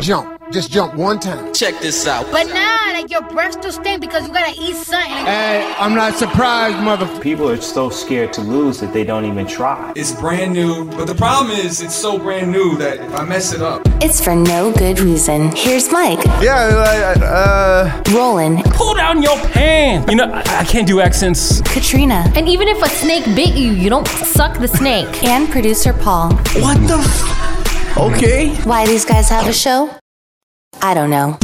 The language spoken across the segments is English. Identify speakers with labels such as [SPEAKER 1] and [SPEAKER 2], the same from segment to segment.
[SPEAKER 1] Jump. Just jump one time.
[SPEAKER 2] Check this out.
[SPEAKER 3] But nah, like your breath still stink because you gotta eat something.
[SPEAKER 4] Hey, I'm not surprised, mother.
[SPEAKER 5] People are so scared to lose that they don't even try.
[SPEAKER 6] It's brand new, but the problem is it's so brand new that if I mess it up,
[SPEAKER 7] It's for no good reason. Here's Mike,
[SPEAKER 8] Yeah, I, I- uh,
[SPEAKER 7] Roland,
[SPEAKER 9] Pull down your pants. You know, I, I can't do accents.
[SPEAKER 7] Katrina,
[SPEAKER 10] And even if a snake bit you, you don't suck the snake.
[SPEAKER 7] and producer Paul.
[SPEAKER 8] what the? F- okay.
[SPEAKER 7] Why these guys have a show? I don't know.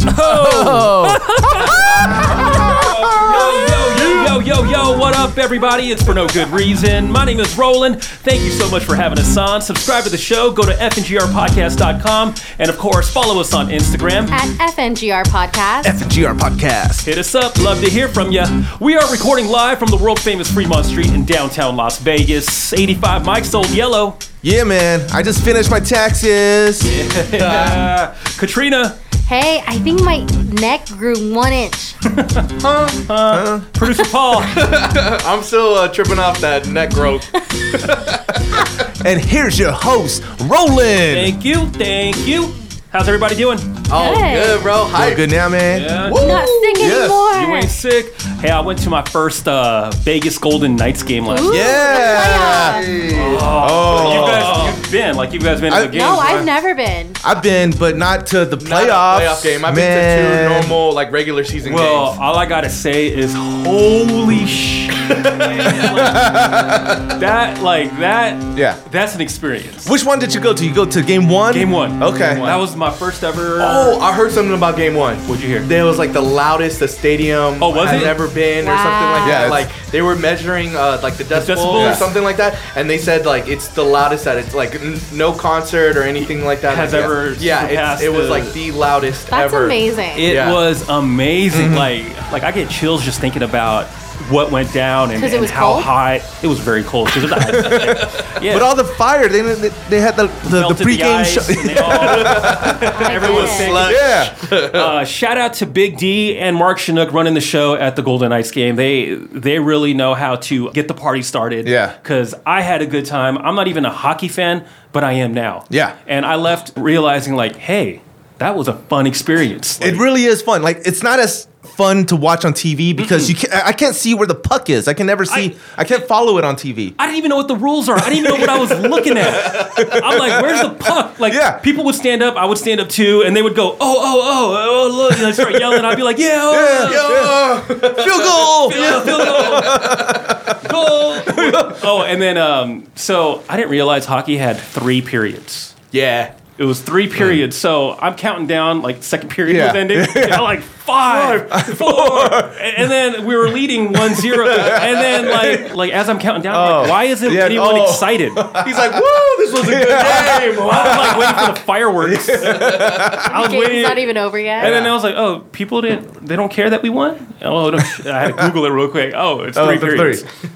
[SPEAKER 9] Yo, yo, yo, yo, what up, everybody? It's for no good reason. My name is Roland. Thank you so much for having us on. Subscribe to the show. Go to fngrpodcast.com. And, of course, follow us on Instagram.
[SPEAKER 10] At FNGR Podcast.
[SPEAKER 8] FGR podcast.
[SPEAKER 9] Hit us up. Love to hear from you. We are recording live from the world famous Fremont Street in downtown Las Vegas. 85 Mike sold yellow.
[SPEAKER 8] Yeah, man. I just finished my taxes.
[SPEAKER 9] Uh, Katrina,
[SPEAKER 10] Hey, I think my neck grew one inch.
[SPEAKER 9] producer Paul.
[SPEAKER 11] I'm still uh, tripping off that neck growth.
[SPEAKER 8] And here's your host, Roland.
[SPEAKER 9] thank you. Thank you. How's everybody doing?
[SPEAKER 11] Oh,
[SPEAKER 10] Hey.
[SPEAKER 11] good, bro.
[SPEAKER 8] Doing
[SPEAKER 11] Hype.
[SPEAKER 8] good now, man.
[SPEAKER 9] Yeah.
[SPEAKER 8] Woo!
[SPEAKER 10] Not sick
[SPEAKER 8] Yes.
[SPEAKER 9] You
[SPEAKER 10] anymore.
[SPEAKER 9] ain't sick. Hey, I went to my first uh, Vegas Golden Knights game last
[SPEAKER 10] Ooh,
[SPEAKER 9] night.
[SPEAKER 8] Yeah.
[SPEAKER 9] You
[SPEAKER 8] Oh,
[SPEAKER 9] guys, you've been like you guys been to
[SPEAKER 8] I-
[SPEAKER 9] the game.
[SPEAKER 10] No, I've never been.
[SPEAKER 8] I've been, but not to the playoffs.
[SPEAKER 11] Not a playoff game. I've
[SPEAKER 8] man.
[SPEAKER 11] been to two normal, like regular season
[SPEAKER 9] Well,
[SPEAKER 11] games.
[SPEAKER 9] all I gotta say is holy shit. that like that.
[SPEAKER 8] Yeah.
[SPEAKER 9] That's an experience.
[SPEAKER 8] Which one did you go to? You go to game one?
[SPEAKER 9] Game one.
[SPEAKER 8] Okay.
[SPEAKER 9] Game one. That was my first ever.
[SPEAKER 11] Oh, I heard something about game one.
[SPEAKER 9] What'd you hear?
[SPEAKER 11] There was like the loudest the stadium
[SPEAKER 9] Oh, was
[SPEAKER 11] I've
[SPEAKER 9] it?
[SPEAKER 11] ever been or something
[SPEAKER 10] Wow.
[SPEAKER 11] like
[SPEAKER 8] Yeah,
[SPEAKER 11] that.
[SPEAKER 8] it's-
[SPEAKER 11] Like they were measuring uh, like the decibel
[SPEAKER 9] decibels?
[SPEAKER 11] or something like that, and they said like it's the loudest that it's like n- no concert or anything like that
[SPEAKER 9] Has
[SPEAKER 11] Like,
[SPEAKER 9] ever
[SPEAKER 11] Yeah, it's,
[SPEAKER 9] surpassed
[SPEAKER 11] it was
[SPEAKER 9] the-
[SPEAKER 11] like the loudest
[SPEAKER 10] That's
[SPEAKER 11] ever.
[SPEAKER 10] amazing.
[SPEAKER 9] It
[SPEAKER 11] Yeah.
[SPEAKER 9] was amazing.
[SPEAKER 8] Mm-hmm.
[SPEAKER 9] Like, like I get chills just thinking about what went down and,
[SPEAKER 10] 'Cause it
[SPEAKER 9] and
[SPEAKER 10] was
[SPEAKER 9] how
[SPEAKER 10] cold?
[SPEAKER 9] hot it was. Very cold. 'cause it was- yeah.
[SPEAKER 8] But all the fire, they they, they had the the, the
[SPEAKER 9] Melted
[SPEAKER 8] pregame
[SPEAKER 9] ice,
[SPEAKER 8] show.
[SPEAKER 9] and they all- Everyone was
[SPEAKER 10] Yeah.
[SPEAKER 9] singing.
[SPEAKER 8] yeah.
[SPEAKER 9] Uh, shout out to Big D and Mark Chinook running the show at the Golden Knights game. They they really know how to get the party started.
[SPEAKER 8] Yeah.
[SPEAKER 9] Because I had a good time. I'm not even a hockey fan, but I am now.
[SPEAKER 8] Yeah.
[SPEAKER 9] And I left realizing like, hey, that was a fun experience.
[SPEAKER 8] It really is fun. Like it's not as fun to watch on TV because you can I I can't see where the puck is. I can never see. I, can't follow it on TV.
[SPEAKER 9] I didn't even know what the rules are. I didn't even know what I was looking at. I'm like, where's the puck? Like,
[SPEAKER 8] Yeah.
[SPEAKER 9] people would stand up, I would stand up too, and they would go, oh, oh, oh, oh, look, and I'd start yelling. I'd be like, yeah, oh, yeah.
[SPEAKER 8] Field goal.
[SPEAKER 9] Yeah, field goal. Goal. oh, and then um, so I didn't realize hockey had three periods.
[SPEAKER 11] Yeah.
[SPEAKER 9] It was three periods, so I'm counting down like second period
[SPEAKER 8] Yeah.
[SPEAKER 9] was ending. And I'm like five, four, and and then we were leading one zero. And then like like as I'm counting down, I'm like, why isn't
[SPEAKER 8] Yeah,
[SPEAKER 9] anyone
[SPEAKER 8] oh.
[SPEAKER 9] excited?
[SPEAKER 11] He's like, woo, this was a good game.
[SPEAKER 9] I'm like waiting for the fireworks. I was
[SPEAKER 10] Game's
[SPEAKER 9] waiting.
[SPEAKER 10] not even over yet.
[SPEAKER 9] And then I was like, oh, people didn't, they don't care that we won? Oh, no. I had to Google it real quick. Oh, it's three periods.
[SPEAKER 8] three.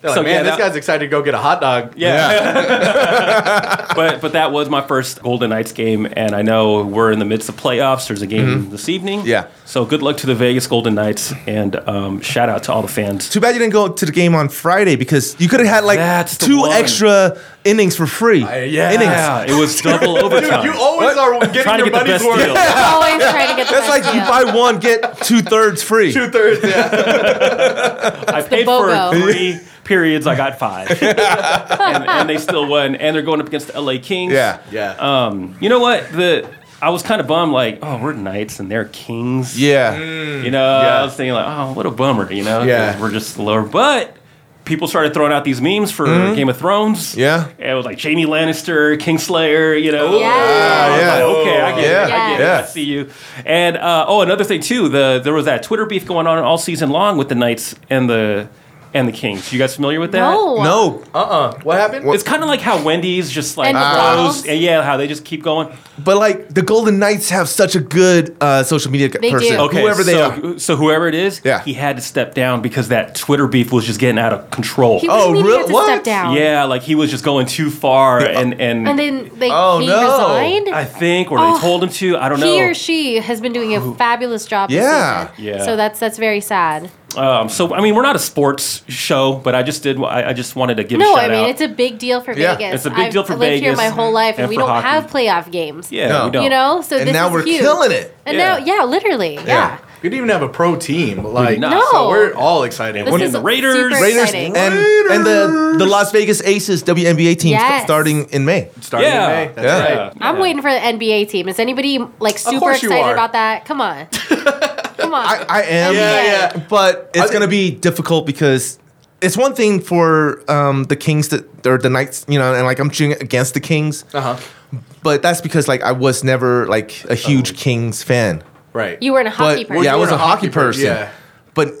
[SPEAKER 11] They're like,
[SPEAKER 9] So,
[SPEAKER 11] man,
[SPEAKER 9] yeah,
[SPEAKER 11] this
[SPEAKER 9] that-
[SPEAKER 11] guy's excited to go get a hot dog.
[SPEAKER 9] Yeah. but but that was my first Golden Knights game, and I know we're in the midst of playoffs. There's a game
[SPEAKER 11] Mm-hmm.
[SPEAKER 9] this evening.
[SPEAKER 8] Yeah.
[SPEAKER 9] So good luck to the Vegas Golden Knights, and um, shout out to all the fans.
[SPEAKER 8] Too bad you didn't go to the game on Friday because you could have had like
[SPEAKER 9] That's the
[SPEAKER 8] two
[SPEAKER 9] one.
[SPEAKER 8] extra innings for free.
[SPEAKER 9] Yeah,
[SPEAKER 8] innings.
[SPEAKER 9] it was double overtime.
[SPEAKER 11] You always are getting
[SPEAKER 9] Trying to
[SPEAKER 11] your
[SPEAKER 9] get the
[SPEAKER 11] money's
[SPEAKER 9] best
[SPEAKER 11] worth.
[SPEAKER 9] deal.
[SPEAKER 10] always trying to get the
[SPEAKER 8] That's like
[SPEAKER 10] best
[SPEAKER 8] you
[SPEAKER 10] deal.
[SPEAKER 8] buy one get two thirds free.
[SPEAKER 11] Two thirds, yeah.
[SPEAKER 9] I paid for
[SPEAKER 10] BOGO.
[SPEAKER 9] three periods. I got five, and, and they still won. And they're going up against the LA Kings.
[SPEAKER 8] Yeah.
[SPEAKER 11] Yeah.
[SPEAKER 9] Um, you know what? The I was kind of bummed. Like, oh, we're Knights and they're Kings.
[SPEAKER 8] Yeah.
[SPEAKER 9] You know, I
[SPEAKER 11] Yeah.
[SPEAKER 9] was thinking like, oh, what a bummer. You know,
[SPEAKER 8] Yeah.
[SPEAKER 9] we're just lower. But people started throwing out these memes for Game of Thrones.
[SPEAKER 8] Mm-hmm. Yeah.
[SPEAKER 9] and it was like Jamie Lannister, Kingslayer. You know,
[SPEAKER 10] Yeah.
[SPEAKER 9] I was
[SPEAKER 8] Uh, yeah.
[SPEAKER 9] like, okay, I get
[SPEAKER 8] Yeah,
[SPEAKER 9] it. I get
[SPEAKER 8] yeah.
[SPEAKER 9] it. I see you. And uh, oh, another thing too, the there was that Twitter beef going on all season long with the Knights and the and the Kings. You guys familiar with that?
[SPEAKER 10] No.
[SPEAKER 8] No,
[SPEAKER 11] What happened?
[SPEAKER 9] It's kind of like how Wendy's just like
[SPEAKER 10] And McDonald's.
[SPEAKER 9] closed, and yeah, how they just keep going.
[SPEAKER 8] but like the Golden Knights have such a good uh, social media
[SPEAKER 10] They do.
[SPEAKER 8] person.
[SPEAKER 9] Okay,
[SPEAKER 8] Whoever they
[SPEAKER 9] so,
[SPEAKER 8] are.
[SPEAKER 9] so whoever it is,
[SPEAKER 8] Yeah.
[SPEAKER 9] he had to step down because that Twitter beef was just getting out of control.
[SPEAKER 10] He was
[SPEAKER 8] Oh,
[SPEAKER 10] meaning
[SPEAKER 8] real-
[SPEAKER 10] to
[SPEAKER 8] what?
[SPEAKER 10] step down.
[SPEAKER 9] Yeah, like he was just going too far, and and,
[SPEAKER 10] Um, uh, And then they
[SPEAKER 8] Oh,
[SPEAKER 10] he
[SPEAKER 8] no.
[SPEAKER 10] resigned.
[SPEAKER 9] I think, or
[SPEAKER 10] Oh.
[SPEAKER 9] they told him to. I don't
[SPEAKER 10] he
[SPEAKER 9] know.
[SPEAKER 10] or she has been doing a fabulous job.
[SPEAKER 8] Yeah.
[SPEAKER 10] This season.
[SPEAKER 9] Yeah.
[SPEAKER 10] So that's that's very sad.
[SPEAKER 9] Um, so I mean, we're not a sports show, but I just did. I, I just wanted to give
[SPEAKER 10] No,
[SPEAKER 9] a shout
[SPEAKER 10] I mean
[SPEAKER 9] out.
[SPEAKER 10] it's a big deal for
[SPEAKER 8] Yeah,
[SPEAKER 10] Vegas.
[SPEAKER 9] it's a big deal for
[SPEAKER 10] I've lived
[SPEAKER 9] Vegas
[SPEAKER 10] here my whole life, and,
[SPEAKER 9] and
[SPEAKER 10] we
[SPEAKER 9] for
[SPEAKER 10] don't
[SPEAKER 9] hockey.
[SPEAKER 10] have playoff games.
[SPEAKER 9] yeah,
[SPEAKER 8] No.
[SPEAKER 9] we don't.
[SPEAKER 10] you know, so
[SPEAKER 8] And
[SPEAKER 10] this
[SPEAKER 8] now
[SPEAKER 10] is
[SPEAKER 8] we're
[SPEAKER 10] huge.
[SPEAKER 8] killing it.
[SPEAKER 10] And
[SPEAKER 9] Yeah.
[SPEAKER 10] now, yeah, literally, yeah.
[SPEAKER 11] We didn't even have a pro team. Like,
[SPEAKER 9] No.
[SPEAKER 11] so we're all excited.
[SPEAKER 10] This
[SPEAKER 9] When-
[SPEAKER 10] is
[SPEAKER 9] the Raiders-
[SPEAKER 10] super
[SPEAKER 8] Raiders
[SPEAKER 10] exciting.
[SPEAKER 8] and, and the, the Las Vegas Aces WNBA team
[SPEAKER 10] Yes.
[SPEAKER 8] starting in May.
[SPEAKER 11] Starting in
[SPEAKER 9] Yeah.
[SPEAKER 11] May. That's
[SPEAKER 8] Yeah.
[SPEAKER 11] right.
[SPEAKER 10] I'm
[SPEAKER 9] Yeah.
[SPEAKER 10] waiting for the NBA team. Is anybody like super
[SPEAKER 11] course you
[SPEAKER 10] excited
[SPEAKER 11] are.
[SPEAKER 10] about that? Come on, come on.
[SPEAKER 8] I, I am.
[SPEAKER 11] Yeah, yeah.
[SPEAKER 8] But it's
[SPEAKER 11] I-
[SPEAKER 8] going to be difficult because it's one thing for um, the Kings to, or the Knights, you know, and like I'm cheering against the Kings,
[SPEAKER 11] Uh huh.
[SPEAKER 8] but that's because like I was never like a huge Kings fan.
[SPEAKER 11] Right.
[SPEAKER 10] you were in a hockey
[SPEAKER 8] But
[SPEAKER 10] person.
[SPEAKER 8] yeah, I
[SPEAKER 11] Oh. You
[SPEAKER 8] was
[SPEAKER 11] were
[SPEAKER 8] a hockey
[SPEAKER 11] per-
[SPEAKER 8] person.
[SPEAKER 11] Yeah.
[SPEAKER 8] But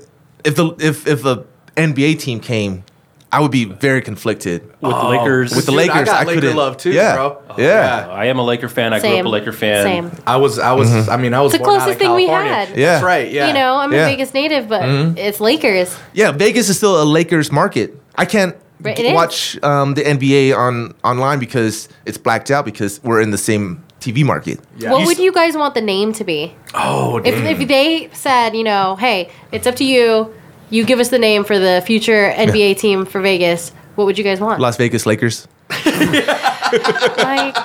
[SPEAKER 8] if the if if a NBA team came, I would be very conflicted.
[SPEAKER 9] with
[SPEAKER 10] Oh,
[SPEAKER 9] the Lakers.
[SPEAKER 8] With the
[SPEAKER 11] Dude, I
[SPEAKER 8] Lakers,
[SPEAKER 11] got
[SPEAKER 8] I,
[SPEAKER 11] Laker
[SPEAKER 8] couldn't
[SPEAKER 11] love too,
[SPEAKER 8] yeah,
[SPEAKER 11] bro.
[SPEAKER 8] Yeah.
[SPEAKER 9] I am a Laker fan. I grew up
[SPEAKER 10] Same.
[SPEAKER 9] a Laker fan.
[SPEAKER 10] Same.
[SPEAKER 11] I was, I was, I mean, I was
[SPEAKER 10] It's the
[SPEAKER 11] born out
[SPEAKER 10] closest
[SPEAKER 11] of
[SPEAKER 10] thing we
[SPEAKER 11] California.
[SPEAKER 10] had.
[SPEAKER 8] Mm-hmm. Yeah.
[SPEAKER 11] That's right. Yeah.
[SPEAKER 10] You know, I'm
[SPEAKER 8] Yeah.
[SPEAKER 10] a Vegas native, but it's Lakers.
[SPEAKER 8] Yeah, Vegas is still a Lakers market. I can't
[SPEAKER 10] Right, it is.
[SPEAKER 8] watch um, the NBA on online because it's blacked out because we're in the same TV market.
[SPEAKER 11] Yeah.
[SPEAKER 10] What
[SPEAKER 11] You
[SPEAKER 10] would you guys want the name to be?
[SPEAKER 11] Oh,
[SPEAKER 10] If,
[SPEAKER 11] damn.
[SPEAKER 10] if they said, you know, hey, it's up to you. You give us the name for the future NBA team for Vegas. What would you guys want?
[SPEAKER 8] Las Vegas Lakers.
[SPEAKER 10] Like,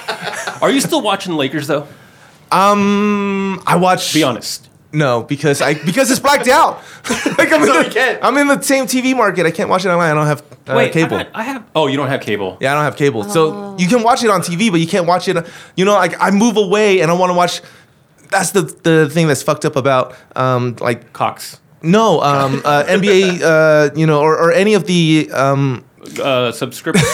[SPEAKER 9] Are you still watching Lakers though?
[SPEAKER 8] I watch.
[SPEAKER 9] Be honest.
[SPEAKER 8] No, because I because it's blacked out. like I'm,
[SPEAKER 11] So
[SPEAKER 8] in
[SPEAKER 11] you can't.
[SPEAKER 8] the, I'm in the same TV market. I can't watch it online. I don't have uh,
[SPEAKER 9] Wait,
[SPEAKER 8] cable.
[SPEAKER 9] I, got- I have. Oh, you don't have cable.
[SPEAKER 8] yeah, I don't have cable. So you can watch it on TV, but you can't watch it. You know, like I move away and I want to watch. That's the the thing that's fucked up about um, like
[SPEAKER 9] Cox.
[SPEAKER 8] No, um, uh, NBA, uh, you know, or, or any of the um,
[SPEAKER 9] Uh, subscription.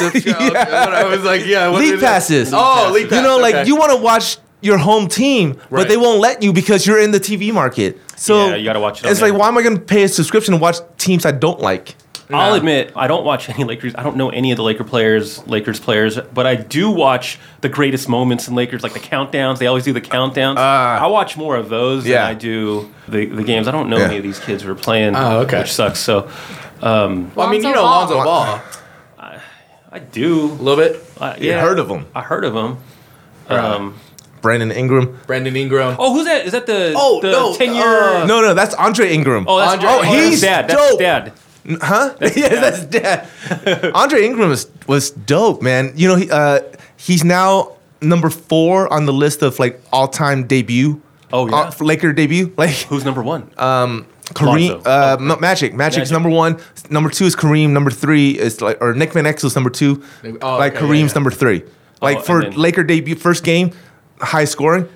[SPEAKER 11] I was like, yeah. what
[SPEAKER 8] league
[SPEAKER 11] is it?
[SPEAKER 8] passes.
[SPEAKER 11] Oh, league
[SPEAKER 8] You
[SPEAKER 11] passes.
[SPEAKER 8] know, like
[SPEAKER 11] okay.
[SPEAKER 8] you want to watch your home team, but
[SPEAKER 11] Right.
[SPEAKER 8] they won't let you because you're in the TV market. So
[SPEAKER 9] Yeah, you gotta watch it on
[SPEAKER 8] It's
[SPEAKER 9] there.
[SPEAKER 8] like, why am I going to pay a subscription to watch teams I don't like?
[SPEAKER 9] I'll admit I don't watch any Lakers. I don't know any of the Laker players, Lakers players, but I do watch the greatest moments in Lakers, like the countdowns. They always do the countdowns. I watch more of those
[SPEAKER 8] Uh, yeah.
[SPEAKER 9] than I do the, the games. I don't know
[SPEAKER 8] Yeah.
[SPEAKER 9] any of these kids who are playing,
[SPEAKER 11] Oh, okay.
[SPEAKER 9] which sucks. So
[SPEAKER 11] Well, I mean, you know,
[SPEAKER 10] Lonzo
[SPEAKER 11] Lonzo Ball.
[SPEAKER 9] I do.
[SPEAKER 11] A little bit.
[SPEAKER 9] I,
[SPEAKER 8] You
[SPEAKER 9] yeah,
[SPEAKER 8] heard of him,
[SPEAKER 9] I heard of them.
[SPEAKER 8] Brandon Ingram?
[SPEAKER 11] Brandon Ingram.
[SPEAKER 9] Oh, who's that? Is that the
[SPEAKER 11] Oh,
[SPEAKER 9] the
[SPEAKER 11] no,
[SPEAKER 9] ten year?
[SPEAKER 11] uh,
[SPEAKER 8] No, no, that's Andre Ingram.
[SPEAKER 9] oh, that's
[SPEAKER 11] Andre-
[SPEAKER 9] oh, that's
[SPEAKER 8] he's
[SPEAKER 9] dad. That's
[SPEAKER 8] dope.
[SPEAKER 9] dad.
[SPEAKER 8] yeah, that's dead. Andre Ingram was, was dope, man. You know, he, uh, he's now number four on the list of like all time debut.
[SPEAKER 9] Oh, yeah.
[SPEAKER 8] uh, Laker debut. Like
[SPEAKER 9] Who's number one?
[SPEAKER 8] Kareem,
[SPEAKER 9] Lonzo.
[SPEAKER 8] uh, Ma- Magic. Magic's
[SPEAKER 9] Magic.
[SPEAKER 8] number one. S- Number two is Kareem. Number three is like, or Nick Van Exel's number two.
[SPEAKER 11] Oh,
[SPEAKER 8] like
[SPEAKER 11] okay, yeah,
[SPEAKER 8] Kareem's
[SPEAKER 11] yeah. Oh,
[SPEAKER 8] number three. Like
[SPEAKER 9] and
[SPEAKER 8] for
[SPEAKER 9] then-
[SPEAKER 8] Laker debut, first game, high scoring.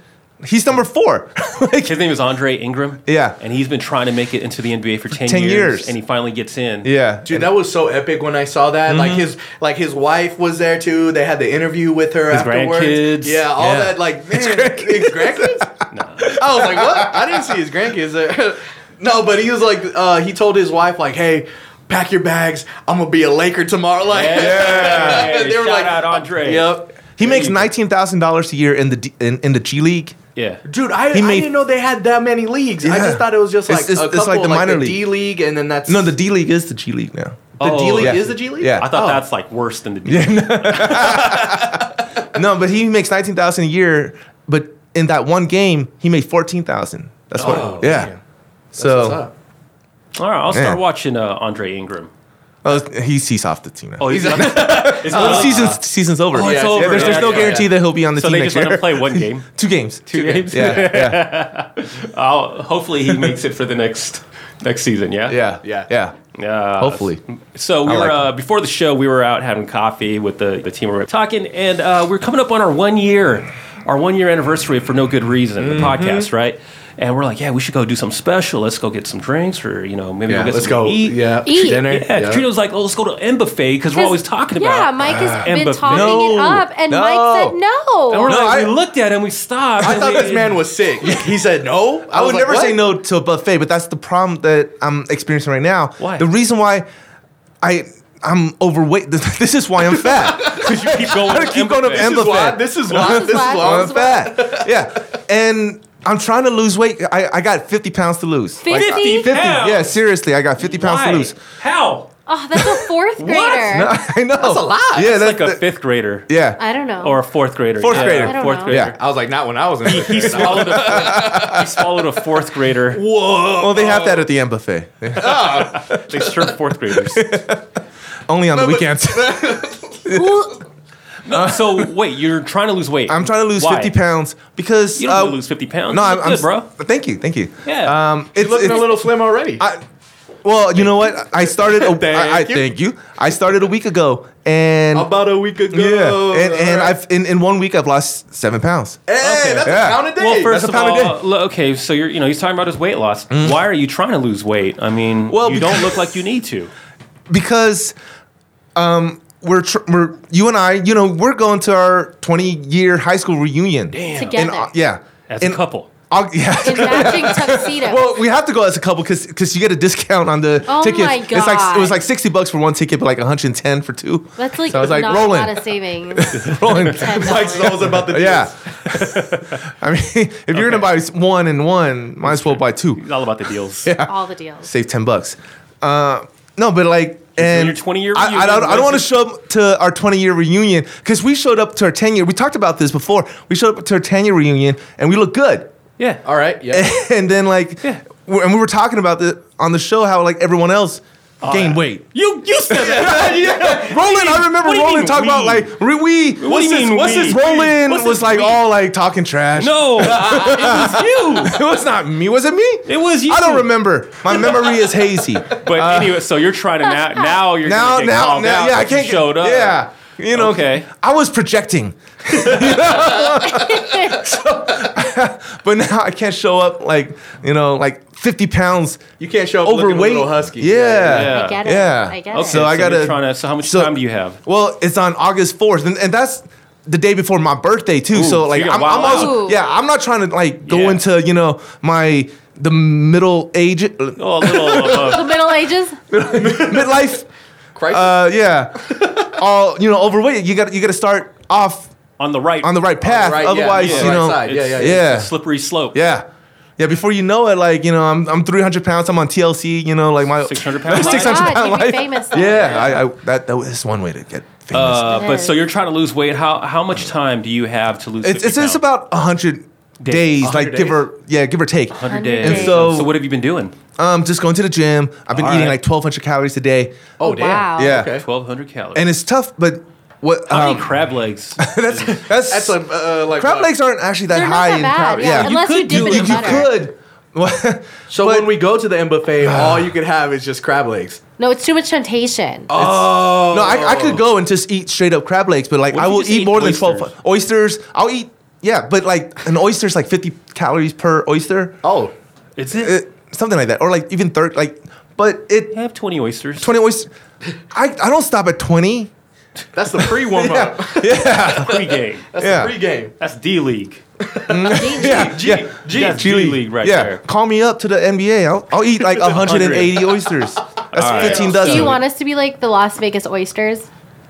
[SPEAKER 8] He's number four. like,
[SPEAKER 9] His name is Andre Ingram.
[SPEAKER 8] Yeah.
[SPEAKER 9] and he's been trying to make it into the NBA for ten,
[SPEAKER 8] 10
[SPEAKER 9] years,
[SPEAKER 8] years.
[SPEAKER 9] and he finally gets in.
[SPEAKER 8] yeah.
[SPEAKER 11] Dude, that was so epic when I saw that. Like
[SPEAKER 9] Mm-hmm.
[SPEAKER 11] his, like his wife was there too. They had the interview with her
[SPEAKER 9] His
[SPEAKER 11] afterwards.
[SPEAKER 9] grandkids.
[SPEAKER 11] Yeah, all
[SPEAKER 8] Yeah.
[SPEAKER 11] that. Like, man, his grandkids. I was like, what? I didn't see his grandkids there. no, but he was like, uh, he told his wife, like, hey, pack your bags. I'm gonna be a Laker tomorrow. Like,
[SPEAKER 9] Yeah.
[SPEAKER 11] they were
[SPEAKER 9] Shout
[SPEAKER 11] like, uh,
[SPEAKER 9] out Andre.
[SPEAKER 11] Yep.
[SPEAKER 8] He makes nineteen thousand dollars a year in the D, in, in the G League.
[SPEAKER 9] Yeah.
[SPEAKER 11] Dude, I,
[SPEAKER 8] He
[SPEAKER 11] I
[SPEAKER 8] made-
[SPEAKER 11] didn't know they had that many leagues. I
[SPEAKER 8] Yeah.
[SPEAKER 11] just thought it was just like
[SPEAKER 8] It's-
[SPEAKER 11] a
[SPEAKER 8] it's- it's
[SPEAKER 11] couple, like the minor league, D league, and then that's
[SPEAKER 8] No, the D League is the G League now.
[SPEAKER 11] the
[SPEAKER 9] Oh,
[SPEAKER 11] D league
[SPEAKER 9] yeah.
[SPEAKER 11] is the G league.
[SPEAKER 8] Yeah.
[SPEAKER 9] I thought
[SPEAKER 11] Oh.
[SPEAKER 9] that's like worse than the D.
[SPEAKER 8] No, but he makes nineteen thousand a year, but in that one game he made fourteen thousand. That's what.
[SPEAKER 11] Oh,
[SPEAKER 8] yeah.
[SPEAKER 11] damn. What's
[SPEAKER 8] So
[SPEAKER 9] Oh,
[SPEAKER 11] up?
[SPEAKER 9] All right, I'll start
[SPEAKER 8] Yeah.
[SPEAKER 9] watching uh, Andre Ingram.
[SPEAKER 8] oh, he's he's off the team now.
[SPEAKER 9] Oh, he's on. It's
[SPEAKER 8] The
[SPEAKER 9] on-
[SPEAKER 8] season's season's over.
[SPEAKER 11] Oh,
[SPEAKER 9] it's
[SPEAKER 8] Yeah,
[SPEAKER 9] over.
[SPEAKER 8] there's, there's
[SPEAKER 9] Yeah,
[SPEAKER 8] no
[SPEAKER 9] yeah,
[SPEAKER 8] guarantee
[SPEAKER 11] yeah.
[SPEAKER 8] that he'll be on the
[SPEAKER 9] so
[SPEAKER 8] team
[SPEAKER 9] they
[SPEAKER 8] next
[SPEAKER 9] just let
[SPEAKER 8] year.
[SPEAKER 9] him play one game,
[SPEAKER 8] Two games.
[SPEAKER 9] two games.
[SPEAKER 8] Yeah, yeah,
[SPEAKER 9] I'll, hopefully, he makes it for the next next season. Yeah.
[SPEAKER 8] yeah,
[SPEAKER 11] Yeah.
[SPEAKER 8] yeah.
[SPEAKER 9] Uh,
[SPEAKER 8] Hopefully,
[SPEAKER 9] So we
[SPEAKER 8] I
[SPEAKER 9] were
[SPEAKER 8] like
[SPEAKER 9] uh, before the show, we were out having coffee with the, the team we were talking, and uh, we are coming up on our one year, our one year anniversary for no good reason, the podcast, right? And we're like, yeah, we should go do something special. Let's go get some drinks, or you know, maybe
[SPEAKER 11] Yeah,
[SPEAKER 9] we'll get
[SPEAKER 11] let's go.
[SPEAKER 9] something to eat.
[SPEAKER 11] Yeah,
[SPEAKER 10] Eat.
[SPEAKER 11] dinner.
[SPEAKER 9] Yeah, Katrina was like, "Oh, let's go to M buffet because we're always talking about."
[SPEAKER 10] Yeah, Mike has been
[SPEAKER 9] Emba-
[SPEAKER 10] talking
[SPEAKER 8] No.
[SPEAKER 10] it up, and
[SPEAKER 8] No.
[SPEAKER 10] Mike said no.
[SPEAKER 9] And we're
[SPEAKER 8] No,
[SPEAKER 9] like,
[SPEAKER 8] I-
[SPEAKER 9] we looked at him, we stopped.
[SPEAKER 11] I
[SPEAKER 9] and
[SPEAKER 11] thought
[SPEAKER 9] we-
[SPEAKER 11] this man was sick. He said no.
[SPEAKER 8] I,
[SPEAKER 11] was
[SPEAKER 8] would
[SPEAKER 11] like,
[SPEAKER 8] never say
[SPEAKER 11] what?
[SPEAKER 8] no to a buffet, but that's the problem that I'm experiencing right now.
[SPEAKER 9] Why?
[SPEAKER 8] The reason why I I'm overweight. This is why I'm fat.
[SPEAKER 9] you keep going.
[SPEAKER 8] I
[SPEAKER 9] to
[SPEAKER 8] keep
[SPEAKER 9] M
[SPEAKER 8] going to
[SPEAKER 9] buffet.
[SPEAKER 8] M
[SPEAKER 11] This is why.
[SPEAKER 8] buffet.
[SPEAKER 11] This is why. This is
[SPEAKER 10] why.
[SPEAKER 11] why.
[SPEAKER 8] I'm fat. Yeah, and I'm trying to lose weight. I, I got 50 pounds to lose.
[SPEAKER 10] 50?
[SPEAKER 8] I- 50.
[SPEAKER 9] Pounds?
[SPEAKER 8] Yeah, seriously, I got 50 pounds
[SPEAKER 9] Why?
[SPEAKER 8] to lose
[SPEAKER 9] How?
[SPEAKER 10] Oh, that's a fourth grader.
[SPEAKER 8] I know. That's a lot. Yeah,
[SPEAKER 9] It's
[SPEAKER 8] that's
[SPEAKER 9] like a
[SPEAKER 8] the-
[SPEAKER 9] fifth grader.
[SPEAKER 8] yeah.
[SPEAKER 10] I don't know.
[SPEAKER 9] Or a fourth grader.
[SPEAKER 8] Fourth
[SPEAKER 9] Yeah,
[SPEAKER 8] grader.
[SPEAKER 10] I don't
[SPEAKER 9] Fourth
[SPEAKER 10] know.
[SPEAKER 9] grader.
[SPEAKER 8] Yeah.
[SPEAKER 11] I was like, not when I was in.
[SPEAKER 9] He swallowed, a, he swallowed a fourth grader.
[SPEAKER 8] Well, Oh, they have that at the M buffet.
[SPEAKER 9] They serve fourth graders.
[SPEAKER 8] Only on the weekends.
[SPEAKER 9] so wait, you're trying to lose weight.
[SPEAKER 8] I'm trying to lose
[SPEAKER 9] Why?
[SPEAKER 8] 50 pounds because
[SPEAKER 9] You don't need
[SPEAKER 8] uh,
[SPEAKER 9] to lose 50 pounds.
[SPEAKER 8] No,
[SPEAKER 9] You
[SPEAKER 8] I'm,
[SPEAKER 9] look
[SPEAKER 8] I'm
[SPEAKER 9] good, bro.
[SPEAKER 8] Thank you, thank you.
[SPEAKER 9] Yeah.
[SPEAKER 8] um, it's,
[SPEAKER 11] looking a
[SPEAKER 8] it's-
[SPEAKER 11] little slim already.
[SPEAKER 8] I, well, you know what? I started. A,
[SPEAKER 11] Thank
[SPEAKER 8] I, I
[SPEAKER 11] you.
[SPEAKER 8] thank you. I started a week ago, and
[SPEAKER 11] About a week ago.
[SPEAKER 8] yeah, and, and
[SPEAKER 11] Alright.
[SPEAKER 8] I've in, in one week I've lost seven pounds.
[SPEAKER 11] Hey,
[SPEAKER 9] Okay.
[SPEAKER 11] that's
[SPEAKER 8] Yeah.
[SPEAKER 11] a pound a day.
[SPEAKER 9] Well, first
[SPEAKER 8] That's
[SPEAKER 9] of
[SPEAKER 8] a pound a Mm.
[SPEAKER 9] all, lo- okay, so you're you know he's talking about his weight loss. Why are you trying to lose weight? I mean,
[SPEAKER 8] Well,
[SPEAKER 9] you don't
[SPEAKER 8] because-
[SPEAKER 9] look like you need to.
[SPEAKER 8] because um, we're, tr- we're you and I, you know, we're going to our 20 year high school reunion. Damn.
[SPEAKER 10] Together.
[SPEAKER 8] yeah.
[SPEAKER 9] As
[SPEAKER 8] In-
[SPEAKER 9] a couple.
[SPEAKER 8] Au-
[SPEAKER 10] in
[SPEAKER 8] yeah.
[SPEAKER 10] matching tuxedo.
[SPEAKER 8] well, we have to go as a couple because you get a discount on the
[SPEAKER 10] Oh
[SPEAKER 8] tickets.
[SPEAKER 10] my
[SPEAKER 8] It's like
[SPEAKER 10] God.
[SPEAKER 8] it was like 60 bucks for one ticket, but like 110 for two.
[SPEAKER 10] That's like,
[SPEAKER 8] so I was like
[SPEAKER 10] not
[SPEAKER 8] rolling,
[SPEAKER 10] a lot of savings.
[SPEAKER 8] rolling.
[SPEAKER 10] Ten
[SPEAKER 11] Mike's
[SPEAKER 10] dollars.
[SPEAKER 11] always about the
[SPEAKER 8] yeah. I mean, if you're gonna buy one and one, might as well buy two.
[SPEAKER 9] It's all about the deals.
[SPEAKER 10] all the deals.
[SPEAKER 8] Save 10 bucks. Uh, no, but like. And
[SPEAKER 9] your 20-year
[SPEAKER 8] I, I don't, I
[SPEAKER 9] reunion
[SPEAKER 8] don't want to
[SPEAKER 9] was-
[SPEAKER 8] show up to our 20 year reunion because we showed up to our 10 year. We talked about this before. We showed up to our 10 year reunion and we looked good.
[SPEAKER 9] Yeah.
[SPEAKER 11] All right. Yeah.
[SPEAKER 8] and then like,
[SPEAKER 9] Yeah.
[SPEAKER 8] we're, and we were talking about the on the show how like everyone else gained weight.
[SPEAKER 9] You you said that.
[SPEAKER 8] Roland, I remember
[SPEAKER 9] Oh, What do you mean
[SPEAKER 8] Roland talking about
[SPEAKER 9] we?
[SPEAKER 8] like re- we.
[SPEAKER 9] What do you mean
[SPEAKER 8] What's
[SPEAKER 9] we?
[SPEAKER 8] this? Roland
[SPEAKER 9] What's
[SPEAKER 8] was
[SPEAKER 9] this
[SPEAKER 8] like
[SPEAKER 9] we?
[SPEAKER 8] all like talking trash.
[SPEAKER 9] no, it was
[SPEAKER 8] it was not me. Was it me?
[SPEAKER 9] you. It was you.
[SPEAKER 8] I don't remember. My memory is hazy. Now,
[SPEAKER 9] But anyway, so you're trying to now now you're
[SPEAKER 8] now,
[SPEAKER 9] gonna get
[SPEAKER 8] now,
[SPEAKER 9] called out
[SPEAKER 8] yeah, I
[SPEAKER 9] that you
[SPEAKER 8] can't. get-
[SPEAKER 9] showed up.
[SPEAKER 8] Yeah, you know.
[SPEAKER 9] Okay.
[SPEAKER 8] I was projecting. So, but now I can't show up like you know like fifty pounds
[SPEAKER 11] You can't show up looking a
[SPEAKER 8] overweight.
[SPEAKER 11] little husky.
[SPEAKER 8] Yeah.
[SPEAKER 9] yeah.
[SPEAKER 10] I get it.
[SPEAKER 8] Yeah.
[SPEAKER 10] I get
[SPEAKER 9] Okay,
[SPEAKER 10] it.
[SPEAKER 8] So I
[SPEAKER 9] you're
[SPEAKER 8] gotta-
[SPEAKER 9] trying to. So how much
[SPEAKER 8] so-
[SPEAKER 9] time do you have?
[SPEAKER 8] Well, it's on August fourth, and, and that's the day before my birthday too.
[SPEAKER 9] Ooh, so
[SPEAKER 8] so
[SPEAKER 9] you
[SPEAKER 8] like,
[SPEAKER 9] got
[SPEAKER 8] I'm,
[SPEAKER 9] wild
[SPEAKER 8] I'm also
[SPEAKER 10] out.
[SPEAKER 8] yeah, I'm not trying to like go
[SPEAKER 9] Yeah.
[SPEAKER 8] into you know my the middle age uh,
[SPEAKER 9] Oh, a little.
[SPEAKER 10] the Middle Ages.
[SPEAKER 8] midlife.
[SPEAKER 11] Crisis.
[SPEAKER 8] Uh, yeah, all you know overweight. You got you got to start off
[SPEAKER 9] on the right.
[SPEAKER 8] on the right path,
[SPEAKER 11] right, yeah,
[SPEAKER 8] otherwise
[SPEAKER 11] yeah,
[SPEAKER 8] you
[SPEAKER 11] right
[SPEAKER 8] know
[SPEAKER 11] side, yeah, yeah,
[SPEAKER 9] It's-
[SPEAKER 11] yeah.
[SPEAKER 8] yeah.
[SPEAKER 9] It's a slippery slope.
[SPEAKER 8] yeah. Yeah, before you know it, like you know, I'm I'm 300 pounds. I'm on TLC. You know, like my
[SPEAKER 9] 600 pound
[SPEAKER 8] six
[SPEAKER 10] life.
[SPEAKER 8] hundred
[SPEAKER 10] Oh my
[SPEAKER 8] pound
[SPEAKER 10] God, you'd
[SPEAKER 8] life.
[SPEAKER 10] be famous then.
[SPEAKER 8] yeah, I, I that that was one way to get famous.
[SPEAKER 9] Uh,
[SPEAKER 10] It
[SPEAKER 9] but
[SPEAKER 10] is.
[SPEAKER 9] so you're trying to lose weight. How how much time do you have to lose?
[SPEAKER 8] It's
[SPEAKER 9] 50
[SPEAKER 8] it's, it's
[SPEAKER 9] pounds?
[SPEAKER 8] about hundred days,
[SPEAKER 9] Days. 100
[SPEAKER 8] like give
[SPEAKER 9] days?
[SPEAKER 8] or yeah, give or take.
[SPEAKER 9] 100
[SPEAKER 10] 100
[SPEAKER 9] days.
[SPEAKER 10] days.
[SPEAKER 8] And so-
[SPEAKER 9] so what have you been doing?
[SPEAKER 8] Um, just going to the gym. I've been
[SPEAKER 9] All
[SPEAKER 8] eating
[SPEAKER 9] right.
[SPEAKER 8] like twelve hundred calories a day.
[SPEAKER 11] oh damn.
[SPEAKER 10] Wow.
[SPEAKER 8] yeah,
[SPEAKER 11] okay.
[SPEAKER 9] 1200 calories.
[SPEAKER 8] and it's tough, but what?
[SPEAKER 9] how
[SPEAKER 8] Um,
[SPEAKER 9] many crab legs?
[SPEAKER 8] that's that's,
[SPEAKER 11] That's a uh, like
[SPEAKER 8] crab
[SPEAKER 11] a-
[SPEAKER 8] legs aren't actually that
[SPEAKER 10] They're not
[SPEAKER 8] high
[SPEAKER 10] that
[SPEAKER 8] in
[SPEAKER 10] bad,
[SPEAKER 8] calories.
[SPEAKER 10] yeah.
[SPEAKER 8] you
[SPEAKER 10] Unless you
[SPEAKER 8] could
[SPEAKER 10] dip
[SPEAKER 8] do
[SPEAKER 10] it in
[SPEAKER 8] you,
[SPEAKER 10] butter.
[SPEAKER 8] could.
[SPEAKER 11] So
[SPEAKER 8] But-
[SPEAKER 11] when we go to the M buffet, all you can have is just crab legs.
[SPEAKER 10] No, it's too much temptation.
[SPEAKER 11] Oh
[SPEAKER 8] No, I, I could go and just eat straight up crab legs, but like
[SPEAKER 9] What if
[SPEAKER 8] I
[SPEAKER 9] you
[SPEAKER 8] will
[SPEAKER 9] just
[SPEAKER 8] eat
[SPEAKER 9] eat
[SPEAKER 8] more than
[SPEAKER 9] oysters?
[SPEAKER 8] twelve oysters. I'll eat yeah, but like an oyster's like fifty calories per oyster,
[SPEAKER 11] Oh,
[SPEAKER 9] It's it.
[SPEAKER 8] It- something like that, or like even thirty. Like, but it
[SPEAKER 9] I have 20 oysters.
[SPEAKER 8] twenty oysters. I I don't stop at twenty.
[SPEAKER 11] that's the pre warm up.
[SPEAKER 9] Pre-game.
[SPEAKER 11] That's
[SPEAKER 8] Yeah.
[SPEAKER 11] the pre game.
[SPEAKER 9] That's D League.
[SPEAKER 8] Yeah, yeah.
[SPEAKER 9] G, That's
[SPEAKER 8] G
[SPEAKER 9] D
[SPEAKER 8] League.
[SPEAKER 9] League right
[SPEAKER 8] yeah,
[SPEAKER 9] there.
[SPEAKER 8] call me up to the NBA. I'll, I'll eat like 180 oysters. That's
[SPEAKER 9] right.
[SPEAKER 8] 15
[SPEAKER 10] Do
[SPEAKER 8] dozen.
[SPEAKER 10] you want us to be like the Las Vegas oysters,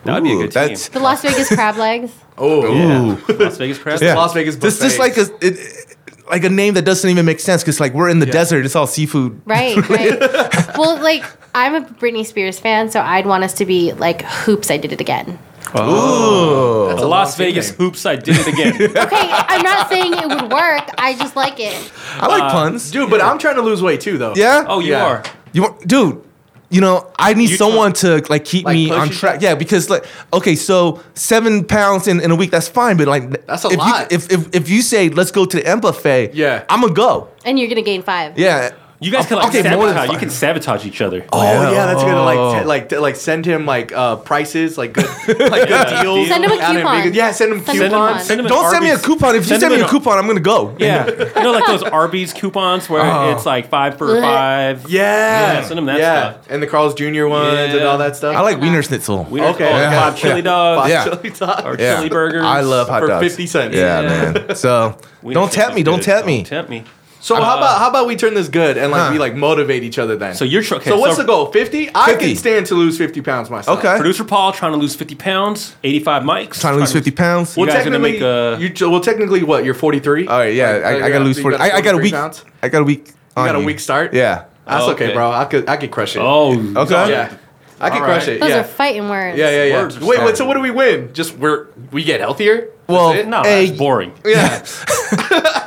[SPEAKER 9] That'd be a good team.
[SPEAKER 8] That's,
[SPEAKER 10] the Las Vegas crab legs?
[SPEAKER 11] Oh,
[SPEAKER 9] Las Vegas crab.
[SPEAKER 8] yeah.
[SPEAKER 11] Las Vegas
[SPEAKER 8] This just like a
[SPEAKER 11] buffets.
[SPEAKER 8] it, it- like a name that doesn't even make sense because like we're in the desert. It's all seafood.
[SPEAKER 10] Right, right. well, like I'm a Britney Spears fan, so I'd want us to be like hoops. I did it again.
[SPEAKER 9] The Las Vegas hoops. I did it again.
[SPEAKER 10] Okay, I'm not saying it would work. I just like it.
[SPEAKER 8] I like puns.
[SPEAKER 11] Uh, dude. But I'm trying to lose weight too, though.
[SPEAKER 8] yeah.
[SPEAKER 9] oh, you
[SPEAKER 11] Yeah.
[SPEAKER 9] are.
[SPEAKER 8] You want, dude? You know, I need
[SPEAKER 9] You
[SPEAKER 8] someone to like keep
[SPEAKER 11] Like,
[SPEAKER 8] me
[SPEAKER 11] push
[SPEAKER 8] on
[SPEAKER 11] you
[SPEAKER 8] track. Yeah, because like, okay, so seven pounds in, in a week, that's fine. But like,
[SPEAKER 11] That's a
[SPEAKER 8] if
[SPEAKER 11] lot.
[SPEAKER 8] You, if, if if you say let's go to the M buffet,
[SPEAKER 11] Yeah.
[SPEAKER 8] I'm gonna go.
[SPEAKER 10] And you're gonna gain five.
[SPEAKER 8] Yeah,
[SPEAKER 9] You guys can like
[SPEAKER 8] Okay, more than
[SPEAKER 9] sabotage. You
[SPEAKER 8] five.
[SPEAKER 9] can sabotage each other.
[SPEAKER 11] Oh yeah, that's good. Like, t- like, t- like, send him like uh, prices, like good, like
[SPEAKER 9] uh,
[SPEAKER 11] good deals.
[SPEAKER 10] Send him a
[SPEAKER 11] out in
[SPEAKER 10] coupon.
[SPEAKER 11] Vegas. Yeah, send him
[SPEAKER 10] Send him a
[SPEAKER 11] coupons.
[SPEAKER 10] coupon.
[SPEAKER 9] Send him an
[SPEAKER 8] Don't send me a
[SPEAKER 9] Arby's-
[SPEAKER 8] coupon. If you
[SPEAKER 9] send
[SPEAKER 8] send
[SPEAKER 9] him
[SPEAKER 8] me a
[SPEAKER 9] an-
[SPEAKER 8] coupon, I'm gonna go.
[SPEAKER 9] Yeah, you know, like those Arby's coupons where
[SPEAKER 8] Uh-huh.
[SPEAKER 9] it's like five for
[SPEAKER 10] Blech.
[SPEAKER 9] five.
[SPEAKER 11] Yeah,
[SPEAKER 9] Yeah, send him that stuff.
[SPEAKER 11] and the Carl's Jr. ones and
[SPEAKER 9] Yeah.
[SPEAKER 11] all that stuff.
[SPEAKER 8] I like Wiener Schnitzel.
[SPEAKER 9] We don't
[SPEAKER 11] Okay.
[SPEAKER 9] oh,
[SPEAKER 11] Yeah.
[SPEAKER 9] five chili dogs.
[SPEAKER 11] Five
[SPEAKER 8] Yeah.
[SPEAKER 11] chili dogs.
[SPEAKER 9] Or
[SPEAKER 8] Yeah.
[SPEAKER 9] chili burgers.
[SPEAKER 8] I love hot
[SPEAKER 11] for
[SPEAKER 8] dogs.
[SPEAKER 11] 50 cents.
[SPEAKER 8] Yeah,
[SPEAKER 9] Yeah.
[SPEAKER 8] man. So
[SPEAKER 9] We
[SPEAKER 8] don't
[SPEAKER 9] think
[SPEAKER 8] tap me.
[SPEAKER 9] it's
[SPEAKER 8] Don't
[SPEAKER 9] good. Oh,
[SPEAKER 8] tap me.
[SPEAKER 9] Don't tempt me.
[SPEAKER 11] So how about how about we turn this good and like
[SPEAKER 8] Huh.
[SPEAKER 11] we like motivate each other then?
[SPEAKER 9] So you're tr- okay,
[SPEAKER 11] so what's
[SPEAKER 9] so-
[SPEAKER 11] the goal? Fifty? I
[SPEAKER 8] 50.
[SPEAKER 11] can stand to lose fifty pounds myself.
[SPEAKER 8] Okay.
[SPEAKER 9] Producer Paul trying to lose 50 pounds, 85 mics.
[SPEAKER 8] Trying to lose 50 pounds.
[SPEAKER 9] You
[SPEAKER 11] Well,
[SPEAKER 9] guys gonna
[SPEAKER 11] technically,
[SPEAKER 9] make a-
[SPEAKER 11] you, well, technically, what? You're 43.
[SPEAKER 8] All right. Yeah, I, I
[SPEAKER 11] uh,
[SPEAKER 8] gotta lose 40. I, I got a week.
[SPEAKER 11] Pounds?
[SPEAKER 8] I got a week.
[SPEAKER 11] You
[SPEAKER 8] on
[SPEAKER 11] got a week start.
[SPEAKER 8] Yeah.
[SPEAKER 11] that's Oh, okay,
[SPEAKER 9] Okay.
[SPEAKER 11] bro. I could I could crush it.
[SPEAKER 9] Oh,
[SPEAKER 8] Okay.
[SPEAKER 11] yeah. I could
[SPEAKER 9] All
[SPEAKER 11] crush
[SPEAKER 9] right.
[SPEAKER 11] it.
[SPEAKER 10] Those
[SPEAKER 11] yeah.
[SPEAKER 10] are fighting words.
[SPEAKER 11] yeah, yeah, yeah.
[SPEAKER 9] Words are
[SPEAKER 11] Wait, wait, so
[SPEAKER 9] starting.
[SPEAKER 11] what do we win? Just we're we get healthier?
[SPEAKER 8] Well,
[SPEAKER 11] That's it?
[SPEAKER 9] No,
[SPEAKER 8] Hey.
[SPEAKER 9] that's boring.
[SPEAKER 11] yeah.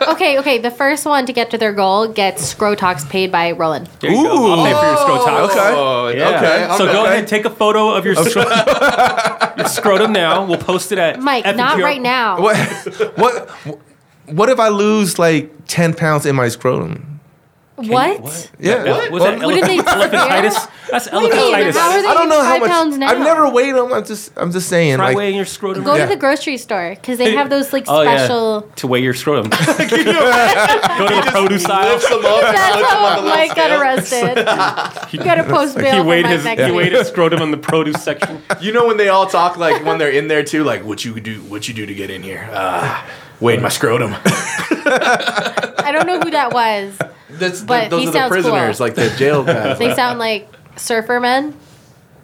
[SPEAKER 10] Okay, okay. The first one to get to their goal gets Scrotox paid by Roland.
[SPEAKER 9] There you go. I'll pay for your scrotox.
[SPEAKER 11] Oh, okay.
[SPEAKER 9] Yeah.
[SPEAKER 11] I'm-
[SPEAKER 9] so go
[SPEAKER 11] okay.
[SPEAKER 9] ahead, take a photo of your, scro- your scrotum now. We'll post it at
[SPEAKER 10] Mike,
[SPEAKER 9] FNGR
[SPEAKER 10] not right now.
[SPEAKER 8] What? what? What if I lose like ten pounds in my scrotum?
[SPEAKER 10] What?
[SPEAKER 8] Yeah.
[SPEAKER 9] That, was
[SPEAKER 8] Well,
[SPEAKER 9] that
[SPEAKER 10] What did they
[SPEAKER 9] elef-
[SPEAKER 10] do there?
[SPEAKER 9] elephantitis? That's
[SPEAKER 10] do you mean? How are
[SPEAKER 9] elephantitis.
[SPEAKER 10] they
[SPEAKER 8] I don't know how
[SPEAKER 10] five
[SPEAKER 8] much.
[SPEAKER 10] pounds now?
[SPEAKER 8] I've never weighed them. I'm just. I'm just saying.
[SPEAKER 9] Try
[SPEAKER 8] like,
[SPEAKER 9] weighing your scrotum.
[SPEAKER 10] Go
[SPEAKER 8] Yeah.
[SPEAKER 10] to the grocery store because they have those like
[SPEAKER 9] Oh, yeah.
[SPEAKER 10] special.
[SPEAKER 9] to weigh your scrotum. Go to the produce aisle.
[SPEAKER 11] Lift them up.
[SPEAKER 10] That's
[SPEAKER 11] punch them on
[SPEAKER 10] how
[SPEAKER 11] the little
[SPEAKER 10] Mike got
[SPEAKER 11] scale.
[SPEAKER 10] arrested. You got to post bail
[SPEAKER 9] He
[SPEAKER 10] for
[SPEAKER 9] weighed
[SPEAKER 10] Mike
[SPEAKER 9] his
[SPEAKER 10] next
[SPEAKER 9] he
[SPEAKER 10] week.
[SPEAKER 9] weighed his scrotum in the produce section.
[SPEAKER 11] You know when they all talk like when they're in there too, like what you do, what you do to get in here? Uh, weighed my scrotum.
[SPEAKER 10] I don't know who that was.
[SPEAKER 11] That's,
[SPEAKER 10] But
[SPEAKER 11] those
[SPEAKER 10] he
[SPEAKER 11] are the
[SPEAKER 10] sounds cool.
[SPEAKER 11] prisoners, like the jail guys.
[SPEAKER 10] They sound like surfer men.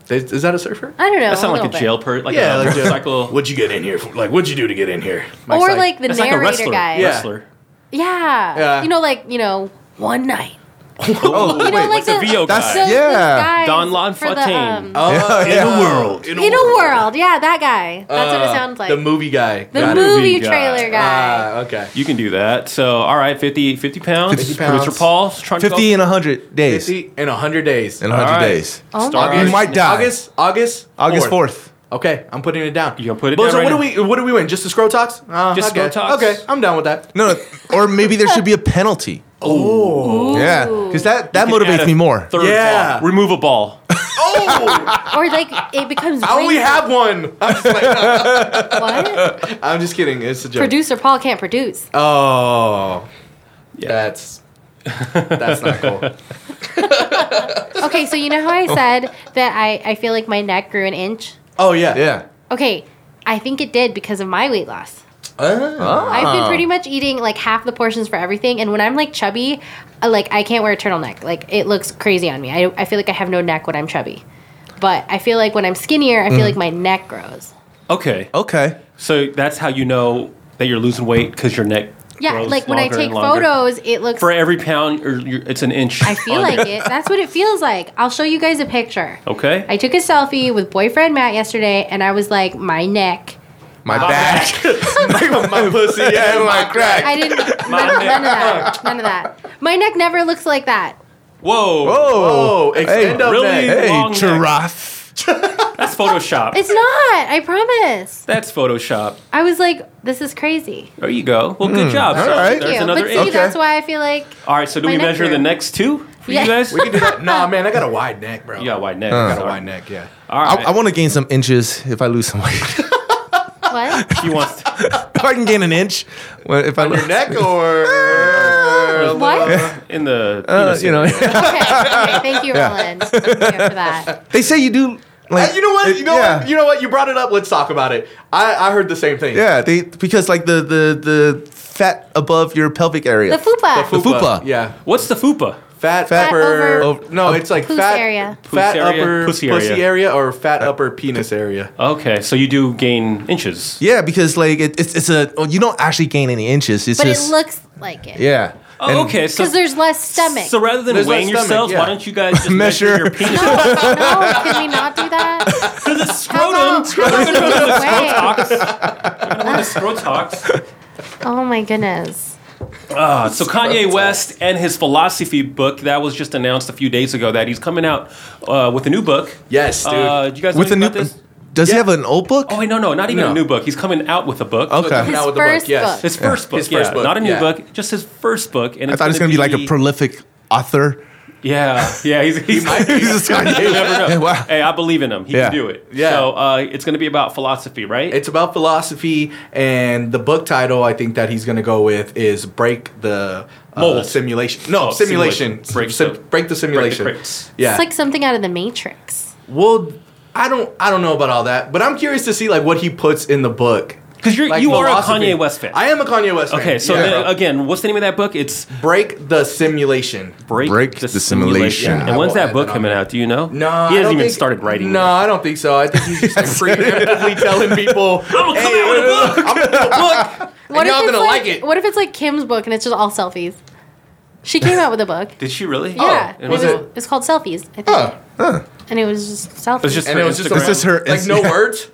[SPEAKER 11] They- is that a surfer?
[SPEAKER 10] I don't know.
[SPEAKER 9] That sounds
[SPEAKER 10] little
[SPEAKER 9] like a
[SPEAKER 10] bit.
[SPEAKER 9] jail per like a
[SPEAKER 11] like jail.
[SPEAKER 9] motorcycle.
[SPEAKER 11] What'd you get in here? For? Like, what'd you do to get in here? Mike's
[SPEAKER 10] Or like the
[SPEAKER 9] That's like a
[SPEAKER 10] narrator
[SPEAKER 9] wrestler.
[SPEAKER 10] guy.
[SPEAKER 11] Yeah.
[SPEAKER 9] Wrestler.
[SPEAKER 10] Yeah.
[SPEAKER 11] Yeah.
[SPEAKER 10] You know, like you know, one night.
[SPEAKER 8] Oh,
[SPEAKER 10] You know,
[SPEAKER 8] wait.
[SPEAKER 10] like
[SPEAKER 9] the VO
[SPEAKER 10] those-
[SPEAKER 9] guy?
[SPEAKER 10] those
[SPEAKER 8] Yeah.
[SPEAKER 10] guys
[SPEAKER 9] Don Lon
[SPEAKER 10] for the,
[SPEAKER 9] Fontaine.
[SPEAKER 10] um,
[SPEAKER 11] Oh, in
[SPEAKER 8] yeah.
[SPEAKER 11] a world. Uh,
[SPEAKER 10] in a world, yeah, that guy. That's what it sounds like.
[SPEAKER 11] The movie guy.
[SPEAKER 10] The
[SPEAKER 11] Got it.
[SPEAKER 10] movie,
[SPEAKER 9] movie guy.
[SPEAKER 10] trailer guy.
[SPEAKER 11] Ah, okay.
[SPEAKER 9] You can do that. So all right, 50, 50 pounds.
[SPEAKER 8] 50 pounds.
[SPEAKER 9] Producer Paul, trying to
[SPEAKER 8] Fifty in hundred days.
[SPEAKER 11] Fifty in hundred days.
[SPEAKER 8] In hundred
[SPEAKER 9] All right.
[SPEAKER 8] days.
[SPEAKER 10] oh
[SPEAKER 9] Star
[SPEAKER 10] my
[SPEAKER 8] You
[SPEAKER 9] Wars.
[SPEAKER 8] might die.
[SPEAKER 11] August. August.
[SPEAKER 8] August fourth.
[SPEAKER 11] Okay, I'm putting it down.
[SPEAKER 9] You gonna put it
[SPEAKER 11] but
[SPEAKER 9] down
[SPEAKER 11] So
[SPEAKER 9] right
[SPEAKER 11] what
[SPEAKER 9] now?
[SPEAKER 11] do we? What do we win? Just the scrotox? Uh,
[SPEAKER 9] Just
[SPEAKER 11] okay.
[SPEAKER 9] Scrotox.
[SPEAKER 11] Okay, I'm down with that.
[SPEAKER 8] No, no, or maybe there should be a penalty. Oh, yeah, because that that
[SPEAKER 9] You can add
[SPEAKER 8] motivates
[SPEAKER 9] a
[SPEAKER 8] me more.
[SPEAKER 9] Third
[SPEAKER 11] Yeah.
[SPEAKER 9] ball. Remove a ball.
[SPEAKER 11] Oh,
[SPEAKER 10] Or like it becomes.
[SPEAKER 11] I only
[SPEAKER 10] racist.
[SPEAKER 11] have one. I'm just, like,
[SPEAKER 10] what?
[SPEAKER 11] I'm just kidding. It's a joke.
[SPEAKER 10] Producer Paul can't produce.
[SPEAKER 11] oh,
[SPEAKER 9] Yeah.
[SPEAKER 11] that's that's not cool.
[SPEAKER 10] Okay, so you know how I said that I, I feel like my neck grew an inch?
[SPEAKER 11] Oh yeah,
[SPEAKER 8] Yeah,
[SPEAKER 10] Okay, I think it did because of my weight loss.
[SPEAKER 11] Ah.
[SPEAKER 10] I've been pretty much eating like half the portions for everything, and when I'm like chubby, I, like I can't wear a turtleneck. Like it looks crazy on me. I, I feel like I have no neck when I'm chubby, but I feel like when I'm skinnier, I feel like my neck grows.
[SPEAKER 9] Okay.
[SPEAKER 8] okay.
[SPEAKER 9] So that's how you know that you're losing weight because your neck.
[SPEAKER 10] Yeah,
[SPEAKER 9] grows
[SPEAKER 10] like when I
[SPEAKER 9] longer and
[SPEAKER 10] take
[SPEAKER 9] longer.
[SPEAKER 10] photos, it looks.
[SPEAKER 9] For every pound, or you it's an inch.
[SPEAKER 10] I feel
[SPEAKER 9] on
[SPEAKER 10] like
[SPEAKER 9] your-
[SPEAKER 10] it. That's what it feels like. I'll show you guys a picture.
[SPEAKER 9] Okay.
[SPEAKER 10] I took a selfie with boyfriend Matt yesterday, and I was like, my neck.
[SPEAKER 8] My back,
[SPEAKER 11] my pussy and my crack.
[SPEAKER 10] I didn't. none, none of that. None of that. My neck never looks like that.
[SPEAKER 9] Whoa.
[SPEAKER 11] Oh,
[SPEAKER 8] Oh,
[SPEAKER 11] extend up
[SPEAKER 9] really?
[SPEAKER 11] neck.
[SPEAKER 8] hey,
[SPEAKER 9] long neck.
[SPEAKER 8] giraffe.
[SPEAKER 9] That's Photoshop.
[SPEAKER 10] It's not. I promise.
[SPEAKER 9] That's Photoshop.
[SPEAKER 10] I was like, this is crazy.
[SPEAKER 9] There you go. Well, good job.
[SPEAKER 8] all
[SPEAKER 9] So
[SPEAKER 8] right.
[SPEAKER 9] There's
[SPEAKER 10] Thank you.
[SPEAKER 9] another
[SPEAKER 10] But see,
[SPEAKER 9] eight.
[SPEAKER 8] Okay.
[SPEAKER 10] that's why I feel like
[SPEAKER 9] All right. So do
[SPEAKER 10] My
[SPEAKER 9] we
[SPEAKER 10] neck
[SPEAKER 9] measure the
[SPEAKER 10] grew.
[SPEAKER 9] next two for
[SPEAKER 10] Yeah.
[SPEAKER 9] you guys?
[SPEAKER 11] We can do that. Nah, man, I got a wide neck, bro.
[SPEAKER 9] you got wide neck.
[SPEAKER 11] I got a
[SPEAKER 9] Sorry.
[SPEAKER 11] wide neck. Yeah.
[SPEAKER 9] All
[SPEAKER 8] I,
[SPEAKER 9] right.
[SPEAKER 8] I want to gain some inches if I lose some weight.
[SPEAKER 10] what?
[SPEAKER 9] he wants.
[SPEAKER 8] if I can gain an inch, well, if I
[SPEAKER 11] On
[SPEAKER 8] lose
[SPEAKER 11] your neck or
[SPEAKER 10] what?
[SPEAKER 9] in the
[SPEAKER 8] uh, you know,
[SPEAKER 10] Okay. okay. Thank you,
[SPEAKER 8] Yeah.
[SPEAKER 10] Roland. Thank you for that.
[SPEAKER 8] they say you do. Like,
[SPEAKER 11] Uh, you know what?
[SPEAKER 8] it-
[SPEAKER 11] You know
[SPEAKER 8] yeah.
[SPEAKER 11] what? You know what? You brought it up. Let's talk about it. I, I heard the same thing.
[SPEAKER 8] yeah, they because like the the the fat above your pelvic
[SPEAKER 10] The
[SPEAKER 8] area.
[SPEAKER 10] fupa.
[SPEAKER 8] The fupa.
[SPEAKER 11] Yeah.
[SPEAKER 9] What's the fupa?
[SPEAKER 11] Fat,
[SPEAKER 8] Fat
[SPEAKER 11] upper.
[SPEAKER 8] over-
[SPEAKER 11] no, it's like
[SPEAKER 10] Puss
[SPEAKER 11] fat
[SPEAKER 10] area.
[SPEAKER 11] Fat
[SPEAKER 9] Puss area,
[SPEAKER 11] upper
[SPEAKER 9] pussy
[SPEAKER 11] pussy,
[SPEAKER 9] area.
[SPEAKER 11] area or fat upper penis area.
[SPEAKER 9] Okay, so you do gain inches.
[SPEAKER 8] Yeah, because like it, it's it's a well, you don't actually gain any inches. It's
[SPEAKER 10] But
[SPEAKER 8] just
[SPEAKER 10] it looks like it.
[SPEAKER 8] yeah.
[SPEAKER 9] Oh, okay, so
[SPEAKER 10] Because there's less stomach.
[SPEAKER 9] so rather than
[SPEAKER 11] There's less
[SPEAKER 9] weighing
[SPEAKER 11] stomach,
[SPEAKER 9] yourselves,
[SPEAKER 11] yeah.
[SPEAKER 9] why don't you guys just
[SPEAKER 8] Measure.
[SPEAKER 9] measure your penis?
[SPEAKER 10] no, no, can we not do that?
[SPEAKER 9] Because it's
[SPEAKER 10] How
[SPEAKER 9] scrotum.
[SPEAKER 10] about, how about just
[SPEAKER 9] Scrotox.
[SPEAKER 10] weigh? Oh my goodness.
[SPEAKER 9] Uh, so Kanye West and his philosophy book that was just announced a few days ago that he's coming out uh, with a new book.
[SPEAKER 11] Yes, dude.
[SPEAKER 9] Uh, do you guys know
[SPEAKER 8] With a
[SPEAKER 9] anything
[SPEAKER 8] new,
[SPEAKER 9] about this?
[SPEAKER 8] does he have an old book?
[SPEAKER 9] Oh wait, no, no, not even a
[SPEAKER 11] No.
[SPEAKER 9] new book. He's coming out with a book.
[SPEAKER 8] okay.
[SPEAKER 10] His
[SPEAKER 11] Now with the
[SPEAKER 10] first
[SPEAKER 11] book, yes.
[SPEAKER 10] book.
[SPEAKER 9] His first book,
[SPEAKER 11] His
[SPEAKER 9] yeah,
[SPEAKER 11] first book,
[SPEAKER 9] not a new
[SPEAKER 11] yeah.
[SPEAKER 9] book, just his first book. And
[SPEAKER 8] I thought it was gonna be like a prolific author.
[SPEAKER 9] yeah, yeah. He's,
[SPEAKER 8] He's
[SPEAKER 9] he's
[SPEAKER 8] just like,
[SPEAKER 9] you never know.
[SPEAKER 8] Hey, wow.
[SPEAKER 9] Hey, I believe in him. He
[SPEAKER 8] Yeah.
[SPEAKER 9] can do it.
[SPEAKER 11] Yeah.
[SPEAKER 9] So uh, it's going to be about philosophy, right?
[SPEAKER 11] It's about philosophy, and the book title I think that he's going to go with is "Break the uh,
[SPEAKER 9] Mold.
[SPEAKER 11] Simulation." No,
[SPEAKER 9] Oh,
[SPEAKER 11] simulation.
[SPEAKER 9] simulation. Break
[SPEAKER 11] Sim-
[SPEAKER 9] the-
[SPEAKER 11] break the simulation.
[SPEAKER 9] crates.
[SPEAKER 11] yeah.
[SPEAKER 10] It's like something out of the Matrix.
[SPEAKER 11] well, I don't. I don't know about all that, but I'm curious to see like what he puts in the book.
[SPEAKER 9] 'Cause you're-
[SPEAKER 11] Like,
[SPEAKER 9] you are a
[SPEAKER 11] philosophy.
[SPEAKER 9] Kanye West fan.
[SPEAKER 11] I am a Kanye West. fan.
[SPEAKER 9] okay. So
[SPEAKER 11] Yeah.
[SPEAKER 9] then, uh, again, what's the name of that book? It's
[SPEAKER 11] break the simulation.
[SPEAKER 9] Break,
[SPEAKER 8] Break the Simulation. Yeah,
[SPEAKER 9] and
[SPEAKER 11] I
[SPEAKER 9] when's
[SPEAKER 11] will
[SPEAKER 9] that
[SPEAKER 11] add
[SPEAKER 9] book
[SPEAKER 11] that on
[SPEAKER 9] coming
[SPEAKER 11] there.
[SPEAKER 9] out? Do you know?
[SPEAKER 11] No, I
[SPEAKER 9] he hasn't
[SPEAKER 11] don't
[SPEAKER 9] even
[SPEAKER 11] think-
[SPEAKER 9] started writing.
[SPEAKER 11] No,
[SPEAKER 9] yet.
[SPEAKER 11] I don't think so. I think he's just like preemptively telling people,
[SPEAKER 9] I'm gonna come out with a book.
[SPEAKER 11] I'm gonna do a book. and
[SPEAKER 10] What
[SPEAKER 11] y'all
[SPEAKER 10] if it's
[SPEAKER 11] gonna
[SPEAKER 10] like,
[SPEAKER 11] like it.
[SPEAKER 10] What if it's like Kim's book and it's just all selfies? She came out with a book.
[SPEAKER 9] Did she really?
[SPEAKER 10] Yeah,
[SPEAKER 9] Oh,
[SPEAKER 10] it
[SPEAKER 9] was
[SPEAKER 10] was,
[SPEAKER 9] it?
[SPEAKER 10] it's called selfies. I think.
[SPEAKER 11] Huh.
[SPEAKER 10] and it was just selfies.
[SPEAKER 9] It's just
[SPEAKER 11] uh, And
[SPEAKER 9] her
[SPEAKER 11] Oh. it was just
[SPEAKER 9] Instagram.
[SPEAKER 8] This is her
[SPEAKER 11] like no
[SPEAKER 8] Instagram.
[SPEAKER 11] words.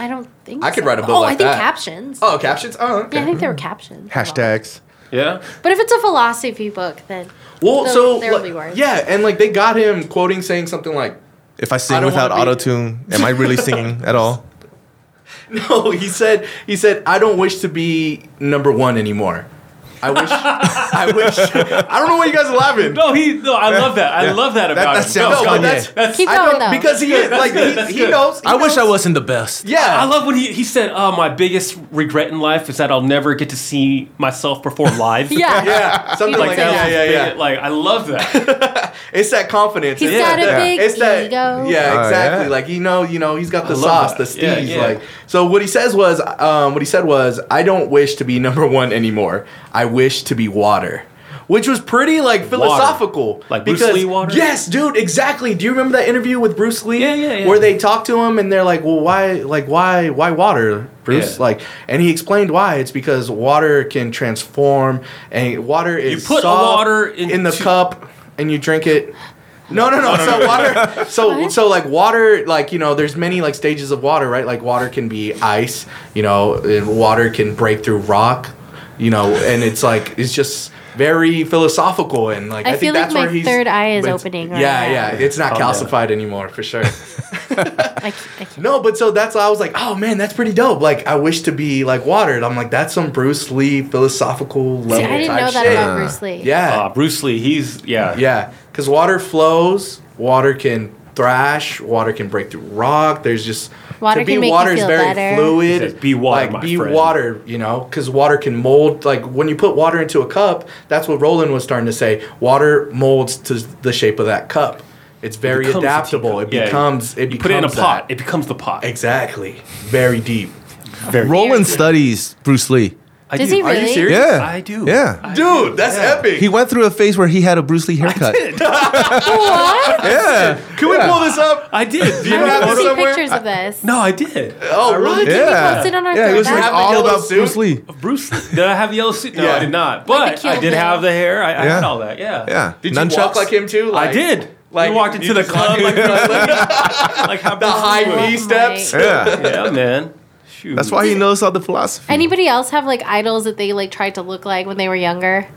[SPEAKER 10] I don't think
[SPEAKER 11] I could
[SPEAKER 10] so.
[SPEAKER 11] write a book
[SPEAKER 10] Oh,
[SPEAKER 11] like
[SPEAKER 10] I think
[SPEAKER 11] that.
[SPEAKER 10] captions.
[SPEAKER 11] Oh, captions. Oh, okay.
[SPEAKER 10] Yeah, I think there were captions.
[SPEAKER 8] hashtags.
[SPEAKER 9] Yeah.
[SPEAKER 10] But if it's a philosophy book, then
[SPEAKER 11] Well,
[SPEAKER 10] So
[SPEAKER 11] so
[SPEAKER 10] there will
[SPEAKER 11] like,
[SPEAKER 10] be words.
[SPEAKER 11] yeah, and like they got him quoting saying something like,
[SPEAKER 8] If I
[SPEAKER 11] I
[SPEAKER 8] sing
[SPEAKER 11] don't
[SPEAKER 8] without
[SPEAKER 11] wanna
[SPEAKER 8] auto tune, am I really singing at all?
[SPEAKER 11] "No," he said. He said, "I don't wish to be number one anymore. I wish. I wish. I don't know why you guys are laughing.
[SPEAKER 9] No, he. No, I love that. I love that about
[SPEAKER 8] that
[SPEAKER 9] him.
[SPEAKER 8] sounds
[SPEAKER 9] No,
[SPEAKER 11] but
[SPEAKER 8] Kanye.
[SPEAKER 11] that's-
[SPEAKER 9] that's.
[SPEAKER 10] keep
[SPEAKER 11] I
[SPEAKER 10] going
[SPEAKER 11] don't-
[SPEAKER 10] though.
[SPEAKER 11] because he is like he, he knows. he
[SPEAKER 8] I wish I
[SPEAKER 11] knows.
[SPEAKER 8] wasn't the best.
[SPEAKER 11] Yeah,
[SPEAKER 9] I love when he, he said, "Oh, my biggest regret in life is that I'll never get to see myself perform live."
[SPEAKER 10] yeah,
[SPEAKER 11] Yeah, something
[SPEAKER 10] Like
[SPEAKER 11] like
[SPEAKER 10] that
[SPEAKER 11] that.
[SPEAKER 10] was
[SPEAKER 11] Yeah, yeah, yeah.
[SPEAKER 9] Like I love that.
[SPEAKER 11] It's that confidence.
[SPEAKER 10] He's
[SPEAKER 11] It's
[SPEAKER 10] got a
[SPEAKER 11] that-
[SPEAKER 10] big
[SPEAKER 11] it's that,
[SPEAKER 10] ego.
[SPEAKER 11] Yeah,
[SPEAKER 8] Oh,
[SPEAKER 11] exactly.
[SPEAKER 8] yeah.
[SPEAKER 11] Like you know, you know, he's got the
[SPEAKER 9] love
[SPEAKER 11] sauce,
[SPEAKER 9] that.
[SPEAKER 11] the
[SPEAKER 9] Yeah,
[SPEAKER 11] steez.
[SPEAKER 9] yeah.
[SPEAKER 11] Like so, what he says was, um, what he said was, I don't wish to be number one anymore. I wish to be water. Which was pretty like philosophical,
[SPEAKER 9] Like Bruce Lee water?
[SPEAKER 11] Yes, dude, exactly. Do you remember that interview with Bruce Lee?
[SPEAKER 9] Yeah, yeah, yeah.
[SPEAKER 11] Where they talked to him and they're like, "Well, why, like, why, why water, Bruce?"
[SPEAKER 9] Yeah.
[SPEAKER 11] Like, and he explained why. It's because water can transform, and water is
[SPEAKER 9] put a
[SPEAKER 11] soft
[SPEAKER 9] water
[SPEAKER 11] in,
[SPEAKER 9] into-
[SPEAKER 11] the cup and you drink it. No, no, no. so water, so so like water, like you know, there's many like stages of water, right? Like water can be ice, you know, and water can break through rock, you know, and it's like it's just very philosophical and like
[SPEAKER 10] I
[SPEAKER 11] I,
[SPEAKER 10] feel
[SPEAKER 11] think
[SPEAKER 10] like
[SPEAKER 11] that's
[SPEAKER 10] my
[SPEAKER 11] where he's
[SPEAKER 10] third eye is
[SPEAKER 11] but-
[SPEAKER 10] opening right
[SPEAKER 11] yeah,
[SPEAKER 10] now.
[SPEAKER 11] yeah, it's not calcified anymore for sure.
[SPEAKER 10] I, c- I can't.
[SPEAKER 11] No, but so that's I was like, oh man, that's pretty dope. Like I wish to be like water, and I'm like, that's some Bruce Lee philosophical level
[SPEAKER 10] See, I didn't
[SPEAKER 11] type
[SPEAKER 10] know that
[SPEAKER 11] shit.
[SPEAKER 10] about Bruce Lee.
[SPEAKER 11] Yeah,
[SPEAKER 9] Uh, Bruce Lee. He's yeah.
[SPEAKER 11] yeah, because water flows, water can thrash, water can break through rock. There's just
[SPEAKER 10] Water
[SPEAKER 11] to be
[SPEAKER 10] can make you
[SPEAKER 11] water is
[SPEAKER 10] feel
[SPEAKER 11] very
[SPEAKER 10] better.
[SPEAKER 11] fluid.
[SPEAKER 9] It says, "Be water,
[SPEAKER 11] like
[SPEAKER 9] my
[SPEAKER 11] be
[SPEAKER 9] friend."
[SPEAKER 11] water, you know, because water can mold. Like when you put water into a cup, that's what Roland was starting to say. Water molds to the shape of that cup. It's very
[SPEAKER 9] becomes a tea
[SPEAKER 11] adaptable.
[SPEAKER 9] cup.
[SPEAKER 11] It
[SPEAKER 9] Yeah,
[SPEAKER 11] becomes. It
[SPEAKER 9] you
[SPEAKER 11] becomes
[SPEAKER 9] put it in a
[SPEAKER 11] that.
[SPEAKER 9] pot. It becomes the pot.
[SPEAKER 11] Exactly. Very deep.
[SPEAKER 8] Roland studies Bruce Lee.
[SPEAKER 9] I
[SPEAKER 10] Does
[SPEAKER 9] do.
[SPEAKER 10] he
[SPEAKER 9] Are you
[SPEAKER 10] really?
[SPEAKER 9] serious?
[SPEAKER 8] Yeah.
[SPEAKER 9] I do.
[SPEAKER 8] Yeah.
[SPEAKER 9] I
[SPEAKER 11] Dude, that's epic.
[SPEAKER 8] He went through a phase where he had a Bruce Lee haircut. Yeah.
[SPEAKER 11] Can we pull this up?
[SPEAKER 9] I did. Do you
[SPEAKER 10] I
[SPEAKER 11] have
[SPEAKER 10] want
[SPEAKER 11] it
[SPEAKER 10] to see
[SPEAKER 11] somewhere?
[SPEAKER 10] pictures of this.
[SPEAKER 9] No, I did.
[SPEAKER 11] Oh, really?
[SPEAKER 8] Yeah.
[SPEAKER 10] posted on our
[SPEAKER 8] yeah, he was just
[SPEAKER 10] throwback?
[SPEAKER 11] Have the
[SPEAKER 8] all
[SPEAKER 11] yellow
[SPEAKER 8] about
[SPEAKER 11] suit?
[SPEAKER 8] Bruce Lee.
[SPEAKER 9] Bruce, did I have yellow suit? No,
[SPEAKER 11] Yeah.
[SPEAKER 9] I did not.
[SPEAKER 10] Like
[SPEAKER 9] But
[SPEAKER 10] the
[SPEAKER 9] I did
[SPEAKER 10] Kill
[SPEAKER 9] have
[SPEAKER 10] Bill.
[SPEAKER 9] the hair. I, I had
[SPEAKER 8] Yeah.
[SPEAKER 9] all that. Yeah.
[SPEAKER 8] Yeah.
[SPEAKER 11] Did you walk like him too?
[SPEAKER 9] I did. Like,
[SPEAKER 11] like,
[SPEAKER 9] you walked
[SPEAKER 11] you
[SPEAKER 9] into the
[SPEAKER 11] just
[SPEAKER 9] club like, like, like how
[SPEAKER 11] The
[SPEAKER 9] Bruce Lee
[SPEAKER 11] high
[SPEAKER 9] was.
[SPEAKER 11] knee
[SPEAKER 10] Oh my-
[SPEAKER 11] steps.
[SPEAKER 8] Yeah.
[SPEAKER 9] Yeah, man. Shoot.
[SPEAKER 8] That's why he knows all the philosophy.
[SPEAKER 10] Anybody else have like idols that they like tried to look like when they were younger?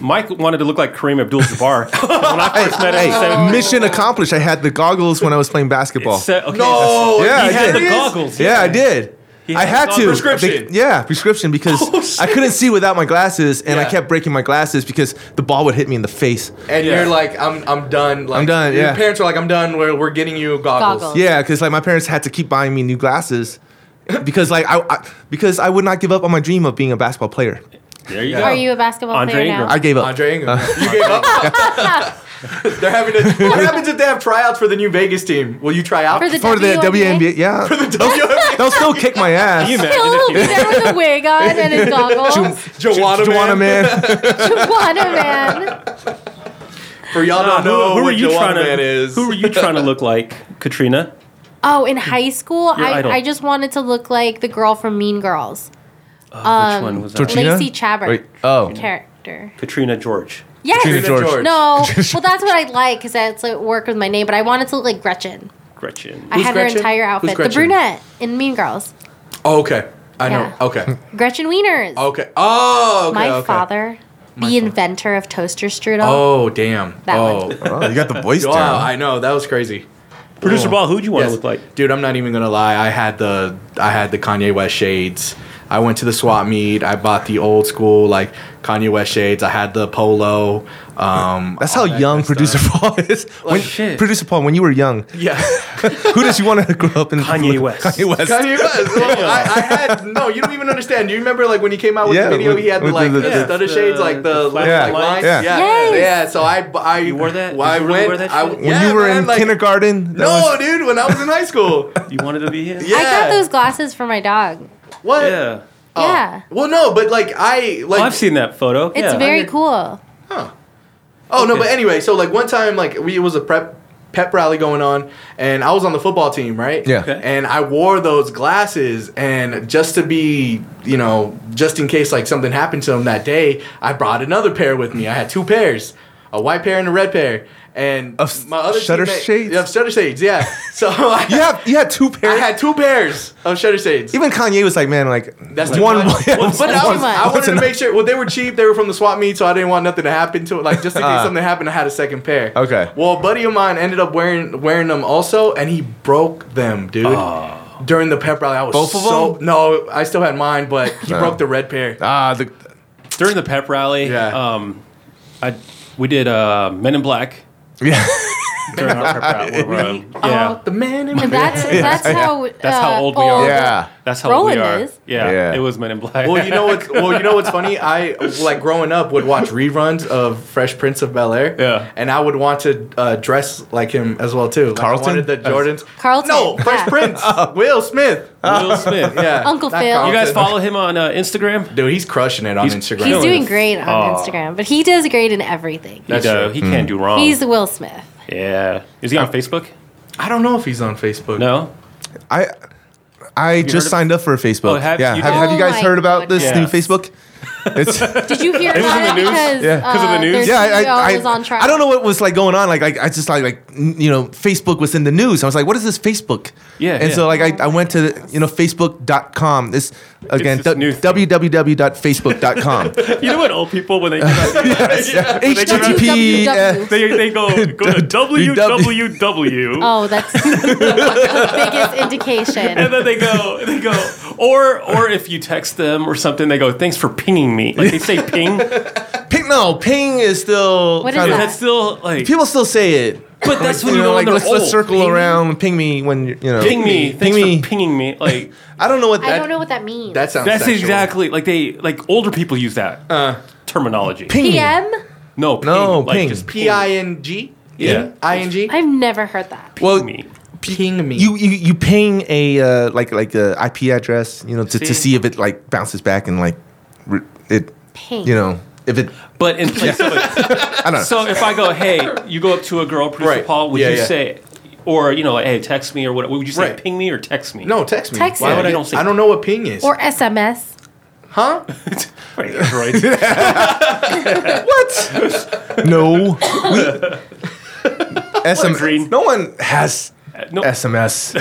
[SPEAKER 9] Mike wanted to look like Kareem Abdul-Jabbar when I first met him.
[SPEAKER 8] Hey,
[SPEAKER 9] in seventh-
[SPEAKER 8] mission accomplished. I had the goggles when I was playing basketball.
[SPEAKER 9] Se- okay,
[SPEAKER 11] No,
[SPEAKER 9] that's-
[SPEAKER 8] Yeah,
[SPEAKER 9] he
[SPEAKER 8] I
[SPEAKER 9] had
[SPEAKER 8] did.
[SPEAKER 9] the goggles.
[SPEAKER 8] Yeah, I did.
[SPEAKER 9] He
[SPEAKER 8] I
[SPEAKER 9] had
[SPEAKER 8] had
[SPEAKER 9] goggles.
[SPEAKER 8] to
[SPEAKER 11] Prescription.
[SPEAKER 8] They- yeah, prescription because I couldn't see without my glasses, and I
[SPEAKER 11] Yeah.
[SPEAKER 8] kept breaking my glasses because the ball would hit me in the face.
[SPEAKER 11] And
[SPEAKER 9] Yeah.
[SPEAKER 11] you're like, I'm, I'm done. Like,
[SPEAKER 8] I'm done,
[SPEAKER 11] Your
[SPEAKER 8] yeah.
[SPEAKER 11] parents are like, I'm done. We're, we're getting you goggles.
[SPEAKER 10] Goggles.
[SPEAKER 8] Yeah, because like my parents had to keep buying me new glasses because like I, I because I would not give up on my dream of being a basketball player.
[SPEAKER 9] There you go.
[SPEAKER 11] Oh.
[SPEAKER 10] Are you a basketball
[SPEAKER 9] Andre
[SPEAKER 10] player
[SPEAKER 9] Ingram.
[SPEAKER 10] now?
[SPEAKER 8] I gave up.
[SPEAKER 11] Andre Ingram. you gave up. They're having a, what happens if they have tryouts for the new Vegas team? Will you try out?
[SPEAKER 10] For the
[SPEAKER 8] for the WNBA, yeah,
[SPEAKER 11] WNBA.
[SPEAKER 8] they'll still kick my ass.
[SPEAKER 9] Can you imagine
[SPEAKER 10] He'll
[SPEAKER 9] if
[SPEAKER 10] be there with a wig on and his goggles.
[SPEAKER 11] Joanna,
[SPEAKER 8] Juana
[SPEAKER 11] man.
[SPEAKER 8] man,
[SPEAKER 10] What a man.
[SPEAKER 11] For y'all
[SPEAKER 9] Nah,
[SPEAKER 11] don't know
[SPEAKER 9] who, who
[SPEAKER 11] what
[SPEAKER 9] are you
[SPEAKER 11] Joanna
[SPEAKER 9] trying
[SPEAKER 11] man
[SPEAKER 9] to?
[SPEAKER 11] is.
[SPEAKER 9] Who are you trying to look like, Katrina?
[SPEAKER 10] Oh, in high school,
[SPEAKER 9] Your
[SPEAKER 10] I,
[SPEAKER 9] idol.
[SPEAKER 10] I just wanted to look like the girl from Mean Girls.
[SPEAKER 9] Which
[SPEAKER 11] Um,
[SPEAKER 9] one was that?
[SPEAKER 8] Georgina?
[SPEAKER 10] Lacey Chabert
[SPEAKER 8] Wait, oh.
[SPEAKER 10] character.
[SPEAKER 9] Katrina George.
[SPEAKER 10] Yes.
[SPEAKER 8] Katrina George.
[SPEAKER 11] George.
[SPEAKER 10] No. well, that's what I like because that's like work with my name. But I wanted to look like Gretchen.
[SPEAKER 9] Gretchen.
[SPEAKER 10] I
[SPEAKER 11] Who's
[SPEAKER 10] had her
[SPEAKER 11] Gretchen?
[SPEAKER 10] entire
[SPEAKER 11] Who's
[SPEAKER 10] outfit. The
[SPEAKER 11] Gretchen?
[SPEAKER 10] brunette in Mean Girls.
[SPEAKER 11] Oh, okay. I know.
[SPEAKER 10] Yeah.
[SPEAKER 11] Okay.
[SPEAKER 10] Gretchen Wieners.
[SPEAKER 11] Okay. Oh, okay.
[SPEAKER 10] my
[SPEAKER 11] okay.
[SPEAKER 10] father, the inventor of toaster strudel.
[SPEAKER 11] Oh, damn.
[SPEAKER 10] That
[SPEAKER 11] oh.
[SPEAKER 8] oh, you got the voice
[SPEAKER 11] Wow,
[SPEAKER 8] down.
[SPEAKER 11] I know that was crazy.
[SPEAKER 9] Producer Ball, who'd you want
[SPEAKER 11] Oh. Yes.
[SPEAKER 9] to look like?
[SPEAKER 11] Dude, I'm not even gonna lie. I had the I had the Kanye West shades. I went to the swap meet. I bought the old school like Kanye West shades. I had the polo. Um,
[SPEAKER 8] That's
[SPEAKER 9] Oh,
[SPEAKER 8] how
[SPEAKER 11] all that
[SPEAKER 8] young
[SPEAKER 11] good
[SPEAKER 8] producer
[SPEAKER 11] stuff.
[SPEAKER 8] Paul is. When,
[SPEAKER 9] shit.
[SPEAKER 8] Producer Paul, when you were young,
[SPEAKER 11] Yeah,
[SPEAKER 8] who did you want to grow up in?
[SPEAKER 9] Kanye West.
[SPEAKER 8] Kanye West.
[SPEAKER 11] Kanye West. Well, I, I had no. You don't even understand. Do you remember like when he came out with
[SPEAKER 8] Yeah,
[SPEAKER 11] the video?
[SPEAKER 8] with-
[SPEAKER 11] he had the
[SPEAKER 8] with
[SPEAKER 11] like
[SPEAKER 8] the-
[SPEAKER 11] the,
[SPEAKER 8] the-
[SPEAKER 11] stutter shades, like
[SPEAKER 9] the
[SPEAKER 11] the, like,
[SPEAKER 8] flashlight
[SPEAKER 11] lines.
[SPEAKER 8] lights.
[SPEAKER 11] Yeah,
[SPEAKER 10] Yes.
[SPEAKER 11] yeah. So I, I you
[SPEAKER 9] wore that?
[SPEAKER 11] I
[SPEAKER 9] Did you really
[SPEAKER 11] went.
[SPEAKER 9] wear that
[SPEAKER 11] I,
[SPEAKER 9] shit?
[SPEAKER 8] When
[SPEAKER 11] yeah,
[SPEAKER 8] you were
[SPEAKER 11] man,
[SPEAKER 8] in
[SPEAKER 11] like-
[SPEAKER 8] kindergarten, that
[SPEAKER 11] No,
[SPEAKER 8] was-
[SPEAKER 11] dude. When I was in high school.
[SPEAKER 9] You wanted to be him?
[SPEAKER 11] Yeah.
[SPEAKER 10] I got those glasses for my dog.
[SPEAKER 11] What?
[SPEAKER 9] Yeah.
[SPEAKER 11] Oh.
[SPEAKER 10] Yeah.
[SPEAKER 11] Well, no, but like I like.
[SPEAKER 9] Oh, I've seen that photo.
[SPEAKER 10] It's
[SPEAKER 9] Yeah.
[SPEAKER 10] very
[SPEAKER 9] Okay.
[SPEAKER 10] cool.
[SPEAKER 11] Oh no,
[SPEAKER 9] Okay.
[SPEAKER 11] but anyway, so like one time, like we it was a prep pep rally going on, and I was on the football team, right?
[SPEAKER 8] Yeah.
[SPEAKER 9] Okay.
[SPEAKER 11] And I wore those glasses, and just to be, you know, just in case like something happened to them that day, I brought another pair with me. I had two pairs. a white pair and a red pair. And
[SPEAKER 8] Of shutter shades?
[SPEAKER 11] Yeah, of shutter shades. Yeah. So I,
[SPEAKER 8] You have you had two
[SPEAKER 11] I
[SPEAKER 8] pairs.
[SPEAKER 11] had two pairs of shutter shades.
[SPEAKER 8] Even Kanye was like, man, like
[SPEAKER 11] That's
[SPEAKER 8] that's
[SPEAKER 11] too
[SPEAKER 8] one.
[SPEAKER 11] much.
[SPEAKER 8] yeah,
[SPEAKER 11] but I, was, I
[SPEAKER 8] What's
[SPEAKER 11] wanted to
[SPEAKER 8] enough?
[SPEAKER 11] make sure. Well, they were cheap. They were from the swap meet, so I didn't want nothing to happen to it. Like just in case something happened, I had a second pair.
[SPEAKER 8] Uh. Okay.
[SPEAKER 11] Well, a buddy of mine ended up wearing wearing them also, and he broke them, dude. During the pep rally, I was
[SPEAKER 8] Oh. Both of
[SPEAKER 11] so
[SPEAKER 8] them?
[SPEAKER 11] no, I still had mine, but he
[SPEAKER 8] No.
[SPEAKER 11] broke the red pair.
[SPEAKER 8] Ah, the,
[SPEAKER 9] During the pep rally,
[SPEAKER 11] Yeah.
[SPEAKER 9] um, I we did uh, Men in Black.
[SPEAKER 8] yeah.
[SPEAKER 9] During our prep rally, where we're on- yeah,
[SPEAKER 11] Oh, The man in my
[SPEAKER 10] That's that's how
[SPEAKER 9] That's how
[SPEAKER 10] uh,
[SPEAKER 9] old we are.
[SPEAKER 8] Yeah.
[SPEAKER 9] that's how
[SPEAKER 10] Roland
[SPEAKER 9] we are.
[SPEAKER 10] is.
[SPEAKER 9] Yeah,
[SPEAKER 8] Yeah.
[SPEAKER 9] it was Men in Black.
[SPEAKER 11] Well, you know what's well, you know what's funny? I like growing up would watch reruns of Fresh Prince of Bel Air.
[SPEAKER 9] Yeah.
[SPEAKER 11] and I would want to uh, dress like him as well too. Like,
[SPEAKER 8] Carlton? Oh.
[SPEAKER 11] I wanted the Jordans.
[SPEAKER 10] Carlton,
[SPEAKER 11] No, Fresh
[SPEAKER 10] yeah.
[SPEAKER 11] Prince. Will Smith.
[SPEAKER 9] Will Smith.
[SPEAKER 11] Yeah,
[SPEAKER 10] Uncle
[SPEAKER 11] not
[SPEAKER 10] Phil. You
[SPEAKER 9] You guys
[SPEAKER 11] Carlton.
[SPEAKER 9] follow him on uh, Instagram?
[SPEAKER 11] Dude, he's crushing it on
[SPEAKER 9] He's-
[SPEAKER 11] Instagram.
[SPEAKER 10] He's
[SPEAKER 9] Really? Oh.
[SPEAKER 10] doing great on
[SPEAKER 9] Aw.
[SPEAKER 10] Instagram, but he does great in everything.
[SPEAKER 9] He, do- he can't
[SPEAKER 11] Hmm.
[SPEAKER 9] do wrong.
[SPEAKER 10] He's Will Smith.
[SPEAKER 9] yeah. Is
[SPEAKER 11] Uh,
[SPEAKER 9] he on Facebook?
[SPEAKER 11] I don't know if he's on Facebook.
[SPEAKER 9] No.
[SPEAKER 8] I I just
[SPEAKER 9] heard-
[SPEAKER 8] signed up for Facebook.
[SPEAKER 9] Oh, have-
[SPEAKER 8] yeah.
[SPEAKER 9] you
[SPEAKER 8] have,
[SPEAKER 9] did?
[SPEAKER 8] have you
[SPEAKER 10] Oh
[SPEAKER 8] guys
[SPEAKER 10] my
[SPEAKER 8] heard about this new
[SPEAKER 9] goodness.
[SPEAKER 8] Facebook? It's
[SPEAKER 10] Did you hear
[SPEAKER 9] was in
[SPEAKER 10] about
[SPEAKER 9] the
[SPEAKER 10] it?
[SPEAKER 9] news?
[SPEAKER 10] Because
[SPEAKER 8] Yeah. 'Cause
[SPEAKER 9] of the
[SPEAKER 10] uh,
[SPEAKER 9] news?
[SPEAKER 10] their
[SPEAKER 8] yeah, I,
[SPEAKER 10] CEO
[SPEAKER 8] I,
[SPEAKER 10] was on trial.
[SPEAKER 8] I don't know what was like going on. Like, like I just like like n- you know, Facebook was in the news. I was like, what is this Facebook?
[SPEAKER 9] Yeah,
[SPEAKER 8] And
[SPEAKER 9] yeah.
[SPEAKER 8] so like I, I went to you know Facebook.com. This again
[SPEAKER 9] this new
[SPEAKER 8] w-
[SPEAKER 9] thing.
[SPEAKER 8] www.facebook.com.
[SPEAKER 9] You know what old people when they give out
[SPEAKER 8] HTTP. uh,
[SPEAKER 9] they, they go go to www
[SPEAKER 10] Oh, that's the biggest
[SPEAKER 9] and
[SPEAKER 10] indication.
[SPEAKER 9] then they go they go or or if you text them or something they go thanks for pinging me like they say ping and
[SPEAKER 8] Ping. No, ping is still
[SPEAKER 10] What is
[SPEAKER 8] kinda-
[SPEAKER 10] that?
[SPEAKER 9] that's still like
[SPEAKER 8] People still say it.
[SPEAKER 9] but that's when you know,
[SPEAKER 8] like
[SPEAKER 9] when
[SPEAKER 8] let's,
[SPEAKER 9] they're
[SPEAKER 8] let's
[SPEAKER 9] old.
[SPEAKER 8] circle
[SPEAKER 9] Ping-
[SPEAKER 8] around. Ping me when you you know.
[SPEAKER 9] ping me
[SPEAKER 8] Ping
[SPEAKER 9] thanks
[SPEAKER 8] me.
[SPEAKER 9] for pinging me like
[SPEAKER 8] I don't know what
[SPEAKER 10] I don't
[SPEAKER 8] that.
[SPEAKER 10] know what that means.
[SPEAKER 11] That sounds
[SPEAKER 9] that's
[SPEAKER 11] sexual.
[SPEAKER 9] exactly like they like older people use that terminology
[SPEAKER 8] Uh. Ping.
[SPEAKER 10] PM?
[SPEAKER 9] no ping,
[SPEAKER 8] No,
[SPEAKER 9] like
[SPEAKER 8] ping.
[SPEAKER 9] just
[SPEAKER 11] P I N G?
[SPEAKER 9] Yeah.
[SPEAKER 11] I N G?
[SPEAKER 10] I've never heard that.
[SPEAKER 8] Well,
[SPEAKER 9] me
[SPEAKER 11] Ping me.
[SPEAKER 8] you, you you ping a uh, like like a IP address, you know, to, to
[SPEAKER 9] See?
[SPEAKER 8] see if it like bounces back and like re- it,
[SPEAKER 10] Ping.
[SPEAKER 8] you know, if it.
[SPEAKER 9] but in place of a
[SPEAKER 8] I don't know.
[SPEAKER 9] So if I go, hey, you go up to a girl, producer
[SPEAKER 11] Right.
[SPEAKER 9] Paul, would
[SPEAKER 11] Yeah,
[SPEAKER 9] you
[SPEAKER 11] yeah.
[SPEAKER 9] say, or you know, like, hey, text me or what? Would you say
[SPEAKER 11] Right.
[SPEAKER 9] ping me or text me?
[SPEAKER 11] no, text me.
[SPEAKER 10] Text
[SPEAKER 9] me.
[SPEAKER 11] would I
[SPEAKER 9] You don't say-
[SPEAKER 11] I don't know what ping is.
[SPEAKER 10] Or SMS.
[SPEAKER 11] huh?
[SPEAKER 9] Right, right.
[SPEAKER 8] what? no. We,
[SPEAKER 9] green.
[SPEAKER 8] SMS. No one has
[SPEAKER 9] no.
[SPEAKER 8] SMS.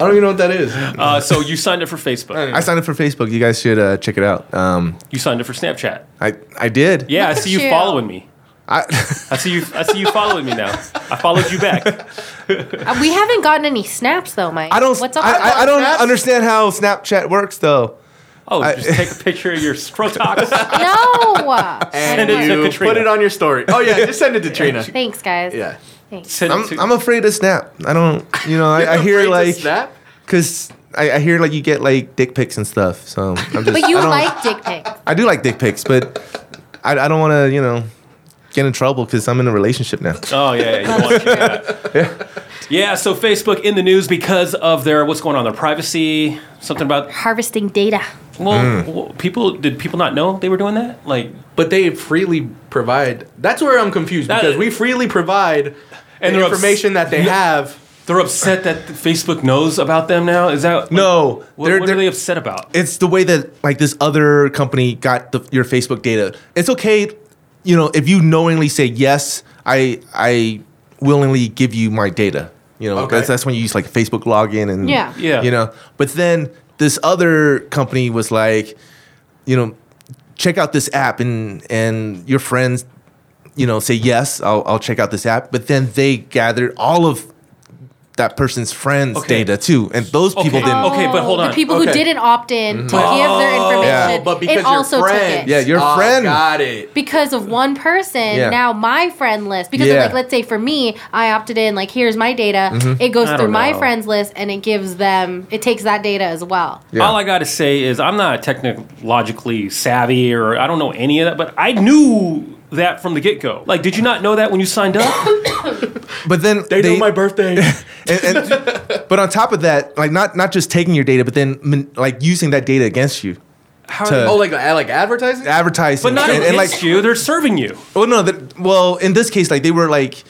[SPEAKER 11] I don't even know what that is.
[SPEAKER 9] uh, so you signed up for Facebook.
[SPEAKER 8] I signed up for Facebook. You guys should uh, check it out. Um,
[SPEAKER 9] You signed up for Snapchat.
[SPEAKER 8] I I did.
[SPEAKER 9] Yeah, I
[SPEAKER 10] Look
[SPEAKER 9] see
[SPEAKER 10] at
[SPEAKER 9] you
[SPEAKER 10] you.
[SPEAKER 9] following me.
[SPEAKER 8] I,
[SPEAKER 9] I see you. I see you following me now. I followed you back.
[SPEAKER 10] Uh, we haven't gotten any snaps though, Mike.
[SPEAKER 8] I don't.
[SPEAKER 10] What's up?
[SPEAKER 8] I,
[SPEAKER 10] with
[SPEAKER 8] I, I don't
[SPEAKER 10] snaps?
[SPEAKER 8] understand how Snapchat works though.
[SPEAKER 9] Oh, just take a picture of your scrotox.
[SPEAKER 10] No.
[SPEAKER 11] And
[SPEAKER 10] I
[SPEAKER 9] it
[SPEAKER 10] don't
[SPEAKER 9] to
[SPEAKER 11] you
[SPEAKER 9] Katrina.
[SPEAKER 11] put it on your story. Oh, yeah, just send it to Trina.
[SPEAKER 10] Thanks, guys.
[SPEAKER 11] Yeah.
[SPEAKER 10] Thanks.
[SPEAKER 9] Send it
[SPEAKER 8] I'm,
[SPEAKER 9] to-
[SPEAKER 8] I'm afraid to snap. I don't. You know, I, I hear
[SPEAKER 11] Afraid to
[SPEAKER 8] like
[SPEAKER 11] Snap?
[SPEAKER 8] because I, I hear like you get like dick pics and stuff. So I'm just.
[SPEAKER 10] But you
[SPEAKER 8] I don't-
[SPEAKER 10] like dick pics.
[SPEAKER 8] I do like dick pics, but I, I don't want to you know get in trouble because I'm in a relationship now.
[SPEAKER 9] Oh yeah, yeah, you don't want to do that. yeah. So Facebook in the news because of their what's going on, their privacy, something about
[SPEAKER 10] Harvesting data.
[SPEAKER 9] well,
[SPEAKER 8] Hmm.
[SPEAKER 9] well, people did people not know they were doing that? Like,
[SPEAKER 11] But they freely provide. That's where I'm confused
[SPEAKER 9] That-
[SPEAKER 11] because we freely provide
[SPEAKER 9] And
[SPEAKER 11] and
[SPEAKER 9] they're
[SPEAKER 11] the
[SPEAKER 9] obs-
[SPEAKER 11] information that they have.
[SPEAKER 9] They're upset that Facebook knows about them now. Is that
[SPEAKER 8] No,
[SPEAKER 9] What,
[SPEAKER 8] they're-
[SPEAKER 9] what
[SPEAKER 8] they're-
[SPEAKER 9] are they upset about?
[SPEAKER 8] it's the way that like this other company got the, your Facebook data. It's okay, you know, if you knowingly say yes, I I willingly give you my data. You know,
[SPEAKER 11] Okay.
[SPEAKER 8] that's that's when you use like Facebook login and
[SPEAKER 10] Yeah.
[SPEAKER 9] Yeah.
[SPEAKER 8] you know. But then this other company was like, you know, check out this app and and your friends, you know, say yes, I'll I'll check out this app. But then they gathered all of that person's friends'
[SPEAKER 9] Okay.
[SPEAKER 8] data too, and those people
[SPEAKER 9] Okay.
[SPEAKER 8] didn't.
[SPEAKER 11] Oh.
[SPEAKER 9] Okay, but hold on.
[SPEAKER 10] The people who
[SPEAKER 11] Okay.
[SPEAKER 10] didn't opt in to give their information,
[SPEAKER 11] Oh, but because
[SPEAKER 10] it also
[SPEAKER 11] your
[SPEAKER 10] took
[SPEAKER 11] friend.
[SPEAKER 10] it.
[SPEAKER 8] Yeah, your friend.
[SPEAKER 11] Got it.
[SPEAKER 10] because of one person
[SPEAKER 8] Yeah.
[SPEAKER 10] now my friend list because of,
[SPEAKER 8] Yeah.
[SPEAKER 10] like let's say for me i opted in like here's my data it goes
[SPEAKER 9] I
[SPEAKER 10] through
[SPEAKER 9] don't
[SPEAKER 10] my
[SPEAKER 9] know.
[SPEAKER 10] friends list and it gives them it takes that data as well
[SPEAKER 8] Yeah.
[SPEAKER 9] All I got to say is I'm not technologically savvy or I don't know any of that, but I knew that from the get go. Like, did you not know that when you signed up?
[SPEAKER 8] But then
[SPEAKER 11] They, know my birthday.
[SPEAKER 8] and, and, but on top of that, like not not just taking your data, but then man- like using that data against you,
[SPEAKER 9] How are they-
[SPEAKER 11] oh, like like advertising?
[SPEAKER 8] advertising,
[SPEAKER 9] but not
[SPEAKER 8] and,
[SPEAKER 9] against
[SPEAKER 8] and like
[SPEAKER 9] you. They're serving you.
[SPEAKER 8] well, no, that, well in this case, like they were like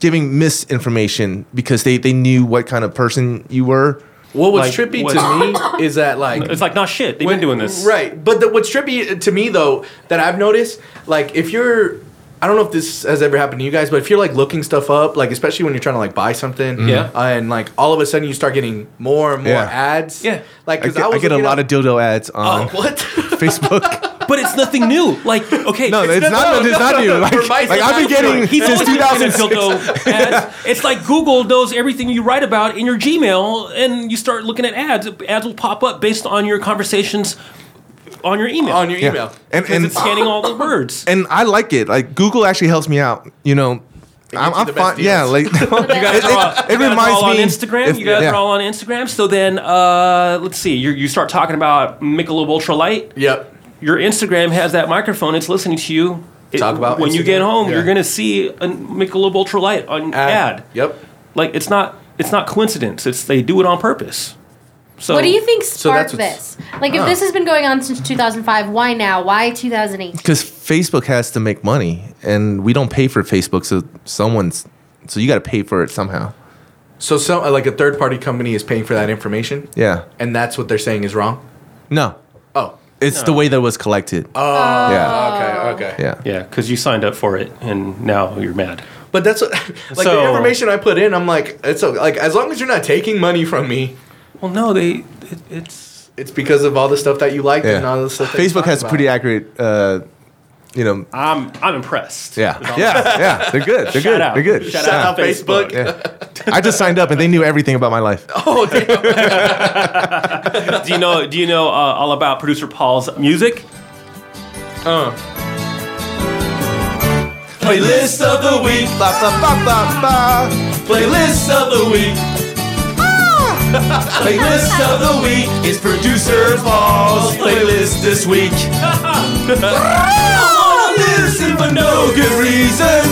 [SPEAKER 8] giving misinformation because they they knew what kind of person you were.
[SPEAKER 11] What was
[SPEAKER 9] Like,
[SPEAKER 11] trippy
[SPEAKER 9] what-
[SPEAKER 11] to me is that like
[SPEAKER 9] It's like, not shit. They've been doing this.
[SPEAKER 11] uh, right, but the, what's trippy to me though that I've noticed, like if you're I don't know if this has ever happened to you guys, but if you're like looking stuff up, like especially when you're trying to like buy something,
[SPEAKER 9] Yeah.
[SPEAKER 11] uh, and like all of a sudden you start getting more and more
[SPEAKER 8] Mm-hmm. Yeah.
[SPEAKER 11] ads,
[SPEAKER 9] Yeah.
[SPEAKER 11] like
[SPEAKER 8] I
[SPEAKER 11] 'cause
[SPEAKER 8] get, I get a
[SPEAKER 11] looking
[SPEAKER 8] lot
[SPEAKER 11] up-
[SPEAKER 8] of dildo ads on
[SPEAKER 9] Oh, what?
[SPEAKER 8] Facebook.
[SPEAKER 9] But it's nothing new. Like, okay,
[SPEAKER 8] No, it's not.
[SPEAKER 11] no,
[SPEAKER 8] it's not
[SPEAKER 11] no,
[SPEAKER 8] new.
[SPEAKER 11] no,
[SPEAKER 8] Like,
[SPEAKER 11] for my
[SPEAKER 8] like, I've been
[SPEAKER 11] sake, I'm
[SPEAKER 8] getting
[SPEAKER 11] doing-
[SPEAKER 9] He's
[SPEAKER 8] since
[SPEAKER 9] always been getting
[SPEAKER 8] 2006.
[SPEAKER 9] dildo ads. It's like Google knows everything you write about in your Gmail, and you start looking at ads. Ads will pop up based on your conversations on your email.
[SPEAKER 11] on your
[SPEAKER 8] Yeah.
[SPEAKER 11] email.
[SPEAKER 8] And
[SPEAKER 9] because
[SPEAKER 8] and
[SPEAKER 9] it's scanning all the words.
[SPEAKER 8] and I like it. Like Google actually helps me out. You know, I'm,
[SPEAKER 11] you
[SPEAKER 8] I'm
[SPEAKER 11] the best
[SPEAKER 8] fine. Yeah,
[SPEAKER 11] deals.
[SPEAKER 8] like it,
[SPEAKER 9] gotta draw-
[SPEAKER 8] it- it
[SPEAKER 9] you gotta
[SPEAKER 8] reminds
[SPEAKER 9] draw
[SPEAKER 8] me
[SPEAKER 9] on Instagram.
[SPEAKER 8] if-
[SPEAKER 9] you got to
[SPEAKER 8] yeah.
[SPEAKER 9] draw on Instagram. So then, uh, let's see. You you start talking about Michelob Ultralight.
[SPEAKER 11] Yep.
[SPEAKER 9] Your Instagram has that microphone. It's listening to you. It-
[SPEAKER 11] Talk about
[SPEAKER 9] when you
[SPEAKER 11] Instagram.
[SPEAKER 9] get home.
[SPEAKER 11] Yeah.
[SPEAKER 9] You're gonna see a Michelob Ultralight on ad.
[SPEAKER 11] Yep.
[SPEAKER 9] Like it's not it's not coincidence. It's they do it on purpose. So
[SPEAKER 10] What do you think sparked
[SPEAKER 11] that's what's-
[SPEAKER 10] this? Like, if this has been going on since 2005, why now? Why 2008?
[SPEAKER 8] because Facebook has to make money, and we don't pay for Facebook, so someone's so you got to pay for it somehow.
[SPEAKER 11] So some uh, like a third party company is paying for that information.
[SPEAKER 8] Yeah,
[SPEAKER 11] And that's what they're saying is wrong.
[SPEAKER 8] no,
[SPEAKER 11] Oh.
[SPEAKER 8] it's the way that it was collected. Oh, yeah,
[SPEAKER 11] Okay. Okay.
[SPEAKER 8] yeah,
[SPEAKER 9] Yeah, because you signed up for it and now you're mad.
[SPEAKER 11] But that's what, like
[SPEAKER 9] So-
[SPEAKER 11] the information I put in. I'm like, it's a, like as long as you're not taking money from me,
[SPEAKER 9] Well, no, they it, it's
[SPEAKER 11] it's because of all the stuff that you liked
[SPEAKER 8] yeah.
[SPEAKER 11] and all the stuff. that you
[SPEAKER 8] Facebook
[SPEAKER 11] talked
[SPEAKER 8] has
[SPEAKER 11] about. Ah.
[SPEAKER 8] pretty accurate, uh, you know.
[SPEAKER 9] I'm I'm impressed.
[SPEAKER 8] Yeah, yeah, yeah. They're good. They're good.
[SPEAKER 9] out.
[SPEAKER 8] They're good.
[SPEAKER 9] Shout
[SPEAKER 11] Shout
[SPEAKER 8] Yeah.
[SPEAKER 11] out Facebook.
[SPEAKER 8] Yeah. I just signed up, and they knew everything about my life.
[SPEAKER 11] Oh, damn.
[SPEAKER 9] do you know do you know uh, all about producer Paul's music?
[SPEAKER 11] Playlist of the week.
[SPEAKER 8] Ba, ba, ba, ba, ba.
[SPEAKER 11] Playlist of the week. Playlist of the week is producer Paul's playlist this week. I wanna listen for no good reason.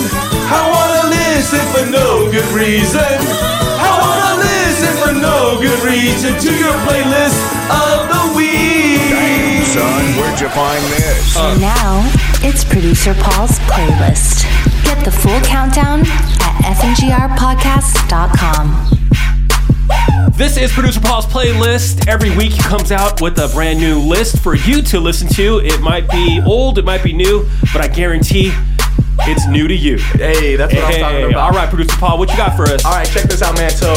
[SPEAKER 11] I wanna listen for no good reason. I wanna listen for no good reason to your playlist of the week.
[SPEAKER 1] Son, where'd you find this?
[SPEAKER 7] Now it's producer Paul's playlist. Get the full countdown at fngrpodcast.com.
[SPEAKER 9] This is Producer Paul's playlist. Every week he comes out with a brand new list for you to listen to. It might be old, it might be new, but I guarantee it's new to you.
[SPEAKER 11] Hey, that's what I was talking
[SPEAKER 9] Hey,
[SPEAKER 11] about.
[SPEAKER 9] all right, producer Paul, what you got for us?
[SPEAKER 11] All right, check this out, man. So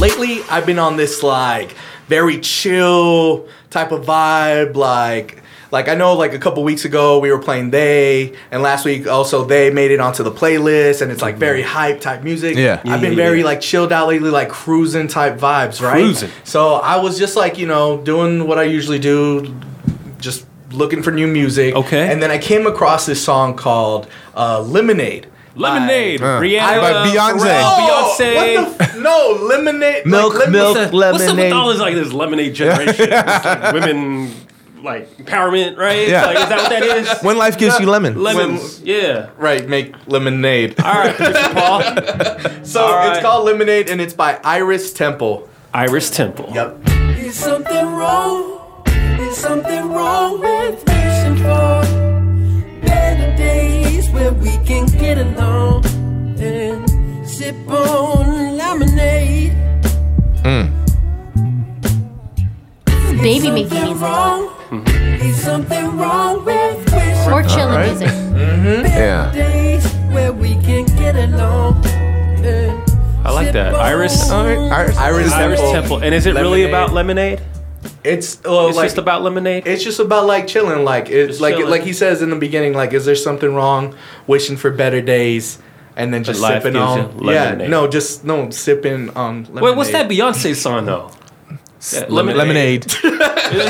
[SPEAKER 11] lately, I've been on this like very chill type of vibe. Like, like I know, like a couple weeks ago, we were playing they, and last week also they made it onto the playlist, and it's like very hype type music.
[SPEAKER 8] Yeah.
[SPEAKER 11] I've been
[SPEAKER 9] Mm-hmm. yeah,
[SPEAKER 11] very
[SPEAKER 9] yeah.
[SPEAKER 11] like chilled out lately, like cruising type vibes, right?
[SPEAKER 9] Cruising.
[SPEAKER 11] So I was just like, you know, doing what I usually do, just looking for new music.
[SPEAKER 9] Okay.
[SPEAKER 11] And then I came across this song called uh, Lemonade.
[SPEAKER 9] Lemonade,
[SPEAKER 8] Uh,
[SPEAKER 9] Rihanna,
[SPEAKER 8] by Beyonce.
[SPEAKER 9] Pharrell, Beyonce.
[SPEAKER 11] Oh, what the f- no, lemonade.
[SPEAKER 8] Milk,
[SPEAKER 11] like, lemon-
[SPEAKER 8] milk,
[SPEAKER 9] What's
[SPEAKER 8] lemonade.
[SPEAKER 9] What's up with all this like this lemonade generation? It's like women like empowerment, right?
[SPEAKER 8] Yeah.
[SPEAKER 9] Like, is that what that is?
[SPEAKER 8] When life gives you lemon.
[SPEAKER 9] Lemons. yeah.
[SPEAKER 11] Right, make lemonade.
[SPEAKER 9] All right, producer Paul.
[SPEAKER 11] So
[SPEAKER 9] all
[SPEAKER 11] it's
[SPEAKER 9] right.
[SPEAKER 11] called Lemonade, and it's by Iris Temple.
[SPEAKER 9] Iris Temple.
[SPEAKER 11] Yep.
[SPEAKER 2] Is something wrong? Is something wrong with wishing for better days where we can get along and sip on lemonade?
[SPEAKER 10] Baby making
[SPEAKER 2] Something
[SPEAKER 10] music.
[SPEAKER 2] wrong? Is something wrong with wishing
[SPEAKER 10] More chilling
[SPEAKER 8] Alright.
[SPEAKER 10] music.
[SPEAKER 11] Mm-hmm.
[SPEAKER 8] Yeah.
[SPEAKER 2] days where we can get along?
[SPEAKER 9] I like that. Iris.
[SPEAKER 8] Iris,
[SPEAKER 11] Iris
[SPEAKER 9] Iris
[SPEAKER 11] Temple.
[SPEAKER 9] Temple. And is it really
[SPEAKER 11] Lemonade.
[SPEAKER 9] about lemonade?
[SPEAKER 11] It's, uh,
[SPEAKER 9] It's
[SPEAKER 11] like
[SPEAKER 9] just about lemonade.
[SPEAKER 11] it's just about like chilling. Like it's
[SPEAKER 9] Just
[SPEAKER 11] like
[SPEAKER 9] chilling.
[SPEAKER 11] like he says in the beginning. Like, is there something wrong? Wishing for better days, and then just
[SPEAKER 9] life
[SPEAKER 11] sipping
[SPEAKER 9] gives
[SPEAKER 11] on.
[SPEAKER 9] you
[SPEAKER 11] Yeah.
[SPEAKER 9] lemonade.
[SPEAKER 11] No, just no sipping on. Lemonade.
[SPEAKER 9] Wait, what's that Beyonce song though? Yeah,
[SPEAKER 8] lemonade.
[SPEAKER 9] Is he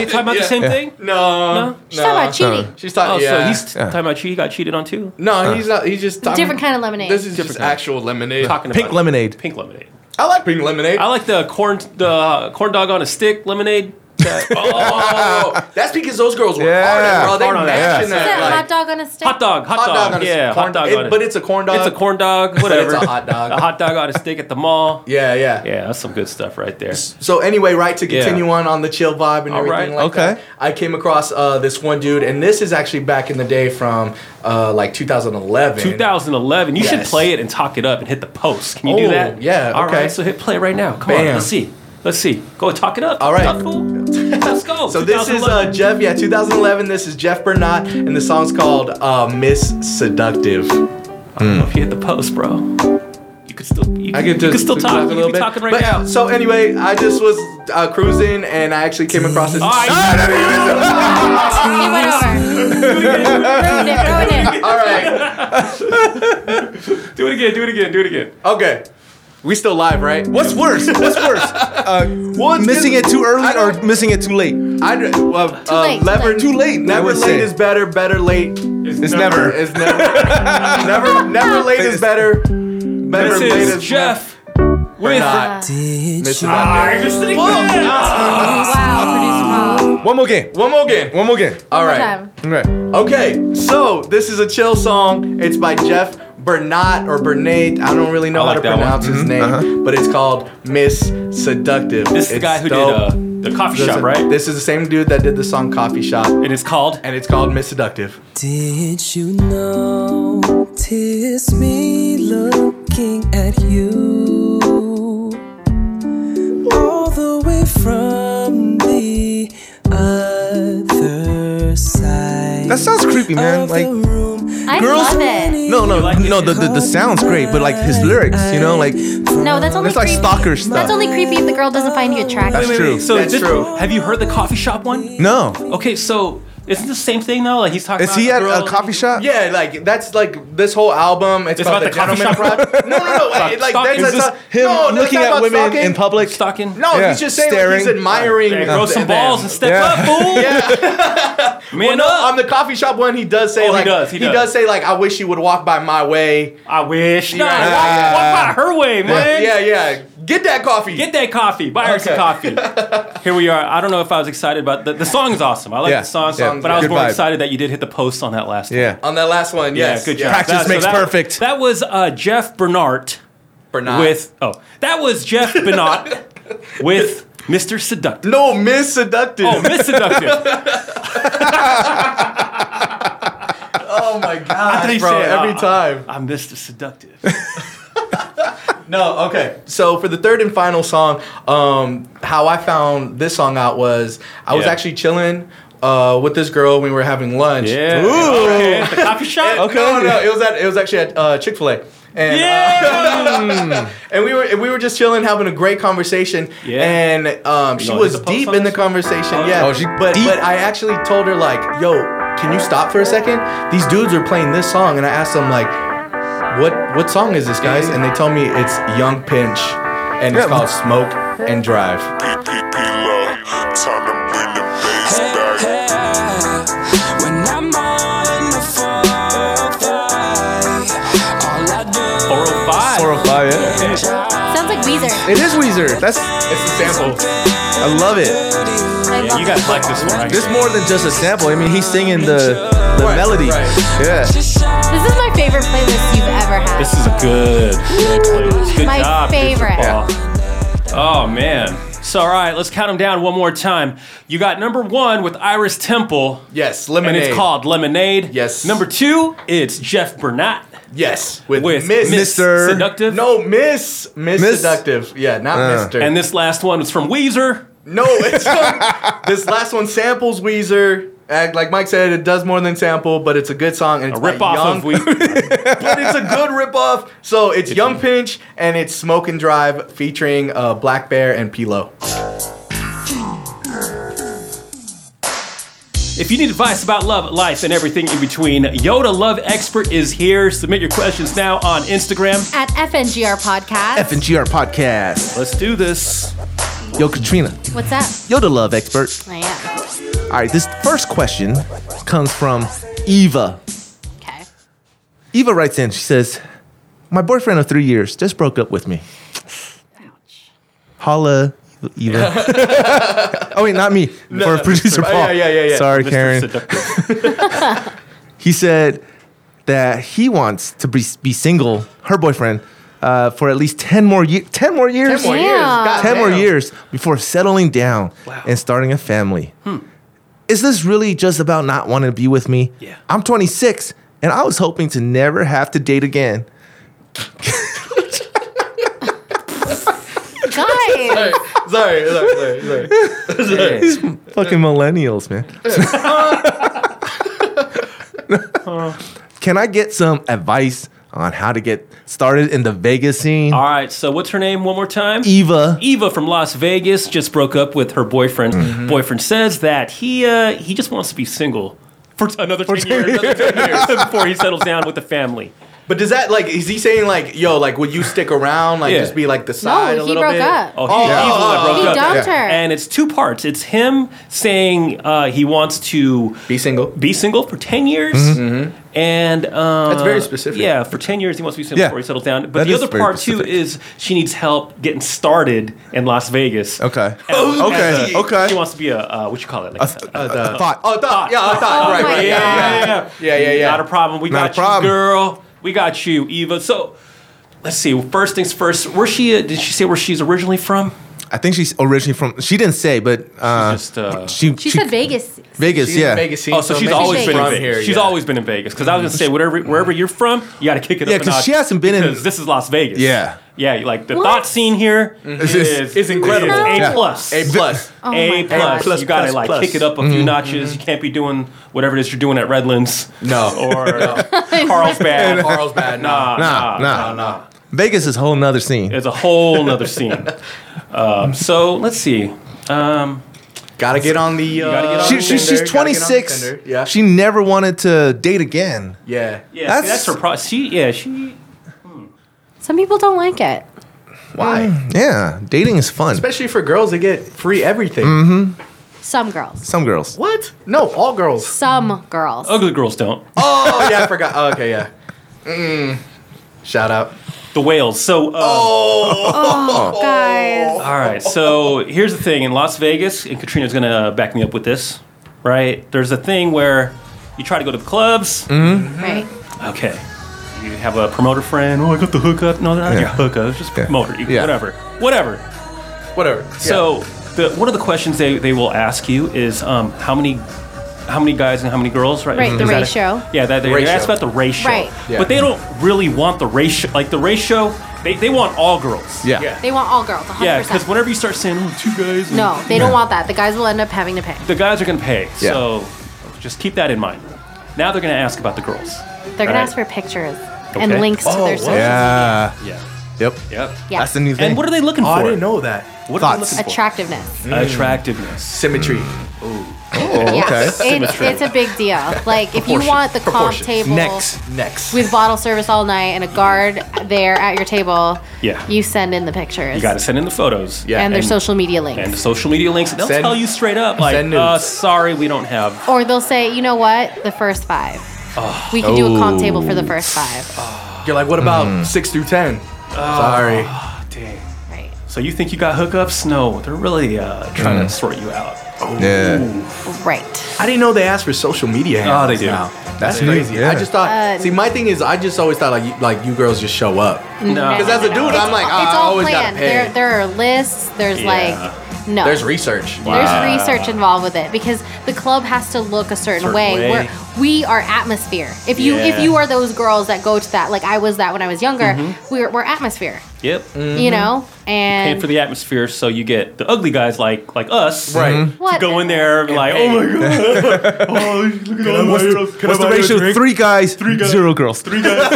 [SPEAKER 9] talking about the same thing?
[SPEAKER 11] No.
[SPEAKER 9] No?
[SPEAKER 10] She's talking about cheating.
[SPEAKER 11] She's talking.
[SPEAKER 9] Oh, so
[SPEAKER 11] yeah.
[SPEAKER 9] he's talking about she got cheated on too.
[SPEAKER 11] no, he's not. He's just talking.
[SPEAKER 10] Different kind of lemonade.
[SPEAKER 11] This is just
[SPEAKER 9] Different kind.
[SPEAKER 11] actual lemonade.
[SPEAKER 9] Talking
[SPEAKER 8] Pink
[SPEAKER 9] about
[SPEAKER 8] lemonade.
[SPEAKER 9] Pink lemonade.
[SPEAKER 11] I like pink lemonade.
[SPEAKER 9] I like the corn the uh, corn dog on a stick lemonade. That-
[SPEAKER 11] Oh, that's because those girls were
[SPEAKER 8] Yeah.
[SPEAKER 11] hard, bro. They
[SPEAKER 9] Hard on that.
[SPEAKER 11] matching
[SPEAKER 9] Yeah.
[SPEAKER 10] Is
[SPEAKER 11] that.
[SPEAKER 10] that
[SPEAKER 11] like,
[SPEAKER 10] hot dog on a stick?
[SPEAKER 9] hot dog, hot,
[SPEAKER 11] Hot dog on a
[SPEAKER 9] yeah,
[SPEAKER 11] corn-
[SPEAKER 9] hot dog.
[SPEAKER 11] it-
[SPEAKER 9] on
[SPEAKER 11] but it's a corn dog.
[SPEAKER 9] It's a corn dog. Whatever.
[SPEAKER 11] a hot dog.
[SPEAKER 9] A hot dog on a stick at the mall.
[SPEAKER 11] Yeah, yeah,
[SPEAKER 9] Yeah, that's some good stuff right there.
[SPEAKER 11] So anyway, right to
[SPEAKER 9] Yeah.
[SPEAKER 11] continue on on the chill vibe and
[SPEAKER 9] All
[SPEAKER 11] everything
[SPEAKER 9] right,
[SPEAKER 11] like
[SPEAKER 8] okay.
[SPEAKER 11] that. I came across uh, this one dude, and this is actually back in the day from uh, like 2011.
[SPEAKER 9] 2011. You should
[SPEAKER 11] Yes.
[SPEAKER 9] play it and talk it up and hit the post. Can you do
[SPEAKER 11] Oh,
[SPEAKER 9] that?
[SPEAKER 11] yeah,
[SPEAKER 9] All
[SPEAKER 11] okay.
[SPEAKER 9] right. So hit play right now. Come on.
[SPEAKER 11] Bam.
[SPEAKER 9] Let's see. Let's see. Go talk it up.
[SPEAKER 11] All right.
[SPEAKER 9] Talk cool. Let's go,
[SPEAKER 11] So this is uh,
[SPEAKER 9] 2011.
[SPEAKER 11] Jeff. Yeah, 2011. This is Jeff Bernat, and the song's called uh, "Miss Seductive."
[SPEAKER 9] If you hit the post, bro, you could still you
[SPEAKER 11] I could just
[SPEAKER 9] you could still
[SPEAKER 11] a
[SPEAKER 9] talk. You
[SPEAKER 11] little
[SPEAKER 9] could be
[SPEAKER 11] bit.
[SPEAKER 9] talking right
[SPEAKER 11] but,
[SPEAKER 9] now.
[SPEAKER 11] So anyway, I just was uh, cruising, and I actually came across this.
[SPEAKER 9] All right.
[SPEAKER 11] Ah!
[SPEAKER 10] He went over. Ruined it, ruined it.
[SPEAKER 11] All right.
[SPEAKER 9] do it again. Do it again. Do it again.
[SPEAKER 11] Okay. We still live, right?
[SPEAKER 8] What's worse? What's worse? Uh, missing it too early or missing it too late?
[SPEAKER 11] I well, uh,
[SPEAKER 10] late, too
[SPEAKER 11] never
[SPEAKER 10] late.
[SPEAKER 8] Too late, I
[SPEAKER 11] Never
[SPEAKER 8] would
[SPEAKER 11] late
[SPEAKER 8] say.
[SPEAKER 11] is better. Better late
[SPEAKER 8] It's never.
[SPEAKER 11] is never. never never late is better. Better
[SPEAKER 9] This
[SPEAKER 11] late
[SPEAKER 9] is
[SPEAKER 11] is
[SPEAKER 9] Jeff
[SPEAKER 11] better.
[SPEAKER 9] with
[SPEAKER 11] not. Miss it
[SPEAKER 9] Ah,
[SPEAKER 11] out.
[SPEAKER 9] you're sitting there.
[SPEAKER 10] Wow, producer Paul.
[SPEAKER 8] One more game.
[SPEAKER 11] One more game.
[SPEAKER 8] One more game.
[SPEAKER 11] All
[SPEAKER 10] One more
[SPEAKER 11] right.
[SPEAKER 8] Okay.
[SPEAKER 10] time.
[SPEAKER 11] Okay. So this is a chill song. It's by Jeff Bernat or Bernate. I don't really know
[SPEAKER 9] I
[SPEAKER 11] how to
[SPEAKER 9] like that one. Mm-hmm. Uh-huh.
[SPEAKER 11] pronounce his name, but it's called Miss Seductive.
[SPEAKER 9] This is the
[SPEAKER 11] It's
[SPEAKER 9] guy who
[SPEAKER 11] dope.
[SPEAKER 9] did uh, the coffee
[SPEAKER 11] This is-
[SPEAKER 9] shop, right?
[SPEAKER 11] This is the same dude that did the song Coffee Shop,
[SPEAKER 9] and it's called.
[SPEAKER 11] and it's called Miss Seductive.
[SPEAKER 2] Did you notice me looking at you all the way from the other side?
[SPEAKER 8] That sounds creepy, man.
[SPEAKER 2] of
[SPEAKER 8] Like,
[SPEAKER 2] the room?
[SPEAKER 10] I
[SPEAKER 8] Girls-
[SPEAKER 10] love it.
[SPEAKER 8] no, no, no. The, the the sounds great, but like his lyrics, you know, like
[SPEAKER 10] No, that's only
[SPEAKER 8] that's like
[SPEAKER 10] creepy.
[SPEAKER 8] stalker stuff.
[SPEAKER 10] That's only creepy if the girl doesn't find you
[SPEAKER 8] That's
[SPEAKER 10] attractive.
[SPEAKER 8] true.
[SPEAKER 9] So
[SPEAKER 11] That's
[SPEAKER 9] this-
[SPEAKER 11] true.
[SPEAKER 9] Have you heard the coffee shop one?
[SPEAKER 8] no.
[SPEAKER 9] Okay, so isn't the same thing though? Like he's talking.
[SPEAKER 8] Is
[SPEAKER 9] about
[SPEAKER 8] he
[SPEAKER 9] the
[SPEAKER 8] at
[SPEAKER 9] girl-
[SPEAKER 8] a coffee shop?
[SPEAKER 11] Yeah, like that's like this whole album. It's,
[SPEAKER 9] It's
[SPEAKER 11] about,
[SPEAKER 9] about
[SPEAKER 11] the,
[SPEAKER 9] the coffee
[SPEAKER 11] gentleman
[SPEAKER 9] shop?
[SPEAKER 11] project. No, no, no. Like, like
[SPEAKER 9] Stalking.
[SPEAKER 11] that's
[SPEAKER 9] Is
[SPEAKER 8] Just
[SPEAKER 11] not,
[SPEAKER 8] him
[SPEAKER 11] no, that's
[SPEAKER 8] looking
[SPEAKER 11] not
[SPEAKER 8] at
[SPEAKER 11] about
[SPEAKER 8] women
[SPEAKER 11] stalking.
[SPEAKER 8] in public.
[SPEAKER 9] Stalking.
[SPEAKER 11] No,
[SPEAKER 8] Yeah.
[SPEAKER 11] he's just saying like, he's
[SPEAKER 8] Staring.
[SPEAKER 11] admiring.
[SPEAKER 9] Hey, grow some
[SPEAKER 11] them.
[SPEAKER 9] balls and step
[SPEAKER 8] Yeah.
[SPEAKER 9] up, fool. Man
[SPEAKER 11] No,
[SPEAKER 9] up.
[SPEAKER 11] on the coffee shop one, he does say
[SPEAKER 9] Oh, he
[SPEAKER 11] like
[SPEAKER 9] does, he does.
[SPEAKER 11] say like I wish you would walk by my way.
[SPEAKER 9] I wish. No,
[SPEAKER 11] Yeah.
[SPEAKER 9] walk, walk by her way, man.
[SPEAKER 11] Yeah, yeah. Get that coffee.
[SPEAKER 9] Get that coffee. Buy her some coffee. Here we are. I don't know if I was excited about the the song is awesome. I like
[SPEAKER 8] Yeah.
[SPEAKER 9] the song,
[SPEAKER 8] Yeah.
[SPEAKER 9] but I was
[SPEAKER 8] Good
[SPEAKER 9] more
[SPEAKER 8] vibe.
[SPEAKER 9] excited that you did hit the post on that last.
[SPEAKER 8] Yeah.
[SPEAKER 11] on that last one.
[SPEAKER 9] one.
[SPEAKER 11] Yes,
[SPEAKER 9] yeah, good job.
[SPEAKER 8] Practice makes perfect.
[SPEAKER 9] That was uh, Jeff Bernard
[SPEAKER 11] Bernard.
[SPEAKER 9] with oh, that was Jeff Bernard with Mr. Seductive.
[SPEAKER 11] no Miss Seductive.
[SPEAKER 9] Oh, Miss Seductive.
[SPEAKER 11] Oh my
[SPEAKER 9] They
[SPEAKER 11] god, bro!
[SPEAKER 9] say,
[SPEAKER 11] Every
[SPEAKER 9] uh,
[SPEAKER 11] time.
[SPEAKER 9] I'm Mr. Seductive.
[SPEAKER 11] No, okay. So for the third and final song, um, how I found this song out was I was
[SPEAKER 9] Yeah.
[SPEAKER 11] actually chilling uh, with this girl when we were having lunch.
[SPEAKER 9] Yeah.
[SPEAKER 11] Ooh.
[SPEAKER 9] Okay. at The coffee shop.
[SPEAKER 11] Okay. No, no, it was at it was actually at uh, Chick Fil A. And,
[SPEAKER 9] Yeah.
[SPEAKER 11] uh, and we were and we were just chilling, having a great conversation.
[SPEAKER 9] Yeah.
[SPEAKER 11] And um, she
[SPEAKER 9] know,
[SPEAKER 11] was
[SPEAKER 9] hit the pulse
[SPEAKER 11] deep
[SPEAKER 9] on
[SPEAKER 11] in the
[SPEAKER 9] this one?
[SPEAKER 11] conversation. Yeah.
[SPEAKER 8] Oh, she
[SPEAKER 11] but
[SPEAKER 8] deep.
[SPEAKER 11] but I actually told her like, "Yo, can you stop for a second? These dudes are playing this song." And I asked them like, "What what song is this, guys?" And they tell me it's Young Pinch, and it's
[SPEAKER 8] Yeah.
[SPEAKER 11] called Smoke and Drive.
[SPEAKER 1] PPP love. Time to bring the bass back.
[SPEAKER 9] Oral five.
[SPEAKER 8] Four or five. Yeah.
[SPEAKER 10] Sounds like Weezer.
[SPEAKER 8] It is Weezer. That's
[SPEAKER 11] It's the sample.
[SPEAKER 8] I love it.
[SPEAKER 10] I love
[SPEAKER 9] You
[SPEAKER 10] it.
[SPEAKER 9] guys like this one, right?
[SPEAKER 8] This more than just a sample. I mean, he's singing the the
[SPEAKER 11] Right,
[SPEAKER 8] melody.
[SPEAKER 11] right.
[SPEAKER 8] Yeah.
[SPEAKER 10] This is my favorite playlist you've ever had.
[SPEAKER 9] This is a good. playlist. Good
[SPEAKER 10] My
[SPEAKER 9] job, Good
[SPEAKER 10] favorite.
[SPEAKER 9] football. Oh man. So all right, let's count them down one more time. You got number one with Iris Temple.
[SPEAKER 11] Yes,
[SPEAKER 9] And
[SPEAKER 11] lemonade.
[SPEAKER 9] it's called Lemonade.
[SPEAKER 11] Yes.
[SPEAKER 9] Number two, it's Jeff Bernat
[SPEAKER 11] yes with,
[SPEAKER 9] with
[SPEAKER 11] Miss.
[SPEAKER 9] Miss
[SPEAKER 8] Mr.
[SPEAKER 9] Seductive.
[SPEAKER 11] No, Miss Miss,
[SPEAKER 8] Miss-
[SPEAKER 11] Seductive. Yeah, not
[SPEAKER 9] Uh.
[SPEAKER 11] Mister.
[SPEAKER 9] And this last one was from Weezer.
[SPEAKER 11] No, it's this last one samples Weezer. And Like Mike said, it does more than sample, but it's a good song and it's
[SPEAKER 9] A
[SPEAKER 11] by
[SPEAKER 9] rip off
[SPEAKER 11] Young,
[SPEAKER 9] of Weezer.
[SPEAKER 11] but it's a good rip off. So it's Young Pinch and it's Smoke and Drive featuring uh, Black Bear and Pilo.
[SPEAKER 9] If you need advice about love, life, and everything in between, Yoda Love Expert is here. Submit your questions now on Instagram.
[SPEAKER 10] At FNGR Podcast.
[SPEAKER 8] FNGR podcast.
[SPEAKER 9] Let's do this.
[SPEAKER 8] Yo, Katrina.
[SPEAKER 10] What's up?
[SPEAKER 8] Yo, the love expert.
[SPEAKER 10] I am.
[SPEAKER 8] All right. This first question comes from Eva.
[SPEAKER 10] Okay.
[SPEAKER 8] Eva writes in. She says, "My boyfriend of three years just broke up with me."
[SPEAKER 10] Ouch.
[SPEAKER 8] Holla, Eva. oh wait, not me. for producer
[SPEAKER 11] Oh,
[SPEAKER 8] Paul.
[SPEAKER 11] yeah, yeah, yeah, yeah.
[SPEAKER 8] Sorry,
[SPEAKER 9] Mr.
[SPEAKER 8] Karen.
[SPEAKER 9] Seductive.
[SPEAKER 8] He said that he wants to be, be single, her boyfriend, uh, for at least ten more years. Ten more years.
[SPEAKER 11] Ten more years.
[SPEAKER 10] Damn.
[SPEAKER 11] God
[SPEAKER 8] 10 more
[SPEAKER 11] damn.
[SPEAKER 8] years before settling down and starting a family.
[SPEAKER 11] Hmm.
[SPEAKER 8] Is this really just about not wanting to be with me?
[SPEAKER 9] Yeah.
[SPEAKER 8] I'm 26 and I was hoping to never have to date again.
[SPEAKER 10] Guys,
[SPEAKER 11] sorry, sorry, sorry, sorry.
[SPEAKER 8] These fucking millennials, man. Can I get some advice on how to get started in the Vegas scene?
[SPEAKER 9] All right, so what's her name one more time?
[SPEAKER 8] Eva.
[SPEAKER 9] Eva from Las Vegas just broke up with her boyfriend. Boyfriend says that he uh, he just wants to be single for t- another 10, years, another 10 years before he settles down with the family.
[SPEAKER 11] But does that like is he saying like yo like would you stick around like
[SPEAKER 9] Yeah.
[SPEAKER 11] just be like the side a
[SPEAKER 10] he
[SPEAKER 11] little
[SPEAKER 10] broke
[SPEAKER 11] bit?
[SPEAKER 10] up.
[SPEAKER 9] Oh, he, Eva
[SPEAKER 11] oh,
[SPEAKER 9] broke
[SPEAKER 10] He
[SPEAKER 9] up.
[SPEAKER 10] dumped her.
[SPEAKER 9] And it's two parts. It's him saying uh, he wants to
[SPEAKER 11] Be single.
[SPEAKER 9] be single for 10 years.
[SPEAKER 8] Mm-hmm.
[SPEAKER 9] And uh,
[SPEAKER 11] That's very specific.
[SPEAKER 9] Yeah, for 10 years he wants to be single
[SPEAKER 8] Yeah.
[SPEAKER 9] before he settles down. But
[SPEAKER 8] That
[SPEAKER 9] the
[SPEAKER 8] is
[SPEAKER 9] other
[SPEAKER 8] very
[SPEAKER 9] part too
[SPEAKER 8] specific.
[SPEAKER 9] is she needs help getting started in Las Vegas.
[SPEAKER 8] Okay.
[SPEAKER 9] As-
[SPEAKER 11] Oh,
[SPEAKER 8] Okay.
[SPEAKER 9] as a-
[SPEAKER 8] Okay.
[SPEAKER 9] She wants to be a uh, what you call it? Like a-
[SPEAKER 11] Uh, the-
[SPEAKER 8] Thought.
[SPEAKER 11] Oh, thought. Yeah, I thought. right,
[SPEAKER 10] my
[SPEAKER 11] right. Yeah,
[SPEAKER 10] God.
[SPEAKER 11] yeah, yeah. Yeah, yeah, yeah.
[SPEAKER 9] Not a problem. We
[SPEAKER 8] Not a
[SPEAKER 9] got
[SPEAKER 8] problem.
[SPEAKER 9] you, girl. We got you, Eva. So let's see. First things first. Where she uh, did she say where she's originally from?
[SPEAKER 8] I think she's originally from. She didn't say, but uh,
[SPEAKER 9] just, uh,
[SPEAKER 8] she,
[SPEAKER 10] She said Vegas.
[SPEAKER 8] Vegas.
[SPEAKER 11] She's
[SPEAKER 8] yeah,
[SPEAKER 11] in Vegas.
[SPEAKER 9] Oh, so she's
[SPEAKER 11] maybe
[SPEAKER 9] always been in
[SPEAKER 11] from
[SPEAKER 9] Vegas.
[SPEAKER 11] here,
[SPEAKER 9] she's
[SPEAKER 11] yeah.
[SPEAKER 9] always been in Vegas because I was gonna say wherever wherever you're from, you got to kick it
[SPEAKER 8] Yeah,
[SPEAKER 9] up. a
[SPEAKER 8] 'cause
[SPEAKER 9] notch
[SPEAKER 8] she hasn't been in-
[SPEAKER 9] because this is Las Vegas.
[SPEAKER 8] Yeah.
[SPEAKER 9] yeah. Like the
[SPEAKER 10] What?
[SPEAKER 9] thought scene here is,
[SPEAKER 8] is-
[SPEAKER 11] Mm-hmm. is incredible.
[SPEAKER 9] A
[SPEAKER 8] Yeah.
[SPEAKER 9] plus.
[SPEAKER 11] A plus.
[SPEAKER 10] Oh my
[SPEAKER 9] A
[SPEAKER 10] God.
[SPEAKER 9] plus. You gotta
[SPEAKER 11] plus,
[SPEAKER 9] like
[SPEAKER 11] plus.
[SPEAKER 9] kick it up a
[SPEAKER 8] Mm-hmm.
[SPEAKER 9] few notches. You can't be doing whatever it is you're doing at Redlands Uh,
[SPEAKER 11] No.
[SPEAKER 9] or Carlsbad.
[SPEAKER 11] Carl's bad. Nah.
[SPEAKER 8] nah, nah,
[SPEAKER 11] nah.
[SPEAKER 8] Vegas is a whole nother scene.
[SPEAKER 9] It's a whole nother scene. Um, so let's see. Um,
[SPEAKER 11] Gotta get on the. Uh,
[SPEAKER 9] gotta get on
[SPEAKER 8] She, she,
[SPEAKER 9] Tinder,
[SPEAKER 8] she's 26.
[SPEAKER 11] Yeah.
[SPEAKER 8] She never wanted to date again.
[SPEAKER 11] yeah.
[SPEAKER 8] That's-
[SPEAKER 9] yeah, that's, that's her pro. She yeah she
[SPEAKER 10] Some people don't like it.
[SPEAKER 11] Why?
[SPEAKER 8] Yeah, dating is fun.
[SPEAKER 11] Especially for girls, they get free everything.
[SPEAKER 10] Some girls.
[SPEAKER 8] Some girls.
[SPEAKER 11] What? No, all girls.
[SPEAKER 10] Some girls.
[SPEAKER 9] ugly girls don't
[SPEAKER 11] Oh yeah, I forgot. Oh, okay, yeah. Mm. Shout out.
[SPEAKER 9] the whales. So uh,
[SPEAKER 10] Guys.
[SPEAKER 9] all right. So here's the thing in Las Vegas, and Katrina's gonna back me up with this. Right? There's a thing where you try to go to the clubs.
[SPEAKER 8] Mm.
[SPEAKER 10] Right.
[SPEAKER 9] Okay. You have a promoter friend. Oh, I got the hookup. No, they're not your
[SPEAKER 8] Yeah.
[SPEAKER 9] hookup. It's just a
[SPEAKER 8] Yeah.
[SPEAKER 9] promoter. You-
[SPEAKER 8] Yeah.
[SPEAKER 9] Whatever. Whatever.
[SPEAKER 11] Whatever.
[SPEAKER 9] So the, one of the questions they, they will ask you is um, how many how many guys and how many girls, right?
[SPEAKER 10] Right,
[SPEAKER 9] Is
[SPEAKER 10] the
[SPEAKER 9] that a-
[SPEAKER 10] ratio.
[SPEAKER 9] yeah, that they, they
[SPEAKER 11] Ratio.
[SPEAKER 9] ask about the ratio.
[SPEAKER 10] Right.
[SPEAKER 11] Yeah.
[SPEAKER 9] But they don't really want the ratio. Like the ratio, they, they want all girls.
[SPEAKER 8] Yeah.
[SPEAKER 11] Yeah.
[SPEAKER 10] They want all girls. 100%.
[SPEAKER 9] Yeah, because whenever you start saying oh, two guys, and-
[SPEAKER 10] No, they don't want that. The guys will end up having to pay.
[SPEAKER 9] the guys are gonna pay.
[SPEAKER 8] Yeah.
[SPEAKER 9] So just keep that in mind. Now they're gonna ask about the girls.
[SPEAKER 10] They're gonna
[SPEAKER 9] Right.
[SPEAKER 10] ask for pictures and
[SPEAKER 9] Okay.
[SPEAKER 10] links to
[SPEAKER 11] Oh,
[SPEAKER 10] their
[SPEAKER 11] what?
[SPEAKER 10] social.
[SPEAKER 8] Yeah.
[SPEAKER 9] Yeah.
[SPEAKER 8] Yep.
[SPEAKER 9] Yep.
[SPEAKER 10] Yeah.
[SPEAKER 8] That's the new thing.
[SPEAKER 9] And what are they looking
[SPEAKER 11] Oh,
[SPEAKER 9] for?
[SPEAKER 11] I didn't know that.
[SPEAKER 9] What are they
[SPEAKER 8] Thoughts.
[SPEAKER 9] looking for?
[SPEAKER 10] Attractiveness.
[SPEAKER 9] Attractiveness.
[SPEAKER 11] Symmetry.
[SPEAKER 10] yeah.
[SPEAKER 8] Oh, okay.
[SPEAKER 10] It's, it's a big deal. Like if you
[SPEAKER 11] Proportion-
[SPEAKER 10] want the comp
[SPEAKER 11] proportions.
[SPEAKER 10] table
[SPEAKER 8] Next.
[SPEAKER 11] Next.
[SPEAKER 10] with bottle service all night and a guard there at your table,
[SPEAKER 9] Yeah.
[SPEAKER 10] you send in the pictures.
[SPEAKER 9] You gotta send in the photos.
[SPEAKER 11] Yeah.
[SPEAKER 10] and their
[SPEAKER 9] and-
[SPEAKER 10] social media links.
[SPEAKER 9] And the social media links, they'll
[SPEAKER 11] Send-
[SPEAKER 9] tell you straight up, like,
[SPEAKER 11] send
[SPEAKER 9] uh,
[SPEAKER 11] nudes.
[SPEAKER 9] sorry, we don't have
[SPEAKER 10] or they'll say, you know what, the first five. we can do a comp table for the
[SPEAKER 9] Oh.
[SPEAKER 10] first five.
[SPEAKER 11] You're like, what about six through ten? Sorry.
[SPEAKER 9] Dang.
[SPEAKER 10] Right.
[SPEAKER 9] So you think you got hookups? No, they're really uh, trying
[SPEAKER 11] Mm.
[SPEAKER 9] to sort you out.
[SPEAKER 11] Oh.
[SPEAKER 8] Yeah.
[SPEAKER 10] Right.
[SPEAKER 11] I didn't know they asked for social media.
[SPEAKER 9] Oh, they
[SPEAKER 11] handles
[SPEAKER 9] do.
[SPEAKER 11] Now.
[SPEAKER 8] That's
[SPEAKER 11] That's
[SPEAKER 8] new,
[SPEAKER 11] crazy.
[SPEAKER 8] yeah.
[SPEAKER 11] I just thought.
[SPEAKER 10] Uh,
[SPEAKER 11] see, my thing is, I just always thought like, you, like you girls just show up.
[SPEAKER 10] Mm-hmm.
[SPEAKER 9] No.
[SPEAKER 11] Because as a dude, I'm like, ah, I always gotta pay.
[SPEAKER 10] There, there are lists. There's
[SPEAKER 9] Yeah.
[SPEAKER 10] like no.
[SPEAKER 11] There's research.
[SPEAKER 10] There's research involved with it because the club has to look a certain,
[SPEAKER 9] Certain
[SPEAKER 10] way.
[SPEAKER 9] way.
[SPEAKER 10] Where we are atmosphere. If you
[SPEAKER 9] Yeah.
[SPEAKER 10] if you are those girls that go to that, like I was that when I was younger,
[SPEAKER 9] Mm-hmm.
[SPEAKER 10] we're, we're atmosphere.
[SPEAKER 9] Yep.
[SPEAKER 11] Mm.
[SPEAKER 10] You know,
[SPEAKER 9] Paying
[SPEAKER 10] and
[SPEAKER 9] Mm-hmm. for the atmosphere, so you get the ugly guys like like us
[SPEAKER 11] Right.
[SPEAKER 9] to go in there and be like, oh my god, oh, look at all my girls.
[SPEAKER 8] What's the ratio? Three guys, three
[SPEAKER 9] guys.
[SPEAKER 8] zero girls. Three guys.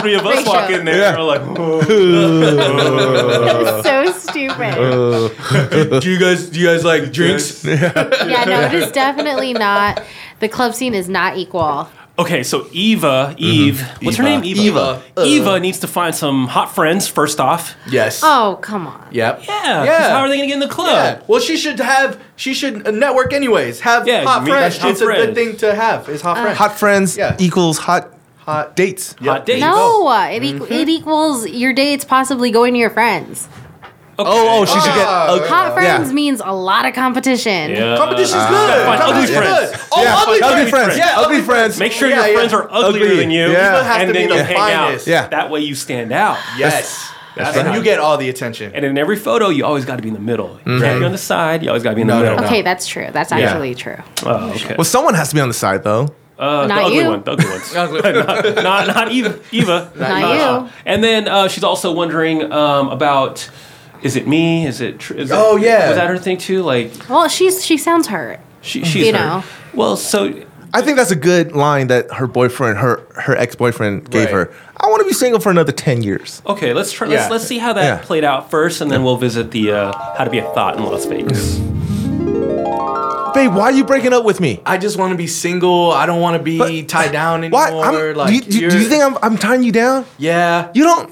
[SPEAKER 9] Three of us
[SPEAKER 10] Ratio.
[SPEAKER 9] walk in there,
[SPEAKER 8] Yeah.
[SPEAKER 9] and we're like, oh.
[SPEAKER 10] so stupid.
[SPEAKER 9] Uh.
[SPEAKER 11] do you guys? Do you guys like drinks?
[SPEAKER 10] yeah, no, it is definitely not. The club scene is not equal.
[SPEAKER 9] okay. So Eva, Eve, what's her
[SPEAKER 11] Eva.
[SPEAKER 9] name? Eva.
[SPEAKER 11] Eva. Uh.
[SPEAKER 9] Eva needs to find some hot friends first off.
[SPEAKER 11] Yes.
[SPEAKER 10] Oh, come on.
[SPEAKER 11] Yep.
[SPEAKER 9] Yeah. 'cause
[SPEAKER 11] Yeah.
[SPEAKER 9] How are they gonna get in the club?
[SPEAKER 11] Yeah. Well, she should have. She should uh, network anyways. Have
[SPEAKER 9] Yeah,
[SPEAKER 11] hot
[SPEAKER 9] meet that
[SPEAKER 11] friends.
[SPEAKER 9] hot
[SPEAKER 11] it's a good
[SPEAKER 9] friend.
[SPEAKER 11] thing to have. Is hot friends.
[SPEAKER 8] Hot friends
[SPEAKER 11] Yeah.
[SPEAKER 8] equals hot
[SPEAKER 11] Hot-
[SPEAKER 8] dates.
[SPEAKER 11] Yep.
[SPEAKER 9] Hot dates.
[SPEAKER 10] No, it, equ-
[SPEAKER 9] Mm-hmm.
[SPEAKER 10] it equals your dates possibly going to your friends.
[SPEAKER 8] Oh, oh, she should get.
[SPEAKER 11] Oh.
[SPEAKER 8] ugly-
[SPEAKER 10] Hot
[SPEAKER 8] yeah.
[SPEAKER 10] friends means a lot of competition.
[SPEAKER 9] Yeah.
[SPEAKER 11] Competition's
[SPEAKER 9] gotta
[SPEAKER 11] good.
[SPEAKER 9] find ugly
[SPEAKER 11] Competition's
[SPEAKER 9] friends.
[SPEAKER 11] good. Oh,
[SPEAKER 8] Yeah,
[SPEAKER 11] ugly,
[SPEAKER 8] ugly
[SPEAKER 11] friends.
[SPEAKER 8] friends.
[SPEAKER 11] Yeah,
[SPEAKER 8] Ugly
[SPEAKER 11] ugly
[SPEAKER 8] friends.
[SPEAKER 11] friends.
[SPEAKER 9] Make sure
[SPEAKER 11] Yeah,
[SPEAKER 9] your
[SPEAKER 11] yeah.
[SPEAKER 9] friends are uglier
[SPEAKER 8] Ugly.
[SPEAKER 9] than you,
[SPEAKER 8] Yeah.
[SPEAKER 11] Eva has
[SPEAKER 9] and
[SPEAKER 11] to
[SPEAKER 9] then
[SPEAKER 11] be
[SPEAKER 9] you'll
[SPEAKER 11] the
[SPEAKER 9] hang
[SPEAKER 11] finest.
[SPEAKER 9] out.
[SPEAKER 8] Yeah.
[SPEAKER 9] That way you stand out.
[SPEAKER 11] Yes.
[SPEAKER 9] That's
[SPEAKER 11] and
[SPEAKER 9] right.
[SPEAKER 11] you get all the attention.
[SPEAKER 9] And in every photo, you always got to be in the middle. You can't be on the side. You always got to be in the
[SPEAKER 11] Mm-hmm. No,
[SPEAKER 9] middle.
[SPEAKER 11] no, no.
[SPEAKER 10] Okay, that's true. That's actually true.
[SPEAKER 9] Oh, okay.
[SPEAKER 8] Well, someone has to be on the side though.
[SPEAKER 9] Uh, the
[SPEAKER 10] Not
[SPEAKER 9] ugly
[SPEAKER 10] you.
[SPEAKER 9] one. The ugly ones. not not Eva. Eva.
[SPEAKER 10] Not
[SPEAKER 9] Uh,
[SPEAKER 10] you.
[SPEAKER 9] And then uh, she's also wondering um, about Is it me? Is it? Tr- is it-
[SPEAKER 11] Oh, yeah.
[SPEAKER 9] Was that her thing too? Like
[SPEAKER 10] Well, she's she sounds hurt.
[SPEAKER 9] she, she's
[SPEAKER 10] You
[SPEAKER 9] her.
[SPEAKER 10] know.
[SPEAKER 9] Well, so
[SPEAKER 8] I think that's a good line that her boyfriend, her her ex boyfriend, gave
[SPEAKER 11] Right.
[SPEAKER 8] her. I want to be single for another ten years.
[SPEAKER 9] okay, let's try.
[SPEAKER 11] Yeah.
[SPEAKER 9] Let's, let's see how that
[SPEAKER 8] Yeah.
[SPEAKER 9] played out first, and then we'll visit the uh, how to be a thought in Las Vegas.
[SPEAKER 8] Babe, why are you breaking up with me?
[SPEAKER 11] I just want to be single. I don't want to be
[SPEAKER 8] But-
[SPEAKER 11] tied down anymore.
[SPEAKER 8] Why? I'm,
[SPEAKER 11] like,
[SPEAKER 8] do, you, do you- do
[SPEAKER 11] you're-
[SPEAKER 8] you think I'm, I'm tying you down?
[SPEAKER 11] Yeah.
[SPEAKER 8] You don't.